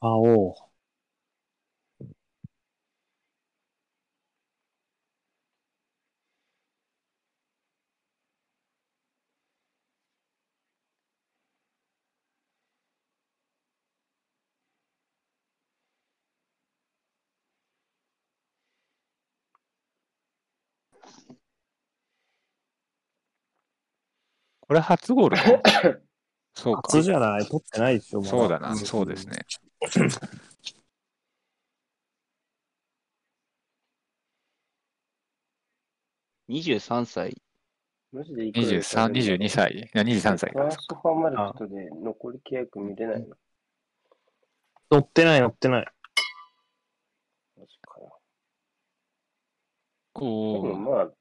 [SPEAKER 2] あおう。
[SPEAKER 4] これ初ゴール かそうか。
[SPEAKER 2] 初じゃない取ってないでしょ、ま
[SPEAKER 4] そうだな。そうですね。
[SPEAKER 3] 23歳。
[SPEAKER 1] マジでいくらで買
[SPEAKER 4] 23、
[SPEAKER 1] えるんだろう
[SPEAKER 4] 22歳。いや、23歳
[SPEAKER 1] ト
[SPEAKER 4] か
[SPEAKER 1] ラン。スファーマルケットで残り契約見れないの
[SPEAKER 2] 乗ってない、乗ってない。
[SPEAKER 1] マジかよ。で
[SPEAKER 4] お
[SPEAKER 1] も
[SPEAKER 4] ー
[SPEAKER 1] まあ、ちょ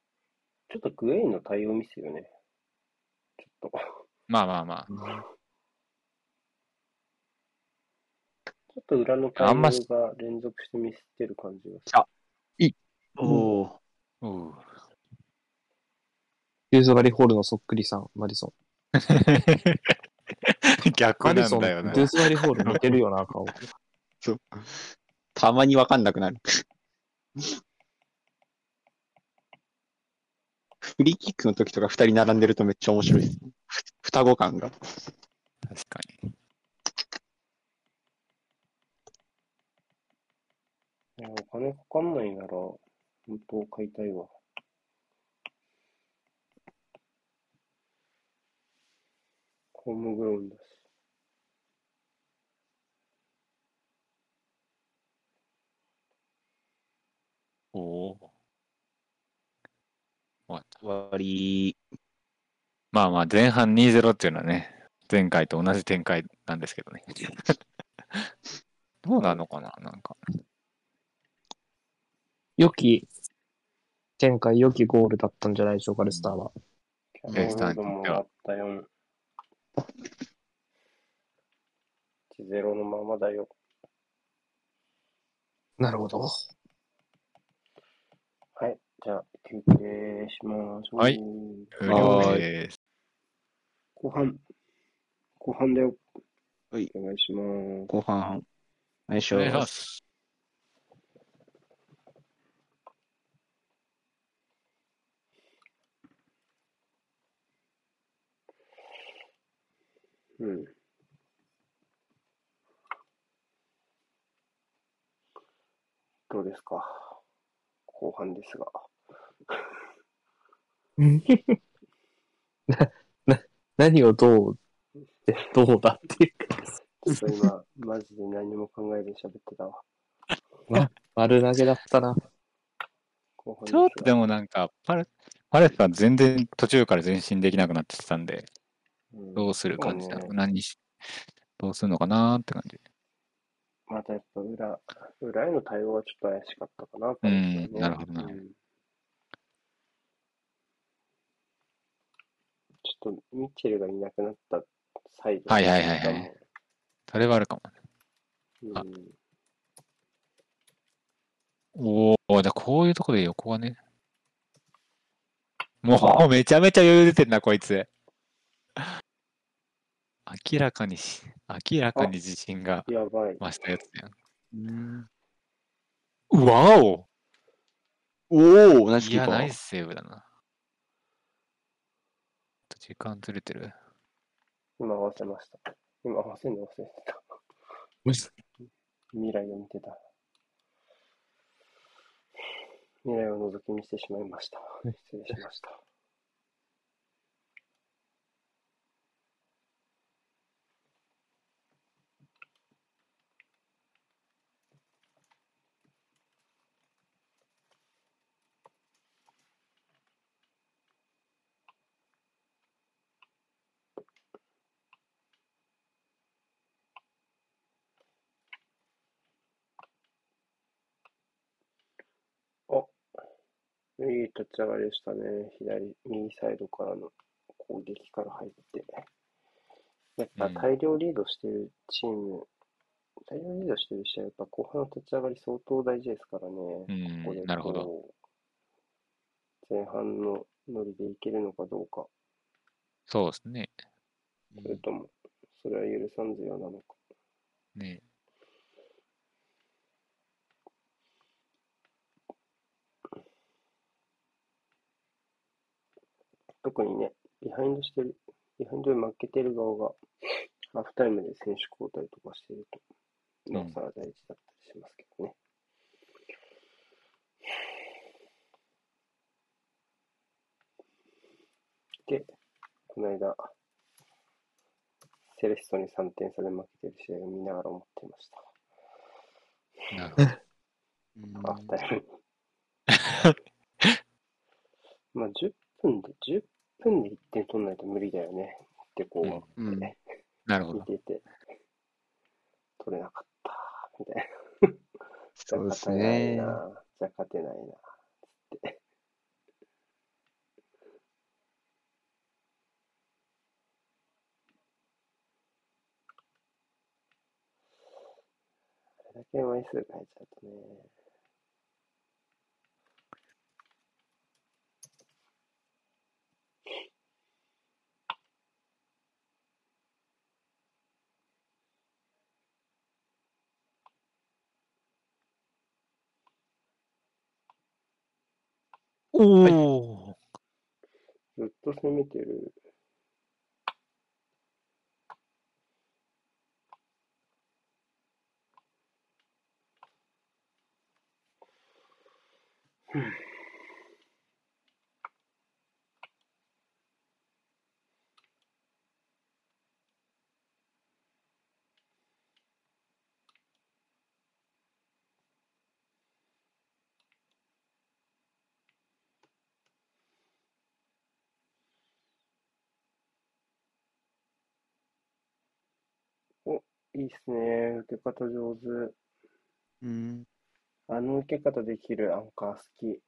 [SPEAKER 1] っとグエイの対応ミスよね。ちょっと、
[SPEAKER 4] まあまあまあ。
[SPEAKER 1] ちょっと裏の対
[SPEAKER 4] あ
[SPEAKER 1] 応
[SPEAKER 4] ん
[SPEAKER 1] が
[SPEAKER 4] まし
[SPEAKER 1] 連続してミスってる感じがする。
[SPEAKER 3] おお。
[SPEAKER 4] おー
[SPEAKER 2] ユーズバリホールのそっくりさん、マディソン。マ
[SPEAKER 4] 逆
[SPEAKER 2] ディ
[SPEAKER 4] な
[SPEAKER 2] ソ
[SPEAKER 4] ん
[SPEAKER 2] ン、
[SPEAKER 4] だ
[SPEAKER 2] ユ
[SPEAKER 4] よな。
[SPEAKER 2] ーズバリホール似てるよな、顔。
[SPEAKER 3] たまにわかんなくなる。フリーキックの時とか二人並んでるとめっちゃ面白いです。ふ双子感が。
[SPEAKER 4] 確かに。
[SPEAKER 1] いやお金かかんないなら、本当買いたいわ。ホームグローンだし。
[SPEAKER 4] おお。終わった
[SPEAKER 3] 割
[SPEAKER 4] まあまあ、前半2-0っていうのはね、前回と同じ展開なんですけどね。 どうなのかななんか。
[SPEAKER 2] 良き、前回良きゴールだったんじゃないでしょうか、レスターは。
[SPEAKER 1] キャノンフード
[SPEAKER 4] うん
[SPEAKER 1] もあったよ。1ゼ0のままだよ。
[SPEAKER 2] なるほど。
[SPEAKER 1] はい。じゃあ、休憩しましょう。
[SPEAKER 4] はい無料です。
[SPEAKER 1] 後半。後半だよ。
[SPEAKER 3] はい
[SPEAKER 1] お願いします。
[SPEAKER 3] 後半、お願いし
[SPEAKER 4] お願いし
[SPEAKER 3] ま。
[SPEAKER 4] ますす。
[SPEAKER 1] うん。どうですか後半ですが。
[SPEAKER 2] 何をどうって、どうだっていう。
[SPEAKER 1] ちょっと 今、マジで何も考えず喋ってたわ。
[SPEAKER 2] 丸投げだったな。
[SPEAKER 1] 後半
[SPEAKER 4] ちょっとで
[SPEAKER 1] も、
[SPEAKER 4] もなんか、パレパレスが全然途中から前進できなくなってきたんで、
[SPEAKER 1] うん
[SPEAKER 4] どうする感じだろ
[SPEAKER 1] そう
[SPEAKER 4] う。
[SPEAKER 1] ね
[SPEAKER 4] 何し、どうするのかなーって感じ。
[SPEAKER 1] またやっぱ裏、裏への対応はちょっと怪しかったかな、
[SPEAKER 4] うんなるほどなるほ
[SPEAKER 1] ど。ちょっと、ミッチェルがいなくなったサイド
[SPEAKER 4] はいはいはいはい
[SPEAKER 1] も
[SPEAKER 4] それはあるかも。あ
[SPEAKER 1] うん
[SPEAKER 4] おお、じゃあこういうとこで横がね。もうめちゃめちゃ余裕出てんな、こいつ。明らかにし、明らかに自信が
[SPEAKER 1] やばい。
[SPEAKER 4] 増したやつやん。うわお
[SPEAKER 3] おお同じ
[SPEAKER 4] い
[SPEAKER 3] キー
[SPEAKER 4] や、
[SPEAKER 3] パ
[SPEAKER 4] ナイ
[SPEAKER 3] ー。
[SPEAKER 4] スセーブだな。ちょっと時間ずれてる。
[SPEAKER 1] 今合わせました。今合わせるの忘れてた。未来を見てた。未来を覗き見してしまいました。失礼しました。いい立ち上がりでしたね。左、右サイドからの攻撃から入って。やっぱ
[SPEAKER 4] うん
[SPEAKER 1] 大量リードしてるチーム、大量リードしてる試合、やっぱ後半の立ち上がり相当大事ですからね。
[SPEAKER 4] う
[SPEAKER 1] ここで
[SPEAKER 4] ん、なるほど。
[SPEAKER 1] こう前半のノリでいけるのかどうか、
[SPEAKER 4] そうですね。
[SPEAKER 1] それとも、それは許さんずよなのか。
[SPEAKER 4] ね
[SPEAKER 1] 特にね、ビハインドしてる、ビハインドで負けてる側が、ハーフタイムで選手交代とかしてると、
[SPEAKER 4] ん
[SPEAKER 1] なおさら大事だったりしますけどね。で、この間、セレストに3点差で負けてる試合を見ながら思っていました。
[SPEAKER 4] なるほど。
[SPEAKER 1] ハーフタイム。まあ、10分で、10分で1点取らないと無理だよね。ってこうは
[SPEAKER 3] うん
[SPEAKER 4] なるほ
[SPEAKER 1] 見
[SPEAKER 4] ど。
[SPEAKER 1] てて、取れなかった、みたいな。じゃ
[SPEAKER 3] そうです
[SPEAKER 1] 勝てない
[SPEAKER 3] ね
[SPEAKER 1] な。、じゃ勝てないな。あれだけ枚数変えちゃうとね。
[SPEAKER 4] おお、
[SPEAKER 1] ずっと攻めてる。いいっすね。受け方上手。
[SPEAKER 3] うん。
[SPEAKER 1] あの受け方できるアンカー好き。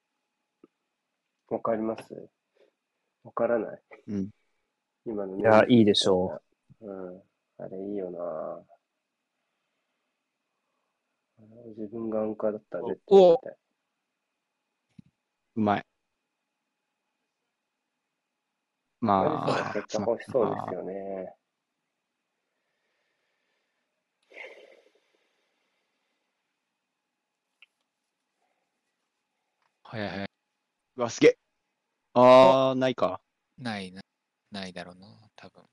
[SPEAKER 1] わかりますわからない。
[SPEAKER 3] うん
[SPEAKER 1] 今の
[SPEAKER 2] い
[SPEAKER 1] ね。
[SPEAKER 2] や、いいでしょ
[SPEAKER 1] うん。あれいいよなあの自分がアンカーだったら絶対やりたい。
[SPEAKER 3] うまい。
[SPEAKER 1] マリさん
[SPEAKER 3] まあ、
[SPEAKER 1] 結果欲しそうですよね。
[SPEAKER 4] はいはい。
[SPEAKER 3] うわ、すげえ。あー、ないか。
[SPEAKER 4] ないな。ないだろうな、多分。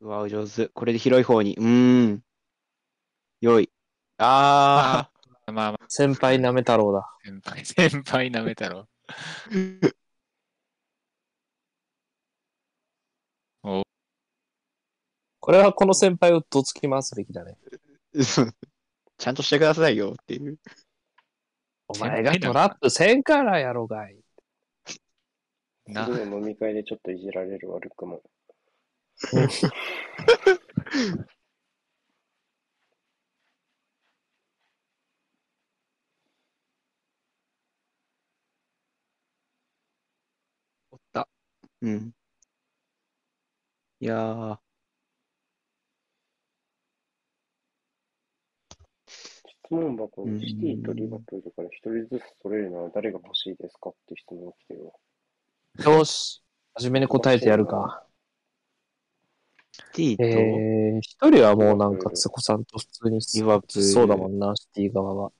[SPEAKER 3] うわ、上手。これで広い方に。うーん。良い。あ
[SPEAKER 4] まあまあ
[SPEAKER 2] う。、先輩なめ太郎だ。
[SPEAKER 4] 先輩、 先輩舐めたろ。
[SPEAKER 2] これはこの先輩をどつき回すべきだね。
[SPEAKER 3] ー。 ちゃんとしてくださいよっていう。
[SPEAKER 2] お前がトラップせんからやろがい。
[SPEAKER 4] な、
[SPEAKER 1] 次の飲み会でちょっといじられる悪くも。
[SPEAKER 3] おった。うん。いやー、
[SPEAKER 1] 質問箱
[SPEAKER 3] うん
[SPEAKER 1] にシティとリバプールから一人ずつ取れるのは誰が欲しいですかって質問が来てるわ。
[SPEAKER 2] よし。初めに答えてやるか。
[SPEAKER 3] T
[SPEAKER 2] え
[SPEAKER 3] と、
[SPEAKER 2] ー、一人はもうなんか、つこさんと普通に、
[SPEAKER 3] リバプール
[SPEAKER 2] そうだもんな、シティ側は。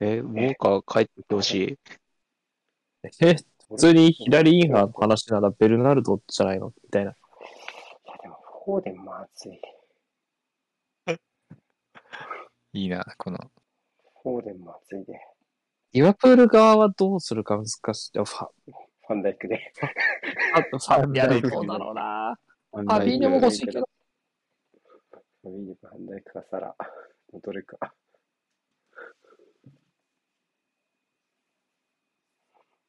[SPEAKER 3] え、ウォーカー帰ってきてほしい。
[SPEAKER 2] え、普通に左インハーの話ならベルナルドじゃないのみたいな。
[SPEAKER 1] いやでも、フォーデンまずい。
[SPEAKER 4] いいな、この。
[SPEAKER 1] フォーデンまずいで。
[SPEAKER 2] リバプール側はどうするか難しい。ファ、フ
[SPEAKER 1] ファンダイクで。
[SPEAKER 2] ァ、ファ、いやでもどうだろうな。
[SPEAKER 3] フ
[SPEAKER 2] ファビーニョも欲しいけど。
[SPEAKER 1] ファミリーファンダイクかサラ。どれか。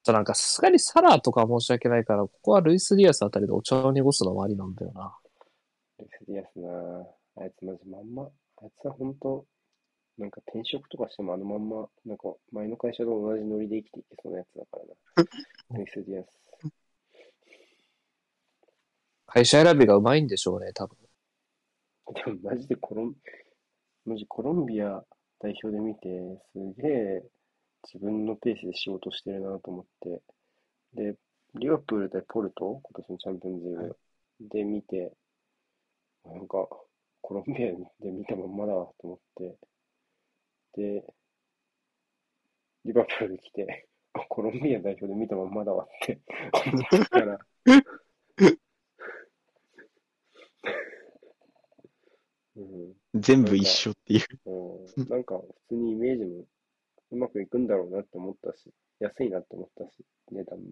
[SPEAKER 2] ちょなんかさすがにサラーとかは申し訳ないから、ここはルイス・ディアスあたりでお茶を濁すのもありなんだよな。
[SPEAKER 1] レスディアスなああいつマジまんま。あいつは本当なんか転職とかしてもあのまんま、なんか前の会社と同じノリで生きていけそうなやつだからな。レスディアス。
[SPEAKER 2] 会社選びがうまいんでしょうね、多分。
[SPEAKER 1] でもマジでコロン、マジコロンビア代表で見て、すげえ自分のペースで仕事してるなと思って、で、リバプール対ポルト、今年のチャンピオンズリーグで見て、なんかコロンビアで見たまんまだわと思って、で、リバプール来て、あコロンビア代表で見たまんまだわって思ったから、うん。
[SPEAKER 3] 全部一緒っていう。
[SPEAKER 1] うん、なんか普通にイメージもうまくいくんだろうなって思ったし、安いなって思ったし、値段も。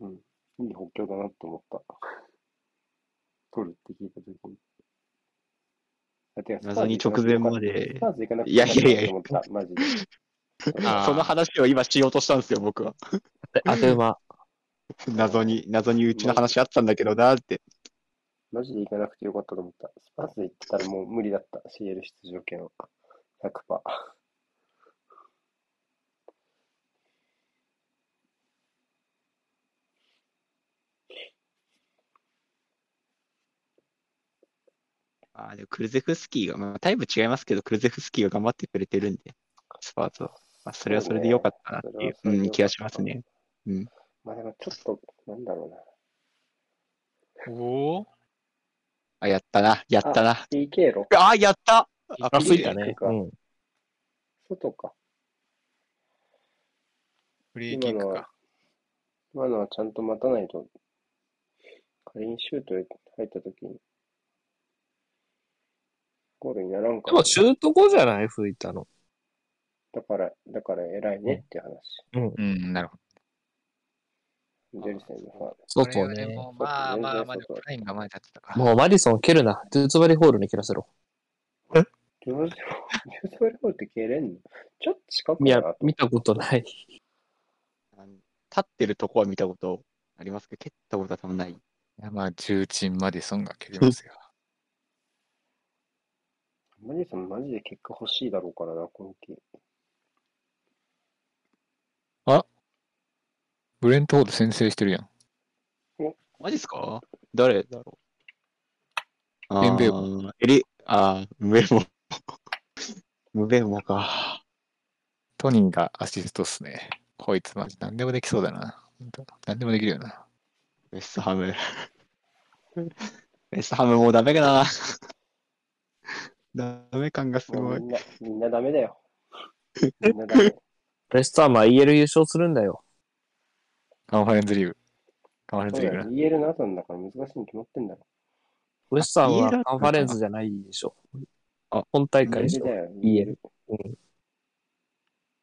[SPEAKER 1] うん、いい補強だなって思った。取るって聞いたときに。だっててか
[SPEAKER 3] 謎に直前まで
[SPEAKER 1] スパーズ行かなくて
[SPEAKER 3] いやいやいや
[SPEAKER 1] よかったと思った、マジで。
[SPEAKER 4] あー
[SPEAKER 3] その話を今しようとしたんですよ、僕は。
[SPEAKER 2] あっという間。
[SPEAKER 3] 謎に、謎にうちの話あったんだけどなって。
[SPEAKER 1] マジで行かなくてよかったと思った。スパーズ行ったらもう無理だった。CL 出場権は。100%。
[SPEAKER 3] あーでもクルゼフスキーが、まあ、タイム違いますけど、クルゼフスキーが頑張ってくれてるんで、スパーツは。まあ、それはそれで良かったなっていう、
[SPEAKER 1] そうね
[SPEAKER 3] うん、気がしますね。うん。
[SPEAKER 1] まあでもちょっと、なんだろうな。
[SPEAKER 4] おお
[SPEAKER 3] あ、やったな、やったな。
[SPEAKER 1] PK ろ
[SPEAKER 3] あーやったあ
[SPEAKER 2] あ、
[SPEAKER 1] いい
[SPEAKER 2] つ
[SPEAKER 1] ね
[SPEAKER 2] いたね。うん。
[SPEAKER 1] 外か。
[SPEAKER 4] フリーキックか。
[SPEAKER 1] 今のはちゃんと待たないと。仮にシュートで入った時に。ゴールにならんか
[SPEAKER 2] で
[SPEAKER 1] ら
[SPEAKER 2] も、シュート後じゃない吹いたの。
[SPEAKER 1] だから、だから偉いねっていう話。
[SPEAKER 2] うん。
[SPEAKER 4] うん、なるほど。
[SPEAKER 1] ジェルセンのファール。
[SPEAKER 2] 外
[SPEAKER 4] これは
[SPEAKER 2] ね。
[SPEAKER 4] もうまあまあまあ、
[SPEAKER 1] そうそう
[SPEAKER 4] プラインが前に立ってたから。
[SPEAKER 2] もうマディソン蹴るな。ドゥーツバリホールに蹴らせろ。
[SPEAKER 1] ジョージ・ジョージファルフォールって蹴れんのちょっと近く
[SPEAKER 2] いや
[SPEAKER 1] だな、と。
[SPEAKER 2] 見たことない。
[SPEAKER 3] 立ってるとこは見たことありますけど、蹴ったことは多分ない。
[SPEAKER 4] いやまあ、重鎮マディソンが蹴りますよ。
[SPEAKER 1] マジでマジで結果欲しいだろうからな、今季。
[SPEAKER 4] ブレントフォード先制してるやん。
[SPEAKER 3] マジっすか誰だろう
[SPEAKER 4] エ
[SPEAKER 3] エ
[SPEAKER 4] ンベモ
[SPEAKER 3] モ。エリ、あー、ムベモ。 ムベモか。
[SPEAKER 4] トニーがアシストっすね。こいつマジ何でもできそうだな。ほんと何でもできるよな。
[SPEAKER 3] ウェストハム。 ウェストハムもうダメかな。 ダメ感がす
[SPEAKER 1] も
[SPEAKER 3] ご
[SPEAKER 1] う
[SPEAKER 3] い
[SPEAKER 1] み。んな、みんなダメだよ。みんなダメ。
[SPEAKER 2] レスターマ EL 優勝するんだよ。
[SPEAKER 4] カンファレンズリーグ。カンファレン
[SPEAKER 1] そう
[SPEAKER 4] ズ
[SPEAKER 1] だ
[SPEAKER 4] リ
[SPEAKER 1] よ
[SPEAKER 4] ーグな。
[SPEAKER 1] EL の後なんだから難しいに決まってんだろ。
[SPEAKER 2] ウェスタームは
[SPEAKER 3] EL だった
[SPEAKER 2] カンファレンズじゃないでしょ。
[SPEAKER 4] あ
[SPEAKER 2] 本大会でし
[SPEAKER 1] EL
[SPEAKER 2] ょ。
[SPEAKER 1] だよ、
[SPEAKER 2] EL。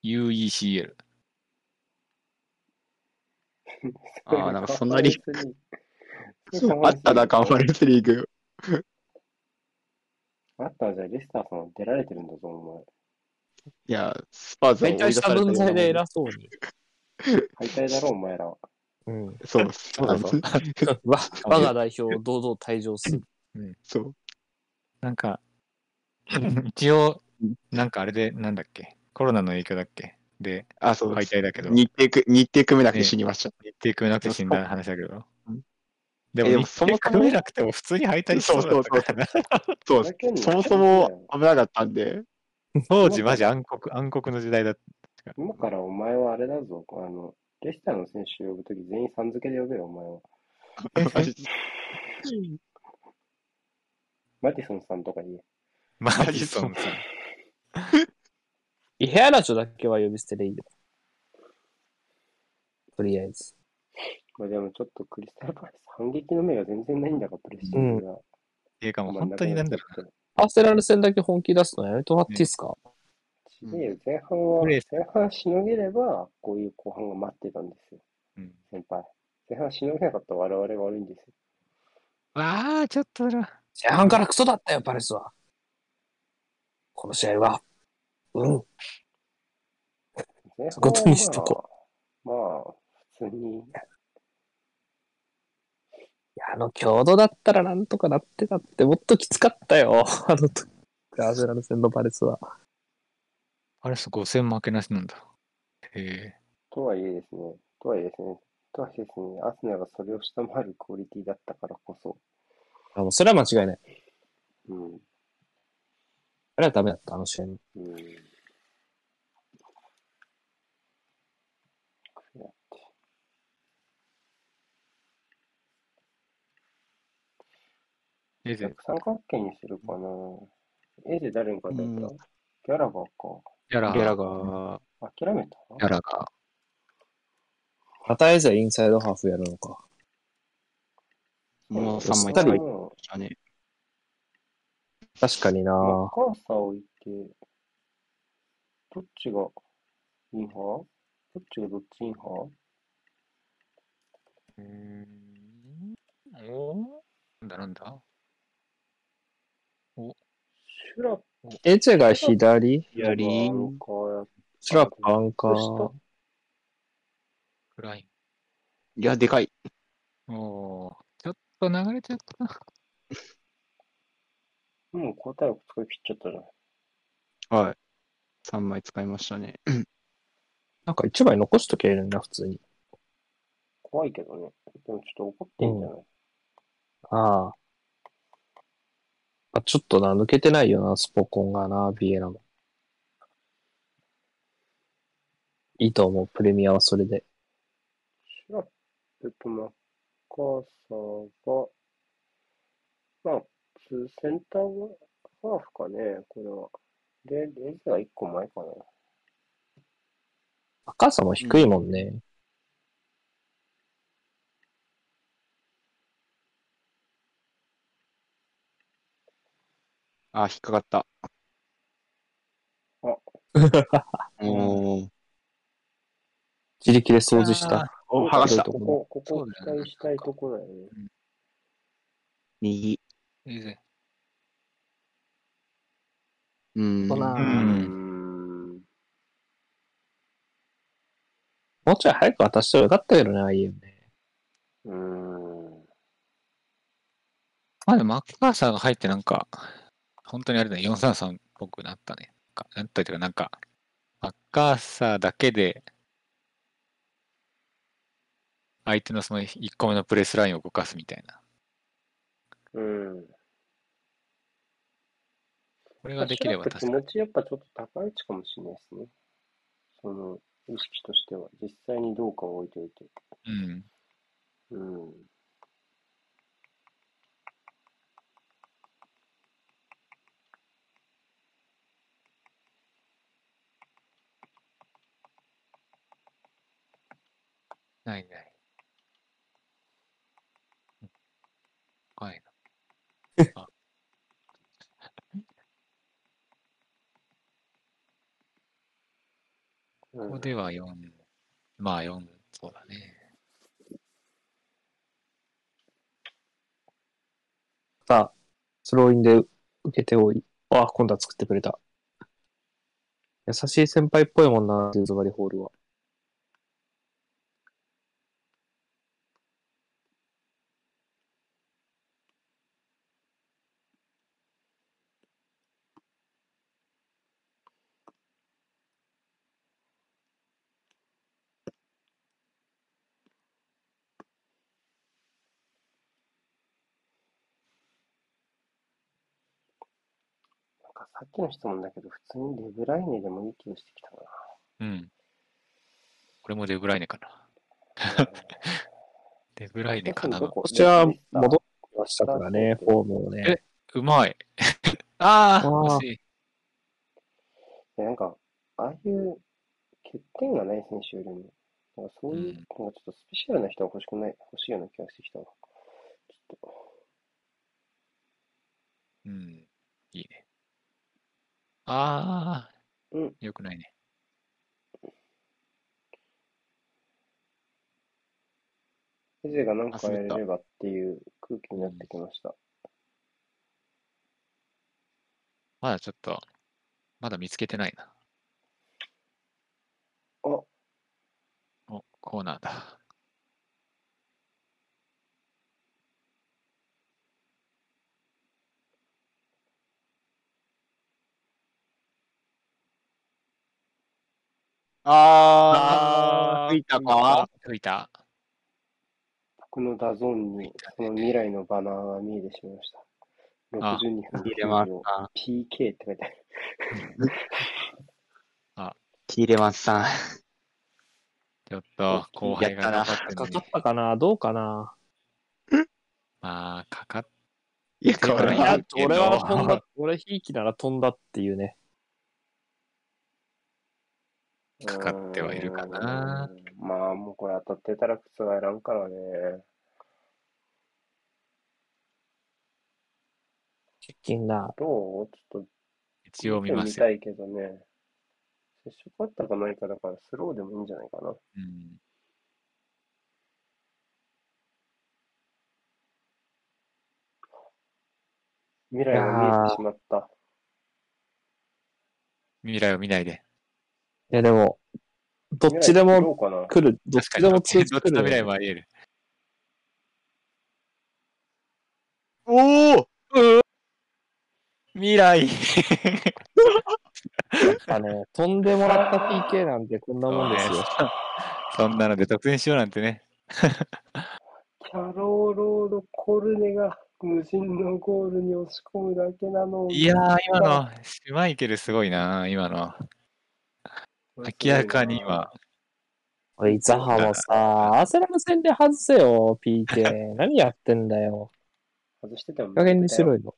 [SPEAKER 4] UECL。
[SPEAKER 3] あーなんかそんなに。あ
[SPEAKER 1] あ
[SPEAKER 3] ったな、カンファ
[SPEAKER 1] レン
[SPEAKER 3] レンスリーグ。
[SPEAKER 1] ス。あったわじゃあ、レスターさんは出られてるんだぞ、お
[SPEAKER 3] いや、スパーズは
[SPEAKER 2] めちゃ
[SPEAKER 3] 追い
[SPEAKER 2] く
[SPEAKER 3] 出
[SPEAKER 2] ち
[SPEAKER 3] さ
[SPEAKER 2] ゃ
[SPEAKER 3] れた
[SPEAKER 2] 分際で
[SPEAKER 3] よ。
[SPEAKER 2] 偉そうに。
[SPEAKER 1] 前。敗退だろ、お前らは。
[SPEAKER 2] うん
[SPEAKER 3] そう、そう だぞ。
[SPEAKER 2] わ、 我が代表堂々退場する。
[SPEAKER 3] そう。
[SPEAKER 4] なんか、一応、なんかあれで、なんだっけ。コロナの影響だっけ。で、
[SPEAKER 3] あ、そう
[SPEAKER 4] 敗退だけど、日
[SPEAKER 3] 日程く、日程組めなくて死にました。
[SPEAKER 4] 程組めなくて死んだ話だけど
[SPEAKER 3] うん。
[SPEAKER 4] で
[SPEAKER 3] えで
[SPEAKER 4] も、
[SPEAKER 3] も
[SPEAKER 4] 日
[SPEAKER 3] そも
[SPEAKER 4] 程
[SPEAKER 3] そも
[SPEAKER 4] 組めなくても普通に敗退しそうだったからな。
[SPEAKER 3] そう
[SPEAKER 1] ふざけんな
[SPEAKER 3] そもそも危なかったん で、
[SPEAKER 4] 当時マジ暗黒、暗黒の時代だった。
[SPEAKER 1] 今からお前はあれだぞ、あの、レスターの選手呼ぶとき全員さん付けで呼べよ、お前は。
[SPEAKER 3] マジ
[SPEAKER 1] マティソンさんとか言え。
[SPEAKER 4] マディソンさん。
[SPEAKER 2] イヘアラチョだけは呼び捨てでいいよ。とりあえず。
[SPEAKER 1] まあでもちょっとクリスタルパレス、反撃の目が全然ないんだから、プレッシングが。
[SPEAKER 4] っていうかもう
[SPEAKER 1] 真
[SPEAKER 4] 本
[SPEAKER 1] ん
[SPEAKER 4] 当
[SPEAKER 1] 中
[SPEAKER 4] になんだろ
[SPEAKER 1] っ
[SPEAKER 4] う
[SPEAKER 1] てる。
[SPEAKER 2] アーセナル戦だけ本気出すのやめてもらっていいですか、
[SPEAKER 1] ちげえよ前半は、
[SPEAKER 4] プレ
[SPEAKER 1] 前
[SPEAKER 4] ス
[SPEAKER 1] 半しのげれば、こういう後半が待ってたんですよ、
[SPEAKER 4] な。うん
[SPEAKER 1] 先輩。前半しのげなかった我々が悪いんですよ。
[SPEAKER 4] わあ、ちょっとな。
[SPEAKER 2] 前半からクソだったよ、パレスは。この試合は。うん。
[SPEAKER 1] 前
[SPEAKER 2] そ
[SPEAKER 1] 半
[SPEAKER 2] こ
[SPEAKER 1] は
[SPEAKER 2] とにしとこ
[SPEAKER 1] まあ、まあ、普通に、
[SPEAKER 2] いや、あの、強度だったらなんとかなってたって、もっときつかったよ。あの時、アーセナル戦のパレスは。
[SPEAKER 4] あれ、5戦負けなしなんだ。へえ。
[SPEAKER 1] とはいえですね、とはいえですね、とはいえですね、アスナがそれを下回るクオリティだったからこそ、
[SPEAKER 2] あの、それは間違いない。
[SPEAKER 1] うん、う
[SPEAKER 2] あれはダメだった、あの試合に。
[SPEAKER 1] ん。
[SPEAKER 4] エゼ、い
[SPEAKER 1] 逆三角形にするかな。絵で誰に書いてあった、
[SPEAKER 3] うん
[SPEAKER 1] ギャラバーか。
[SPEAKER 4] やら、
[SPEAKER 3] ゲラが、
[SPEAKER 1] 諦めた
[SPEAKER 4] やらが。
[SPEAKER 2] またえずはインサイドハーフやるのか。
[SPEAKER 3] もう
[SPEAKER 2] そ
[SPEAKER 3] 3
[SPEAKER 2] し
[SPEAKER 3] 枚
[SPEAKER 2] たら
[SPEAKER 3] 取
[SPEAKER 1] う
[SPEAKER 3] り
[SPEAKER 1] ん
[SPEAKER 3] したね。
[SPEAKER 2] 確かにな
[SPEAKER 1] マッカーサー置いて、どっちがイン派どっちがどっちイン派
[SPEAKER 4] うーん。おーなんだなんだお、
[SPEAKER 1] シシュラ
[SPEAKER 2] エチェが左
[SPEAKER 1] ピオが
[SPEAKER 3] 左
[SPEAKER 1] アンカーやっ
[SPEAKER 2] シュラパアンカー。
[SPEAKER 4] フライ
[SPEAKER 3] いや、でかい。
[SPEAKER 4] ン。おーちょっと流れちゃったな。
[SPEAKER 1] もう交代を使い切っちゃったじゃん。
[SPEAKER 3] はい。3枚使いましたね。
[SPEAKER 2] なんか1枚残しとけばいいのにな、普通に。
[SPEAKER 1] 怖いけどね。でもちょっと怒ってんじゃない、
[SPEAKER 2] ああ。あ、ちょっとな、抜けてないよな、スポコンがな、ビエラも。いいと思う、プレミアはそれで。
[SPEAKER 1] シュラップとマッカーサーが、まあ、普通センターはハーフかね、これは。で、レズが1個前かな。
[SPEAKER 2] 赤さも低いもんね。
[SPEAKER 3] あ、引っかかった。 おー。
[SPEAKER 2] 自力で掃除し
[SPEAKER 4] あー
[SPEAKER 2] た。
[SPEAKER 3] お、剥がした。
[SPEAKER 1] ここ、こ
[SPEAKER 4] そ
[SPEAKER 1] こ
[SPEAKER 4] うだ
[SPEAKER 1] 期
[SPEAKER 4] よね
[SPEAKER 1] 待したいとこだよね。
[SPEAKER 3] 右。
[SPEAKER 4] 全然。
[SPEAKER 3] うーん。
[SPEAKER 2] そうな
[SPEAKER 1] う
[SPEAKER 2] う
[SPEAKER 1] ー
[SPEAKER 2] ん
[SPEAKER 1] ん。
[SPEAKER 2] もうちょい早く渡してよかったけどね、ああいうね。
[SPEAKER 1] うーん。
[SPEAKER 4] まだマッカーサーが入ってなんか、本当にあれだね、433っぽくなったね。なんかなったというか、なんか、マッカーサーだけで、相手のその1個目のプレスラインを動かすみたいな。
[SPEAKER 1] うん。
[SPEAKER 4] これができれば確
[SPEAKER 1] シ
[SPEAKER 4] か
[SPEAKER 1] ュ
[SPEAKER 4] に
[SPEAKER 1] ラップ気持ちやっぱちょっと高い位置かもしれないですね。その、意識としては。実際にどうかを置いといて。。
[SPEAKER 4] うん。
[SPEAKER 1] うん。
[SPEAKER 4] ないない。怖いな。あここでは4、まあ4、そうだね。
[SPEAKER 2] さあ、スローインで受けておい。あ、今度は作ってくれた。優しい先輩っぽいもんな、デュズバリホールは。
[SPEAKER 1] なんかさっきの質問だけど、普通にレブライネでもいい気がしてきたな。
[SPEAKER 4] うん。これもデブライネかな。 デブライネかな
[SPEAKER 1] ど。こ
[SPEAKER 2] 私は
[SPEAKER 1] ミスター
[SPEAKER 2] 戻ってましたからね、フォームをね。
[SPEAKER 4] うまい。ああ、
[SPEAKER 2] あー
[SPEAKER 4] 惜しい。
[SPEAKER 1] いやなんか、ああいう欠点がない選手よりも、なんかそういう、
[SPEAKER 4] うん
[SPEAKER 1] なんかちょっとスペシャルな人が欲しくない、欲しいような気がしてきたわ。ちょっ
[SPEAKER 4] うん。いいね。ああ、
[SPEAKER 1] うん
[SPEAKER 4] よくないね。
[SPEAKER 1] と、エゼがなんか
[SPEAKER 3] あ滑
[SPEAKER 1] や
[SPEAKER 3] った
[SPEAKER 1] れればっていう空気になってきました。
[SPEAKER 4] まだちょっと、まだ見つけてないな。
[SPEAKER 1] あ、
[SPEAKER 4] お、コーナーだ。
[SPEAKER 3] あー、吹いたか
[SPEAKER 4] 吹いた。
[SPEAKER 1] 僕のダゾーンに、その未来のバナーが見えてしまいました。
[SPEAKER 4] あ
[SPEAKER 1] 62分
[SPEAKER 3] 切れま
[SPEAKER 1] 9
[SPEAKER 3] す
[SPEAKER 1] 秒、
[SPEAKER 3] か
[SPEAKER 1] PK って書いてある。
[SPEAKER 3] 切れますさん。
[SPEAKER 4] ちょっと、後輩が頑張ってる
[SPEAKER 2] か
[SPEAKER 4] の
[SPEAKER 2] か
[SPEAKER 4] に
[SPEAKER 2] っ。たかなどうかな
[SPEAKER 4] まあ、かかっ
[SPEAKER 3] いや、
[SPEAKER 4] これは
[SPEAKER 2] いうや
[SPEAKER 4] ん、
[SPEAKER 2] 俺は飛んだ、俺ひいきなら飛んだっていうね。
[SPEAKER 4] かかってはいるかな
[SPEAKER 1] うーん。まあ、もうこれ当たってたら覆らんからね。
[SPEAKER 2] キッキンな。
[SPEAKER 1] どうちょっと
[SPEAKER 4] 一応見ますよ。
[SPEAKER 1] たいけどね。接触あったかないかだからスローでもいいんじゃないかな。
[SPEAKER 4] うん。
[SPEAKER 1] 未来が見えてしまった。
[SPEAKER 4] 未来を見ないで。
[SPEAKER 2] いや、でも、どっちで
[SPEAKER 1] ど
[SPEAKER 2] も
[SPEAKER 1] うかな
[SPEAKER 2] 来る、どっ
[SPEAKER 4] 確か
[SPEAKER 2] ち
[SPEAKER 4] に、
[SPEAKER 2] で
[SPEAKER 4] ど
[SPEAKER 2] も
[SPEAKER 4] っち
[SPEAKER 2] 通
[SPEAKER 4] の
[SPEAKER 2] 知来る
[SPEAKER 4] 未来
[SPEAKER 2] よ。
[SPEAKER 4] もあり得る。おおうお未来
[SPEAKER 2] あの、飛んでもらった PK なんてこんなもんですよ。
[SPEAKER 4] そんなので得点しようなんてね。
[SPEAKER 1] キャローロード・コルネが無人のゴールに押し込むだけなのを
[SPEAKER 4] いやー、今の、シュマイケルすごいな、今の。明らかに今。
[SPEAKER 2] おい、ザハもさ、アーセナル戦で外せよ、PK。何 やってんだよ。
[SPEAKER 1] 外してても
[SPEAKER 2] 加減にしろ
[SPEAKER 1] い。
[SPEAKER 2] よ。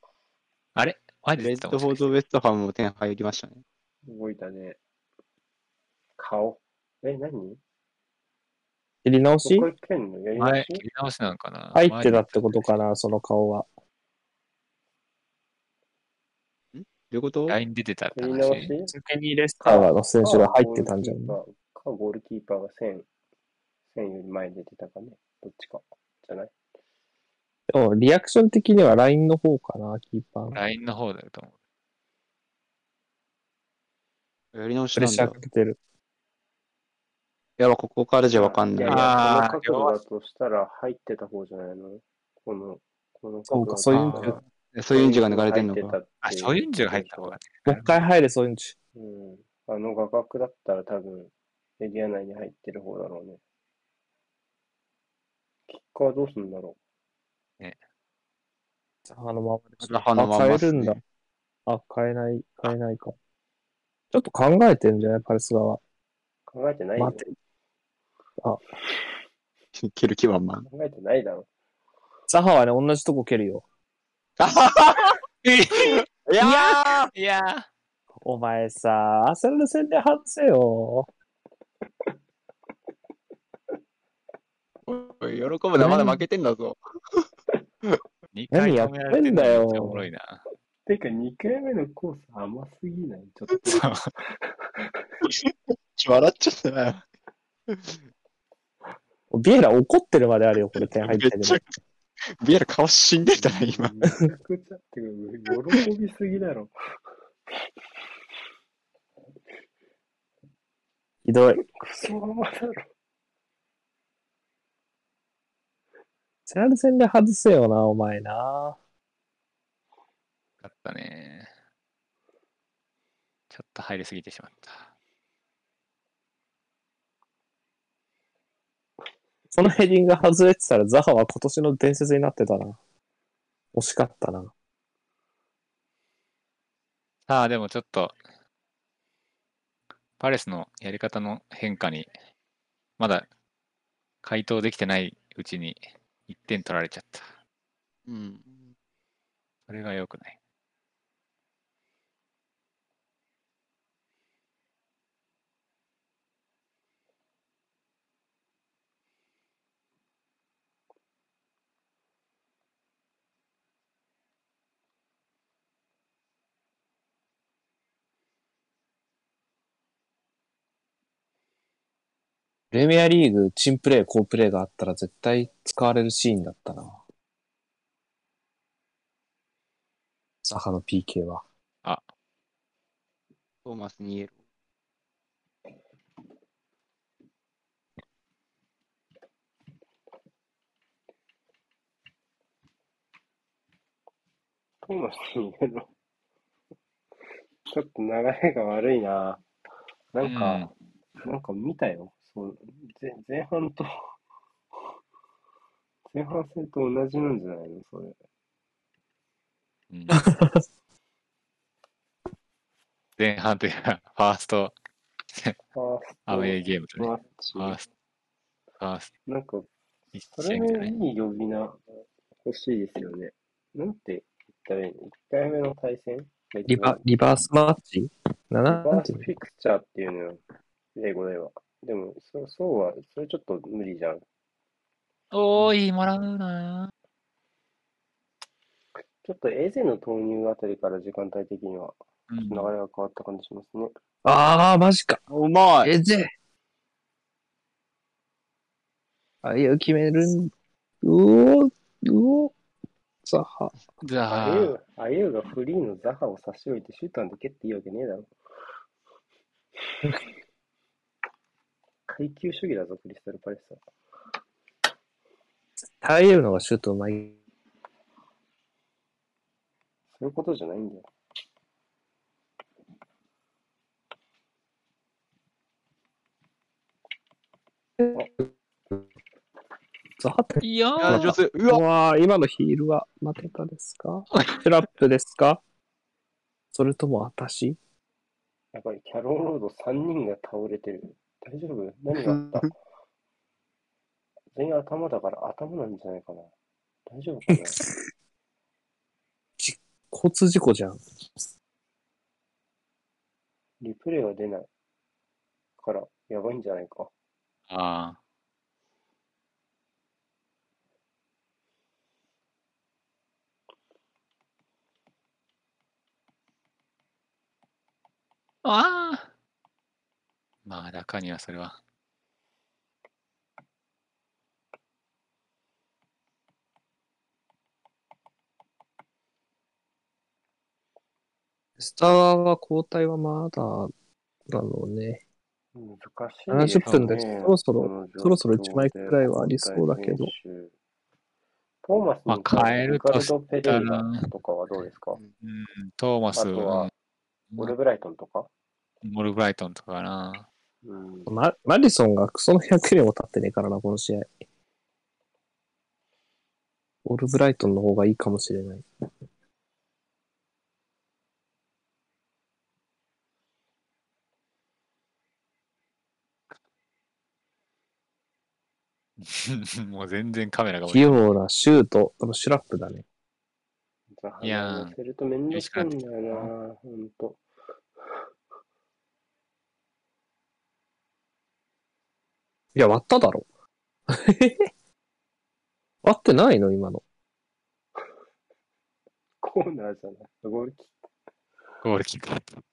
[SPEAKER 4] マジ
[SPEAKER 3] レ
[SPEAKER 4] で
[SPEAKER 3] ッドフォード・ウェストハムも点入りましたね。
[SPEAKER 1] 動いたね。顔。え、何もう
[SPEAKER 2] 切り直
[SPEAKER 1] 一
[SPEAKER 2] し
[SPEAKER 1] 回蹴んのやり直
[SPEAKER 4] 前、
[SPEAKER 1] し
[SPEAKER 4] 切り直しなのかな
[SPEAKER 2] 入ってたってことかな、その顔は。
[SPEAKER 3] どういうこと
[SPEAKER 4] 前に LINE 出てたって
[SPEAKER 1] やり直
[SPEAKER 4] 話
[SPEAKER 1] し。
[SPEAKER 2] 中堅にレスターの選手が入ってたんじゃん。
[SPEAKER 1] か、ゴールキーパーが線、線より前に出てたかね。どっちか。じゃない
[SPEAKER 2] でもリアクション的には LINE の方かな、キーパー。
[SPEAKER 4] LINE の方だと思う。
[SPEAKER 3] やり直し
[SPEAKER 2] プレッ
[SPEAKER 3] なん
[SPEAKER 2] シャ
[SPEAKER 3] だ。
[SPEAKER 2] ー
[SPEAKER 3] い
[SPEAKER 2] かけてる。
[SPEAKER 3] やば、ここからじゃわかん
[SPEAKER 1] い
[SPEAKER 3] な
[SPEAKER 1] や
[SPEAKER 3] い。
[SPEAKER 1] い
[SPEAKER 3] あ
[SPEAKER 1] や、
[SPEAKER 4] あ
[SPEAKER 1] こ
[SPEAKER 4] ー
[SPEAKER 1] の角度だとしたら入ってた方じゃないのこの、この
[SPEAKER 2] そう
[SPEAKER 1] 角
[SPEAKER 2] か、
[SPEAKER 1] 度
[SPEAKER 2] そういう
[SPEAKER 1] だ
[SPEAKER 2] ん
[SPEAKER 1] と
[SPEAKER 2] じ
[SPEAKER 1] し
[SPEAKER 2] ゃ
[SPEAKER 1] たら。
[SPEAKER 2] も
[SPEAKER 3] そういう字が抜かれてんの
[SPEAKER 1] 入ってた
[SPEAKER 3] か。
[SPEAKER 1] って
[SPEAKER 4] あ、そういうんじゃ入ったのかね。
[SPEAKER 2] う一回入れ、そういうんち。
[SPEAKER 1] うん。あの画角だったら多分、エリア内に入ってる方だろうね。キッカーどうすんだろ
[SPEAKER 2] あのままで
[SPEAKER 3] ザハのまんま
[SPEAKER 2] あ、
[SPEAKER 3] っ
[SPEAKER 2] 変え
[SPEAKER 3] す
[SPEAKER 2] るんだ
[SPEAKER 3] ね。。
[SPEAKER 2] あ、変えない、変えないか。ちょっと考えてんじゃないパレス側。
[SPEAKER 1] う。考えてないよ。
[SPEAKER 2] 待
[SPEAKER 1] 考
[SPEAKER 2] て。
[SPEAKER 3] 蹴 る気はまん。
[SPEAKER 1] えてないだろ。
[SPEAKER 2] ザハはね、同じとこ蹴るよ。
[SPEAKER 4] いやーいやー
[SPEAKER 2] お前さ、アーセナル戦で外せよ。
[SPEAKER 3] おい喜ぶな、まだ負けてんだぞ。
[SPEAKER 4] !2 回
[SPEAKER 2] 何やっ
[SPEAKER 4] 止
[SPEAKER 2] てんだよ
[SPEAKER 4] められてるのめっちゃおもろいな。
[SPEAKER 1] てか、2回目のコース甘すぎないちょっと。
[SPEAKER 4] そう。
[SPEAKER 3] 笑っちゃったな。
[SPEAKER 2] ビエラ怒ってるまであるよ、これ点
[SPEAKER 3] め
[SPEAKER 2] 入
[SPEAKER 3] っ
[SPEAKER 2] ってる
[SPEAKER 3] ちゃ、ビエラ顔死んでたな、今。
[SPEAKER 1] めちゃくちゃってか、喜びすぎだろ。
[SPEAKER 2] ひどい。
[SPEAKER 1] クソ甘だろ。
[SPEAKER 2] アーセナル戦で外せよな、お前な。
[SPEAKER 4] かったね。ちょっと入りすぎてしまった。
[SPEAKER 2] そのヘディング外れてたら、ザハは今年の伝説になってたな。惜しかったな。
[SPEAKER 4] さあ、でもちょっと、パレスのやり方の変化に、まだ回答できてないうちに1点取られちゃった。
[SPEAKER 3] うん。
[SPEAKER 4] それが良くない。
[SPEAKER 2] プレミアリーグ、チンプレー、好プレーがあったら絶対使われるシーンだったな。ザハの PK は。
[SPEAKER 3] トーマスに言える。
[SPEAKER 1] トーマスに言えろ。ちょっと流れが悪いな。なんか、なんか見たよ。そう前前半と、前半戦と同じなんじゃないのそれ。
[SPEAKER 4] うん、前半というか、ファースト
[SPEAKER 1] ファース
[SPEAKER 4] アウェイゲームと
[SPEAKER 1] ト
[SPEAKER 4] ね、
[SPEAKER 1] マッチ
[SPEAKER 4] フ。ァースト、ファースト
[SPEAKER 1] なんか、
[SPEAKER 4] 一
[SPEAKER 1] そ
[SPEAKER 4] 試
[SPEAKER 1] れ
[SPEAKER 4] 合みたいなね。
[SPEAKER 1] いい呼び名欲しいですよね。なんて言ったらいいの ?1 回目の対戦が
[SPEAKER 2] リ
[SPEAKER 1] 一番
[SPEAKER 2] バ、リバースマッチな
[SPEAKER 1] リ
[SPEAKER 2] な
[SPEAKER 1] バ
[SPEAKER 2] なん
[SPEAKER 1] ース
[SPEAKER 2] ていうの
[SPEAKER 1] ピクチャーっていうのよ。英語では。でも、そそうは、それちょっと無理じゃん。
[SPEAKER 4] おーい、もらうな
[SPEAKER 1] ちょっとエゼの投入あたりから時間帯的には、
[SPEAKER 4] ー、う
[SPEAKER 1] 流
[SPEAKER 4] ん
[SPEAKER 1] れが変わった感じしますね。
[SPEAKER 2] ああ、マジか。
[SPEAKER 3] うまい。
[SPEAKER 2] えぜ。あ、いや、決めるん、うお、うお、ザハ。
[SPEAKER 4] じゃ
[SPEAKER 1] あ
[SPEAKER 4] あ
[SPEAKER 1] ゆう、あゆうがフリーのザハを差し置いてシュートなんて蹴っていいわけねえだろ。階級主義だぞ、クリスタルパレスは。
[SPEAKER 2] 耐えるのがシュートうまい。
[SPEAKER 1] そういうことじゃないんだよ。
[SPEAKER 2] ザハって
[SPEAKER 3] いや
[SPEAKER 2] ー
[SPEAKER 3] 上手。う
[SPEAKER 2] う
[SPEAKER 3] わ
[SPEAKER 2] わー今のヒールは、マテカですか フラップですかそれとも私
[SPEAKER 1] やばい、キャロンロード3人が倒れてる。大丈 夫何があった全員頭だから頭なんじゃないかな。大丈夫 かな
[SPEAKER 2] 交通事故じゃん。
[SPEAKER 1] リプレイは出ないから、やばいんじゃないか。
[SPEAKER 4] ああ。
[SPEAKER 3] ああ
[SPEAKER 4] まあ、中にはそれは。
[SPEAKER 2] スターは交代はまだなのね。
[SPEAKER 1] 難しいです
[SPEAKER 2] 70分ですそろそろ
[SPEAKER 1] この状況で
[SPEAKER 2] そろそろ一枚くらいはありそうだけど。
[SPEAKER 1] トーマスに
[SPEAKER 4] まあ変える
[SPEAKER 1] リカ
[SPEAKER 4] と
[SPEAKER 1] ル
[SPEAKER 4] した
[SPEAKER 1] ド・
[SPEAKER 4] ら
[SPEAKER 1] ペレイラとかはどうですか
[SPEAKER 4] うん、トーマス、
[SPEAKER 1] あとはオルブライトンとか
[SPEAKER 4] うんモルブライトンとかかな。
[SPEAKER 1] うん。
[SPEAKER 2] ママリソンがクソの100年も経ってねえからな、この試合。オールブライトンの方がいいかもしれない。
[SPEAKER 4] もう全然カメラが
[SPEAKER 2] 器用なシュート、多分シュラップだね。
[SPEAKER 1] ザハ
[SPEAKER 4] いやー
[SPEAKER 1] に乗せるとめんどくさいんだよな、ほんと。
[SPEAKER 2] いや、割っただろ。 割ってないの今の。
[SPEAKER 1] コーナーじゃない。ゴールキック
[SPEAKER 4] ゴールキックだった。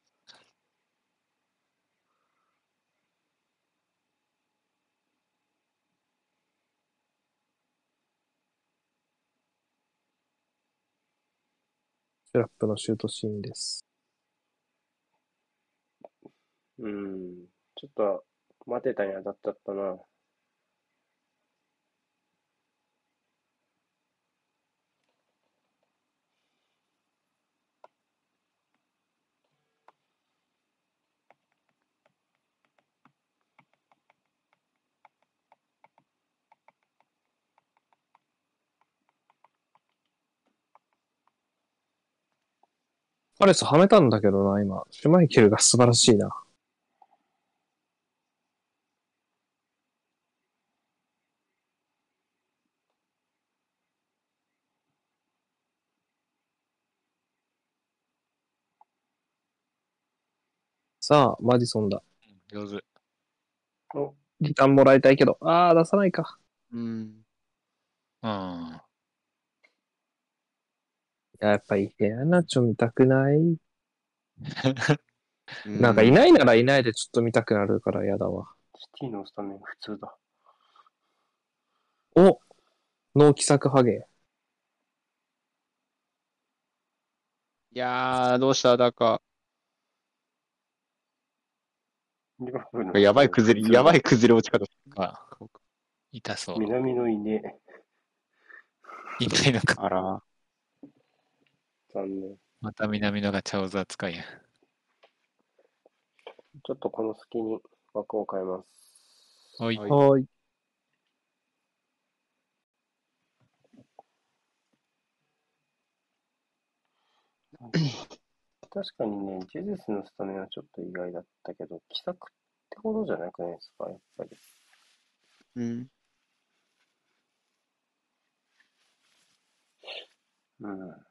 [SPEAKER 2] シュラップのシュートシーンです。
[SPEAKER 1] うん。ちょっと、待てたに当たっちゃったな。
[SPEAKER 2] パレスはめたんだけどな、今。シュマイケルが素晴らしいな。さあ、マディソンだ。
[SPEAKER 4] 上手。
[SPEAKER 1] お、
[SPEAKER 2] リターンもらいたいけど、ああ、出さないか。
[SPEAKER 3] うん。
[SPEAKER 4] うん。
[SPEAKER 2] いややっぱり、ヘアナチョ見たくない。
[SPEAKER 3] うん
[SPEAKER 2] なんかいないならいないでちょっと見たくなるから嫌だわ。
[SPEAKER 1] シティのスタメン普通だ。
[SPEAKER 2] お脳気作ハゲ。
[SPEAKER 3] いやー、どうしただか。
[SPEAKER 1] リバプールの
[SPEAKER 3] やばい崩れ、やばい崩れ落ち方。
[SPEAKER 4] か痛そう。
[SPEAKER 1] 南のいねえ。
[SPEAKER 4] 痛いのか。
[SPEAKER 3] あら。
[SPEAKER 1] 残念。
[SPEAKER 4] また南野がチャウザー使いや。
[SPEAKER 1] ちょっとこの隙に枠を変えます。
[SPEAKER 4] おい。
[SPEAKER 3] はい
[SPEAKER 2] はーい。
[SPEAKER 1] 確かにね、ジェズスのスタメンはちょっと意外だったけど、奇策ってほどじゃなくないですか、やっぱり。
[SPEAKER 3] うん。
[SPEAKER 1] うん。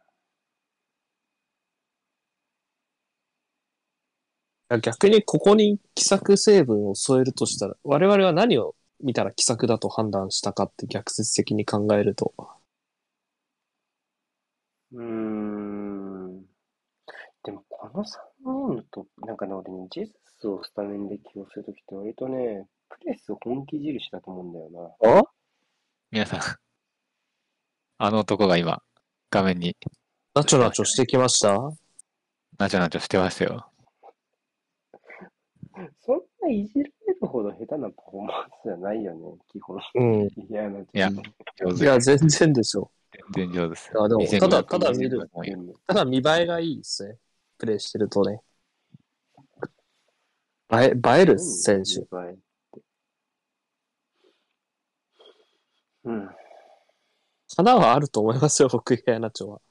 [SPEAKER 2] 逆にここに気作成分を添えるとしたら、我々は何を見たら気作だと判断したかって逆説的に考えると。
[SPEAKER 1] うーん。でも、この3人と、なんかね、俺ね、ジェズスをスタメンで起用するときって、割とね、プレス本気印だと思うんだよな。
[SPEAKER 2] あ
[SPEAKER 4] 皆さん。あの男が今、画面に
[SPEAKER 2] ナチョナチョしてきました
[SPEAKER 4] ナチョナチョしてますよ。
[SPEAKER 1] そんないじられるほど下手なパフォーマンスじゃないよね、基本。
[SPEAKER 2] うん。い
[SPEAKER 1] 嫌な時
[SPEAKER 4] いや上手。
[SPEAKER 2] や、全然でしょ
[SPEAKER 4] 全然上手です。
[SPEAKER 2] いやでもただただ見る
[SPEAKER 4] 2500もいい。
[SPEAKER 2] う。ただ見栄えがいいですね。プレイしてるとね。映え、映える選手。
[SPEAKER 1] 手。うん。
[SPEAKER 2] 花はあると思いますよ、 僕、やな町は。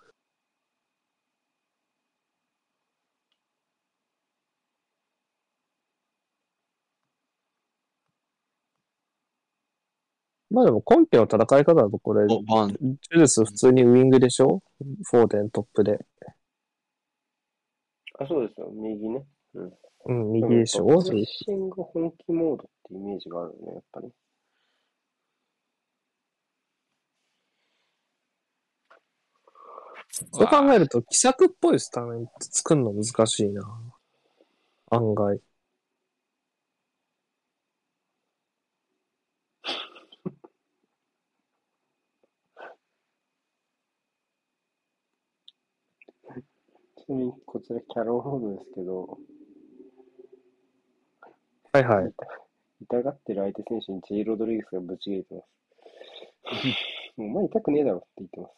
[SPEAKER 2] まあでも今季の戦い方だとこれ、
[SPEAKER 3] お、バーン。
[SPEAKER 2] ジュルス普通にウィングでしょフォーデントップで。
[SPEAKER 1] あ、そうですよ、右ね。
[SPEAKER 2] うん、右でしょ
[SPEAKER 1] もやっぱ
[SPEAKER 2] そ
[SPEAKER 1] プレッ
[SPEAKER 2] う
[SPEAKER 1] シング本気モードってイメージがあるね、やっぱり。
[SPEAKER 2] そう考えると、奇策っぽいです、タメント作るの難しいな。案外。
[SPEAKER 1] ちなみに、こちらキャロンホードですけど、
[SPEAKER 2] はいはい。
[SPEAKER 1] 痛がってる相手選手にジェイ・ロドリゲスがぶち切れてま す。もうお前痛くねえだろって言ってま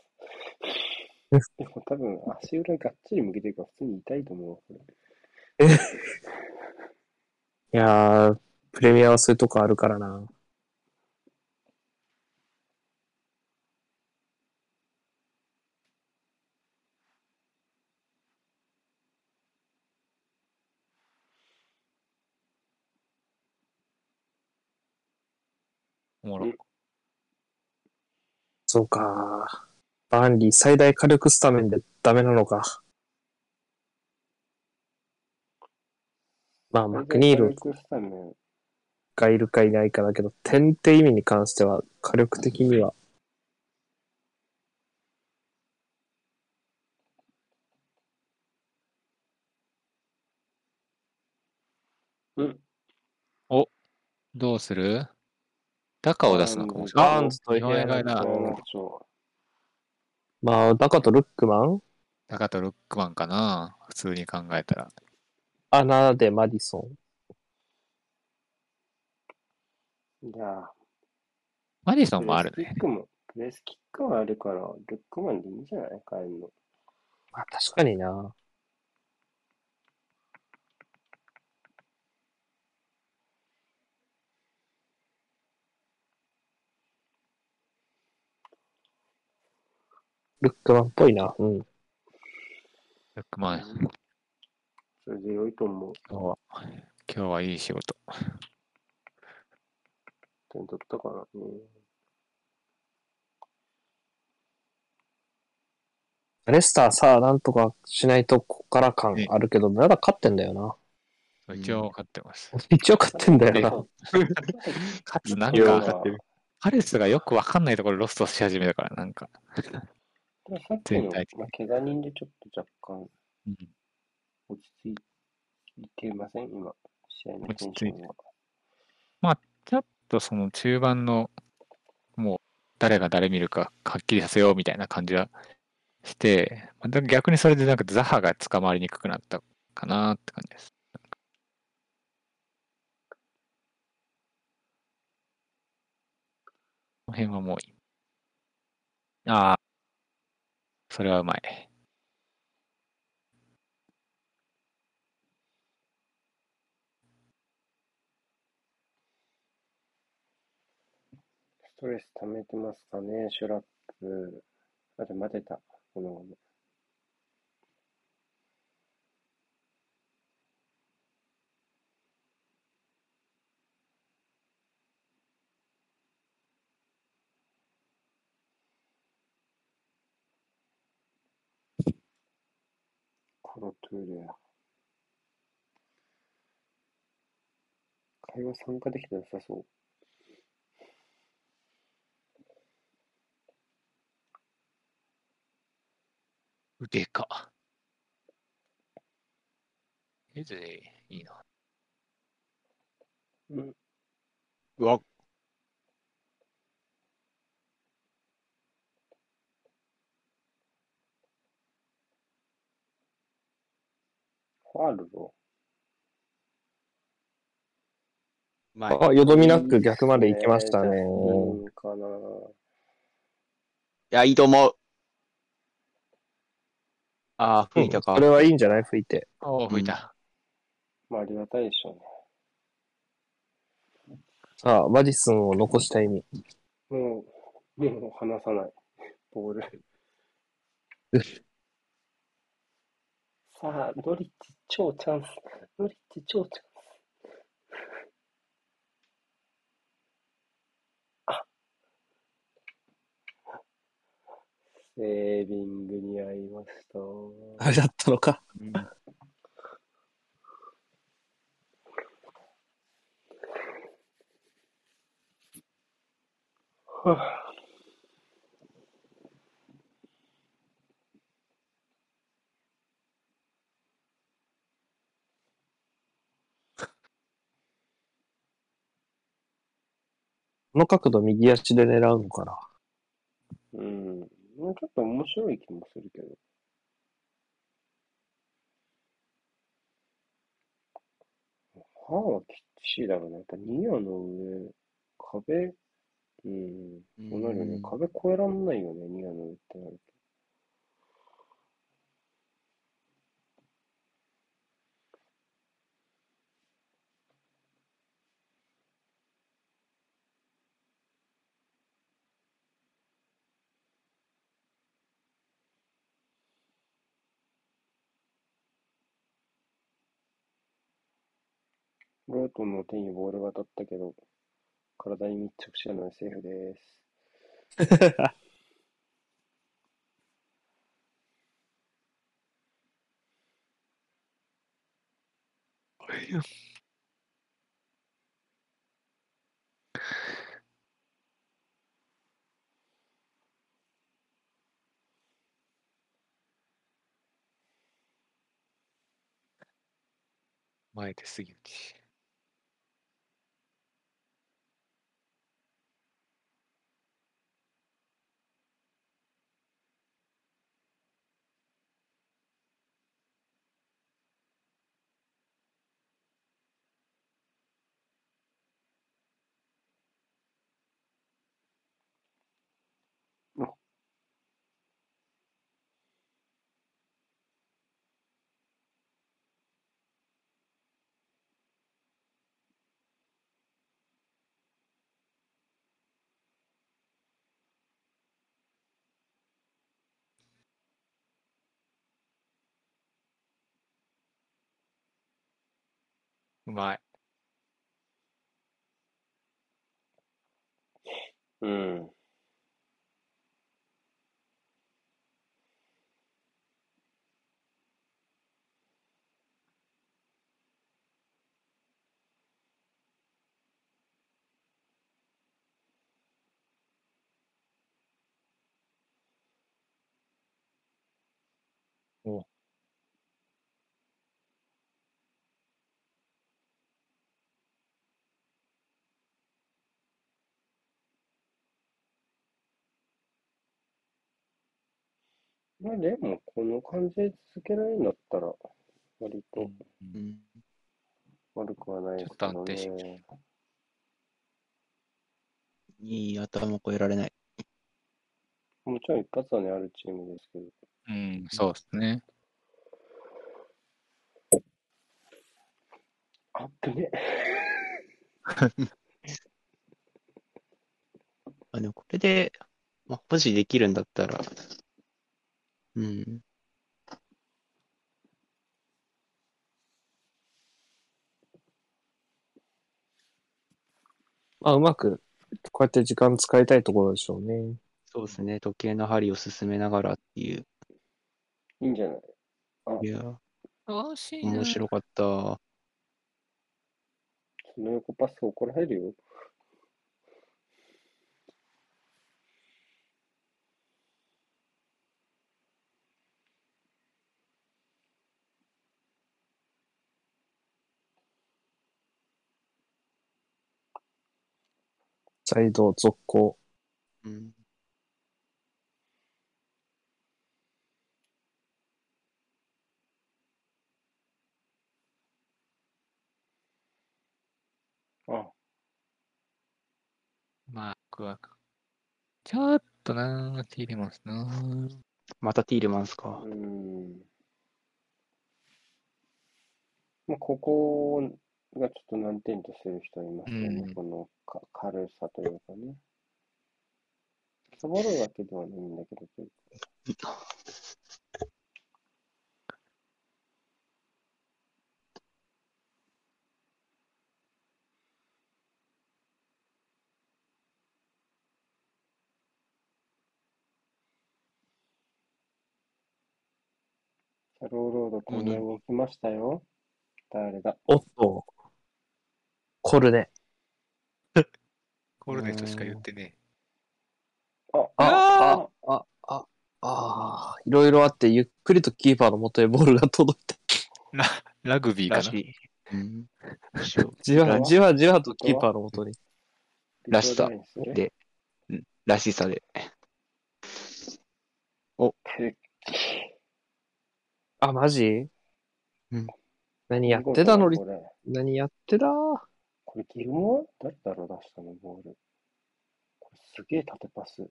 [SPEAKER 1] す。でも多分足裏がっちり向けてるから普通に痛いと思う。これ
[SPEAKER 2] いやー、プレミアはそういうとこあるからな。
[SPEAKER 4] おもろ。
[SPEAKER 2] そうか。バンリー最大火力スタメンでダメなのか。まあ、マクニー
[SPEAKER 1] 軽
[SPEAKER 2] ル
[SPEAKER 1] くスタメン
[SPEAKER 2] がいるかいないかだけど、点って意味に関しては、火力的には。
[SPEAKER 4] どうする高を出すのかもしれない。
[SPEAKER 2] バーンズと
[SPEAKER 4] 井上がいな
[SPEAKER 2] あ
[SPEAKER 1] あ
[SPEAKER 2] の
[SPEAKER 1] の長
[SPEAKER 2] まあ、ダカとルックマン
[SPEAKER 4] 高とロックマンかな普通に考えたら。
[SPEAKER 2] アナでマディソン。
[SPEAKER 1] いや
[SPEAKER 4] マディソ
[SPEAKER 1] ー、
[SPEAKER 4] ンもある
[SPEAKER 1] プレス
[SPEAKER 4] ね。
[SPEAKER 1] キックも、プレスキックはあるから、ルックマンでいいんじゃない変えるの。
[SPEAKER 2] まあ、確かにな。ルックマンっぽいな。うん。
[SPEAKER 4] ロックマン、
[SPEAKER 1] それで良いと思う。
[SPEAKER 4] 今日は、今日はいい仕事。
[SPEAKER 1] 点取ったからね。
[SPEAKER 2] レスターさ、なんとかしないとここから感あるけど、まだ勝ってんだよ
[SPEAKER 4] そう一応勝ってます。
[SPEAKER 2] な。 一応勝ってんだよな。
[SPEAKER 4] 勝つなん
[SPEAKER 1] いや
[SPEAKER 4] か、ハレスがよくわかんないところロストし始めたから、なんか。
[SPEAKER 1] たださっき
[SPEAKER 4] 全
[SPEAKER 1] の、
[SPEAKER 4] 体的に
[SPEAKER 1] まあ、怪我人でちょっと若干
[SPEAKER 4] うん
[SPEAKER 1] 落ち着いてません今、試合のテンションは。
[SPEAKER 4] ちょっとその中盤の、もう誰が誰見るかはっきりさせようみたいな感じはして、また逆にそれでなんかザハが捕まりにくくなったかなって感じです。この辺はもういい、ああ、それはうまい。
[SPEAKER 1] ストレス溜めてますかね、シュラップ。あと待てた。このまま。コロトゥーレや。会話参加できてなさそう。
[SPEAKER 4] でか。えずいいな。
[SPEAKER 1] うん。
[SPEAKER 4] うわ、
[SPEAKER 1] ファールを。
[SPEAKER 3] まあ、
[SPEAKER 2] あ、よどみなく逆まで行きましたね。
[SPEAKER 1] いいかな。
[SPEAKER 3] いや、いいと思う。ああ、吹いたか。
[SPEAKER 2] それはいいんじゃない吹いて。
[SPEAKER 4] おお、吹いた。
[SPEAKER 1] まあ、ありがたいでしょ
[SPEAKER 2] さあ、マジスンを残した意味。
[SPEAKER 1] うね。もう、もう離さない。ボール。 さあ、ノリッチ超チャンス。ノリッチ超チャンス。あセービングに合いました。
[SPEAKER 2] あれだったのか。
[SPEAKER 4] うん
[SPEAKER 2] この角度右足で狙うのかな。
[SPEAKER 1] うん。もうちょっと面白い気もするけど。歯はきっちりだろうね。やっぱニアの上、壁、うん、こうなるよね。壁越えらんないよね、ニアの上ってなると。ブロートンの手にボールが当たったけど、体に密着してるのでセーフです。
[SPEAKER 4] 前手杉内。うまい。
[SPEAKER 1] うん。まあでも、この感じで続けられるんだったら、割と
[SPEAKER 3] うん
[SPEAKER 1] 悪くはないですけど
[SPEAKER 4] ちょっと安定
[SPEAKER 1] ね。
[SPEAKER 3] いい頭超えられない。
[SPEAKER 1] もちろん一発はね、あるチームですけど。
[SPEAKER 4] うん、そうですね。
[SPEAKER 1] あっぶね。
[SPEAKER 3] あ、でもこれで、まあ、保持できるんだったら、うん。
[SPEAKER 2] まあ、うまく、こうやって時間使いたいところでしょうね。
[SPEAKER 3] そうですね。時計の針を進めながらっていう。
[SPEAKER 1] いいんじゃない
[SPEAKER 3] いや、
[SPEAKER 4] 楽し
[SPEAKER 3] 面白かった。
[SPEAKER 1] その横パス怒られるよ。
[SPEAKER 2] サイド続行。
[SPEAKER 3] うん。
[SPEAKER 1] あ、
[SPEAKER 4] 僕は。ちょっとな、ティーレマンスな。
[SPEAKER 3] またティーレマンスか
[SPEAKER 1] う。ん。まあ、ここがちょっと難点とする人はいますよね。
[SPEAKER 4] うん
[SPEAKER 1] このか軽さというかね。サボるわけではないんだけど、というかローロード、こんな動きましたよ。誰だ
[SPEAKER 2] おっと。コルネ。
[SPEAKER 4] コールネットしか言ってね
[SPEAKER 1] あ、
[SPEAKER 2] あ、あ、あ、あ、あー、いろいろあって、ゆっくりとキーパーの元へボールが届い た。
[SPEAKER 4] え。ラグビー
[SPEAKER 3] ら
[SPEAKER 4] かな。
[SPEAKER 3] しい。うん。しよ
[SPEAKER 2] じわ
[SPEAKER 1] 本当は
[SPEAKER 2] じわじわとキーパーの元に。
[SPEAKER 1] ビ
[SPEAKER 3] らしさ
[SPEAKER 1] クトリアです
[SPEAKER 3] う
[SPEAKER 1] ね
[SPEAKER 3] で、うんらしさで。
[SPEAKER 2] あ、マジ
[SPEAKER 3] うん
[SPEAKER 2] 何やってたの
[SPEAKER 1] これ、
[SPEAKER 2] 何やってた
[SPEAKER 1] これギルモア誰だろう出したの、ボール。これすげえ縦パス。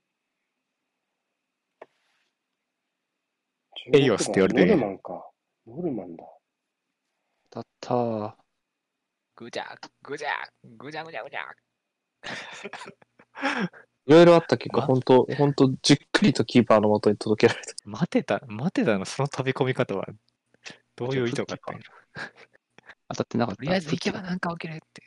[SPEAKER 4] エイオスって言われてる
[SPEAKER 1] 16番ノルマンか。ノルマンだ。
[SPEAKER 3] だったー。
[SPEAKER 4] ぐちゃぐちゃぐちゃぐちゃぐちゃ。
[SPEAKER 2] いろいろあった結果、
[SPEAKER 4] ま
[SPEAKER 2] 本当本当じっくりとキーパーの元に届けられた。
[SPEAKER 4] 待てた、待てたの、その飛び込み方は、どういう意図があったんやろ
[SPEAKER 3] 当たってなかった。
[SPEAKER 4] とりあえず行けばなんか起きるって。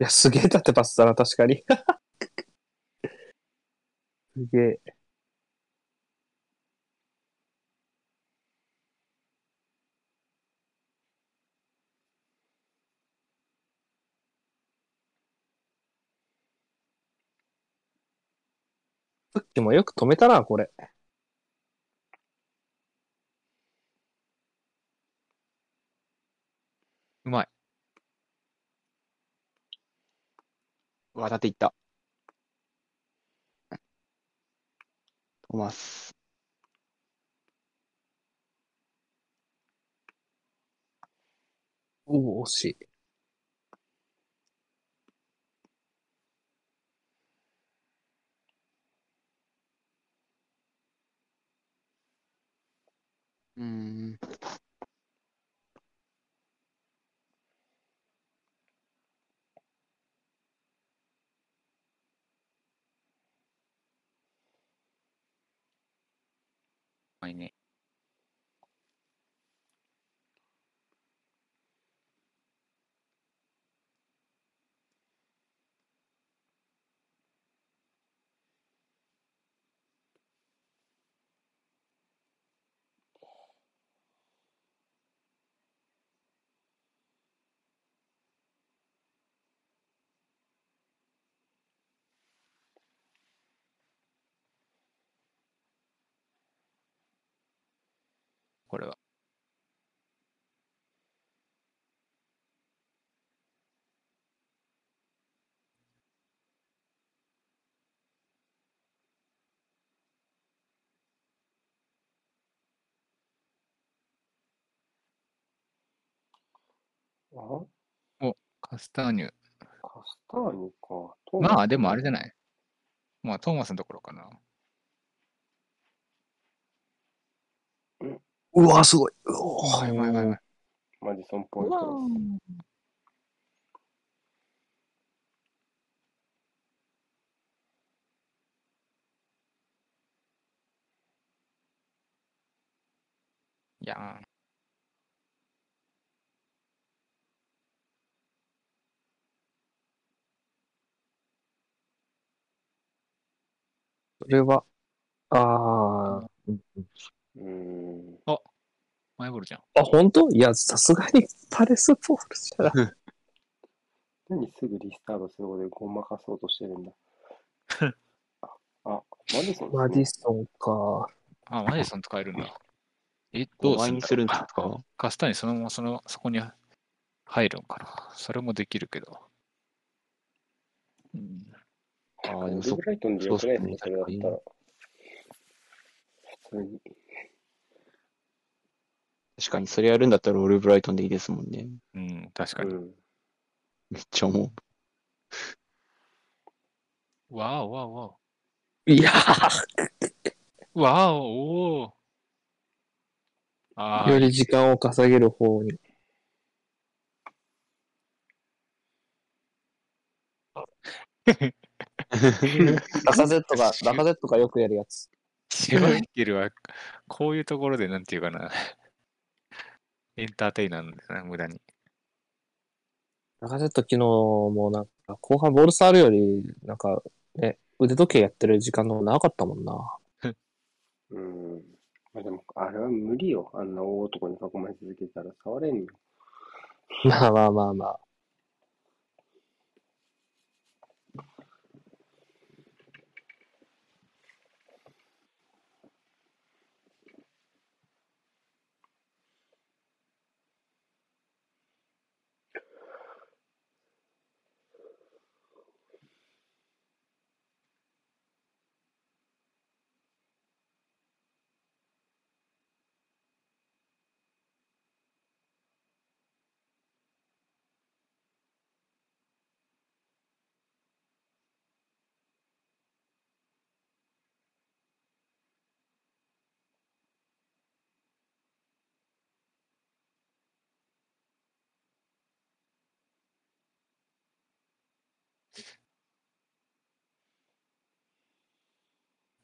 [SPEAKER 2] いや、すげえ縦パスだな、確かに。 すげえ。さっきもよく止めたな、これ。
[SPEAKER 4] うまい。
[SPEAKER 3] 渡っていった。トマス。
[SPEAKER 2] おお、惜しい。
[SPEAKER 3] うーん。
[SPEAKER 4] うまいね。これは。
[SPEAKER 1] あ
[SPEAKER 4] カスターニュ。
[SPEAKER 1] カスターニか。トーマス
[SPEAKER 4] まあ、でもあれじゃない。まあ、トーマスのところかな。
[SPEAKER 2] うわ、すごい。うおー
[SPEAKER 4] はいはいはいはい。
[SPEAKER 1] マジソンっぽいクロ
[SPEAKER 4] いやー
[SPEAKER 2] これは、あー。
[SPEAKER 1] ス。うーん。
[SPEAKER 4] マイボールじゃん。
[SPEAKER 2] あ、本当いや、さすがにパレスボールじゃない。
[SPEAKER 1] 何すぐリスタートすることでごまかそうとしてる んだ。あ、あマディソン
[SPEAKER 2] マ
[SPEAKER 1] です
[SPEAKER 2] デ
[SPEAKER 1] ね
[SPEAKER 2] ィソンか。
[SPEAKER 4] あ、マジソン使えるんだ。え、どうす
[SPEAKER 3] 倍
[SPEAKER 4] るん
[SPEAKER 3] に
[SPEAKER 4] だ
[SPEAKER 3] す
[SPEAKER 4] ろ
[SPEAKER 3] る
[SPEAKER 4] うん
[SPEAKER 3] ですか
[SPEAKER 4] カスターニュそのままその、そこに入るんかな。それもできるけど。うん
[SPEAKER 3] ああ、
[SPEAKER 1] オ
[SPEAKER 3] で
[SPEAKER 1] リ
[SPEAKER 3] もそ
[SPEAKER 1] ブライトンでよくないですね、それだったら。通に。
[SPEAKER 3] 確かに、それやるんだったらオールブライトンでいいですもんね。
[SPEAKER 4] うん、確か
[SPEAKER 1] う
[SPEAKER 4] に。
[SPEAKER 1] ん。
[SPEAKER 3] めっちゃ思
[SPEAKER 4] わおわおわ
[SPEAKER 2] いや
[SPEAKER 4] お。わお、おお。あ
[SPEAKER 2] よ
[SPEAKER 4] あ、
[SPEAKER 2] り時間を稼げる方に。ラカゼットが、ラカゼットがよくやるやつ。
[SPEAKER 4] シュワイケルは、こういうところで、なんていうかな。エンターテイナーなんだよな、無駄に。
[SPEAKER 2] ラカゼット昨日もなんか、後半ボール触るより、なんか、ね、腕時計やってる時間の方が長かったもんな。
[SPEAKER 1] うん。まあでも、あれは無理よ。あんな大男に囲まれ続けたら触れんよ。
[SPEAKER 2] まあまあまあまあ。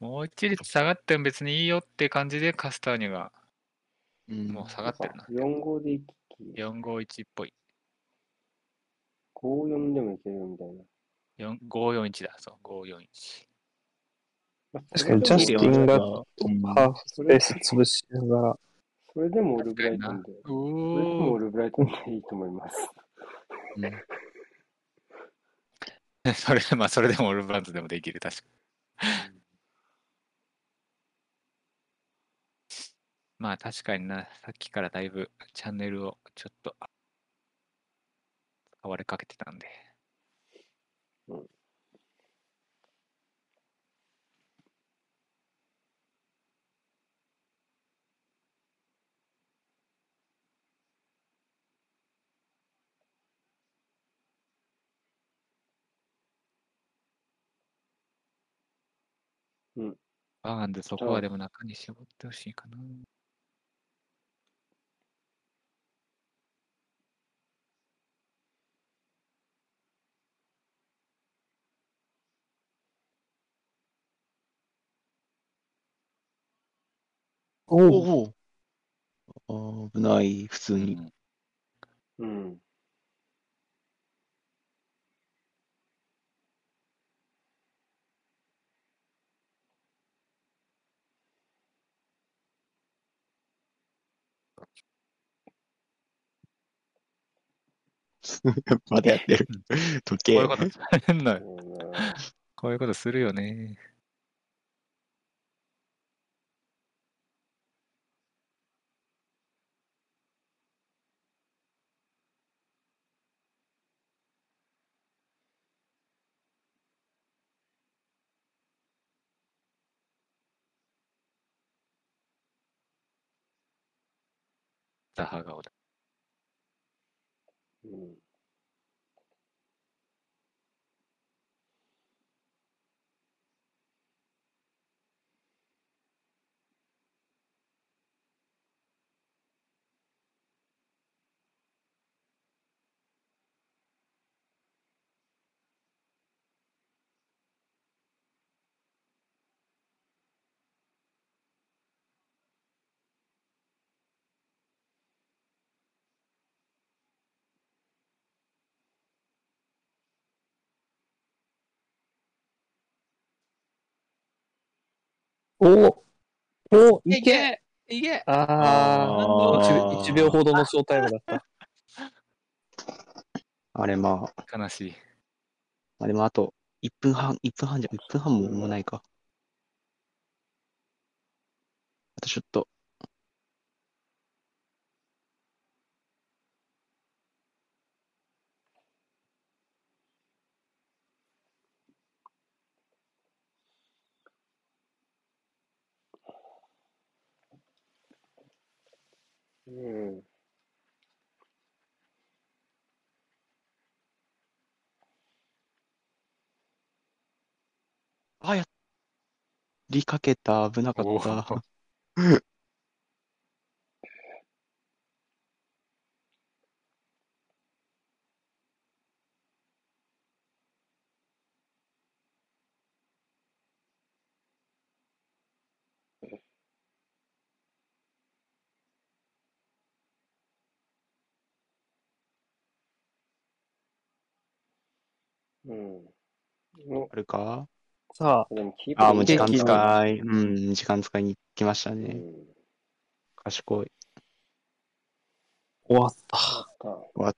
[SPEAKER 4] もう一列下がっても別にいいよって感じで、カスターニュが
[SPEAKER 3] う。うん
[SPEAKER 4] もう下がってるな。
[SPEAKER 1] 4号で行き来、
[SPEAKER 4] 451っぽい。
[SPEAKER 1] 5、4でもいけるみたいな。
[SPEAKER 4] 4 541だ、そう、541。
[SPEAKER 1] まあ
[SPEAKER 2] 確かに、ジャスティンが、ハーフ
[SPEAKER 1] そ
[SPEAKER 2] ベ
[SPEAKER 1] れ
[SPEAKER 2] ース潰しながら、
[SPEAKER 1] それでもオールブライトンで。そ
[SPEAKER 4] う
[SPEAKER 1] れでもオ
[SPEAKER 4] お
[SPEAKER 1] ールブライトンでいいと思います。
[SPEAKER 4] ー それ、まあ、それでもオールブランドでもできる、確かに。まあ、確かにな、さっきからだいぶチャンネルをちょっと、使われかけてたんで。バーンズ、そこはでも中に絞ってほしいかな。
[SPEAKER 2] おう
[SPEAKER 3] おお。危ない、普通に。
[SPEAKER 4] うん
[SPEAKER 1] うん。
[SPEAKER 3] まだやってる。時計
[SPEAKER 4] こういうことされんのよ。
[SPEAKER 1] そうだな
[SPEAKER 4] こういうことするよね。ザハ顔だ。
[SPEAKER 1] うん。
[SPEAKER 2] おうおうい
[SPEAKER 4] い
[SPEAKER 2] け
[SPEAKER 4] けいけ
[SPEAKER 2] あ
[SPEAKER 4] あ
[SPEAKER 2] あ、
[SPEAKER 4] ー
[SPEAKER 2] 1秒ほどのショータイムだった。
[SPEAKER 3] あれまあ、
[SPEAKER 4] 悲しい。
[SPEAKER 3] あれもあと1分半、1分半じゃ、1分半ももうないか。あとちょっと。
[SPEAKER 1] うん。
[SPEAKER 3] りかけた、危なか
[SPEAKER 4] お
[SPEAKER 3] った。
[SPEAKER 4] ー
[SPEAKER 1] うん。お
[SPEAKER 3] あるか
[SPEAKER 2] さあ、
[SPEAKER 1] でもキープ
[SPEAKER 3] ああ、もう
[SPEAKER 1] で
[SPEAKER 3] 時
[SPEAKER 1] きな
[SPEAKER 3] 間
[SPEAKER 1] い
[SPEAKER 2] 時間
[SPEAKER 3] 使い、うん、時間使いに行きました
[SPEAKER 1] う
[SPEAKER 3] ね。
[SPEAKER 1] ん。
[SPEAKER 3] 賢い。
[SPEAKER 2] 終わった。
[SPEAKER 1] あった。
[SPEAKER 3] 終わっ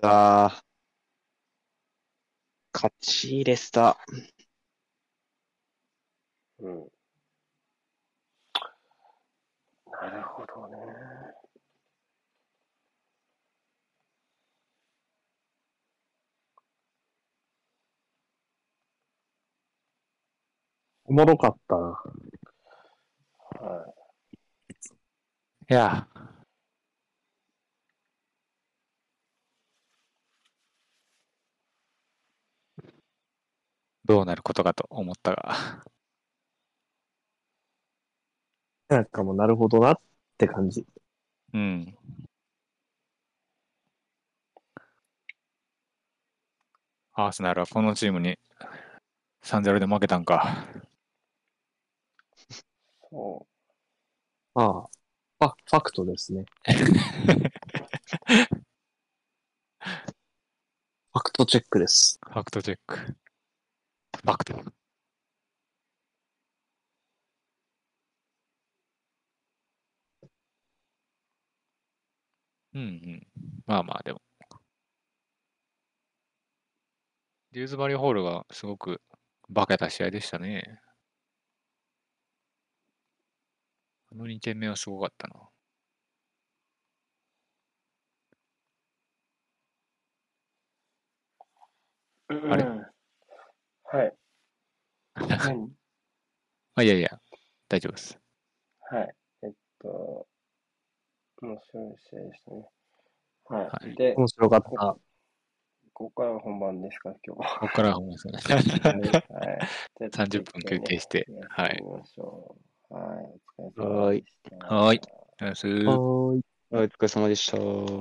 [SPEAKER 3] た。勝ちレスタ。
[SPEAKER 1] うん。なるほどね。
[SPEAKER 2] おもろかったな。
[SPEAKER 1] はい
[SPEAKER 4] や、どうなることかと思ったが、
[SPEAKER 2] なんかもうなるほどなって感じ。
[SPEAKER 4] うん。アーセナルはこのチームに3-0で負けたんか。
[SPEAKER 1] い。そ
[SPEAKER 2] ああ。あ、ファクトですね。ファクトチェックです。
[SPEAKER 4] ファクトチェック。ファクト。うんうん。まあまあ、でも。デューズバリーホールがすごく化けた試合でしたね。あの2点目はすごかったな。
[SPEAKER 1] う。
[SPEAKER 4] あれ
[SPEAKER 1] うんはい。何
[SPEAKER 4] あ、いやいや、大丈夫です。
[SPEAKER 1] はい。えっと、面白い試合でしたね。はい。
[SPEAKER 4] はい
[SPEAKER 1] で、
[SPEAKER 2] 面白かった。
[SPEAKER 1] ここから本番ですか、今 日は。
[SPEAKER 4] ここからは本番です ね。
[SPEAKER 1] はい。じゃあ
[SPEAKER 4] 30分休憩して
[SPEAKER 1] や
[SPEAKER 4] はい
[SPEAKER 1] ってみましょう。はい。お疲れ様でした。
[SPEAKER 3] はーい
[SPEAKER 4] はい。おやすみ
[SPEAKER 2] はーい。
[SPEAKER 3] お疲れ様でした。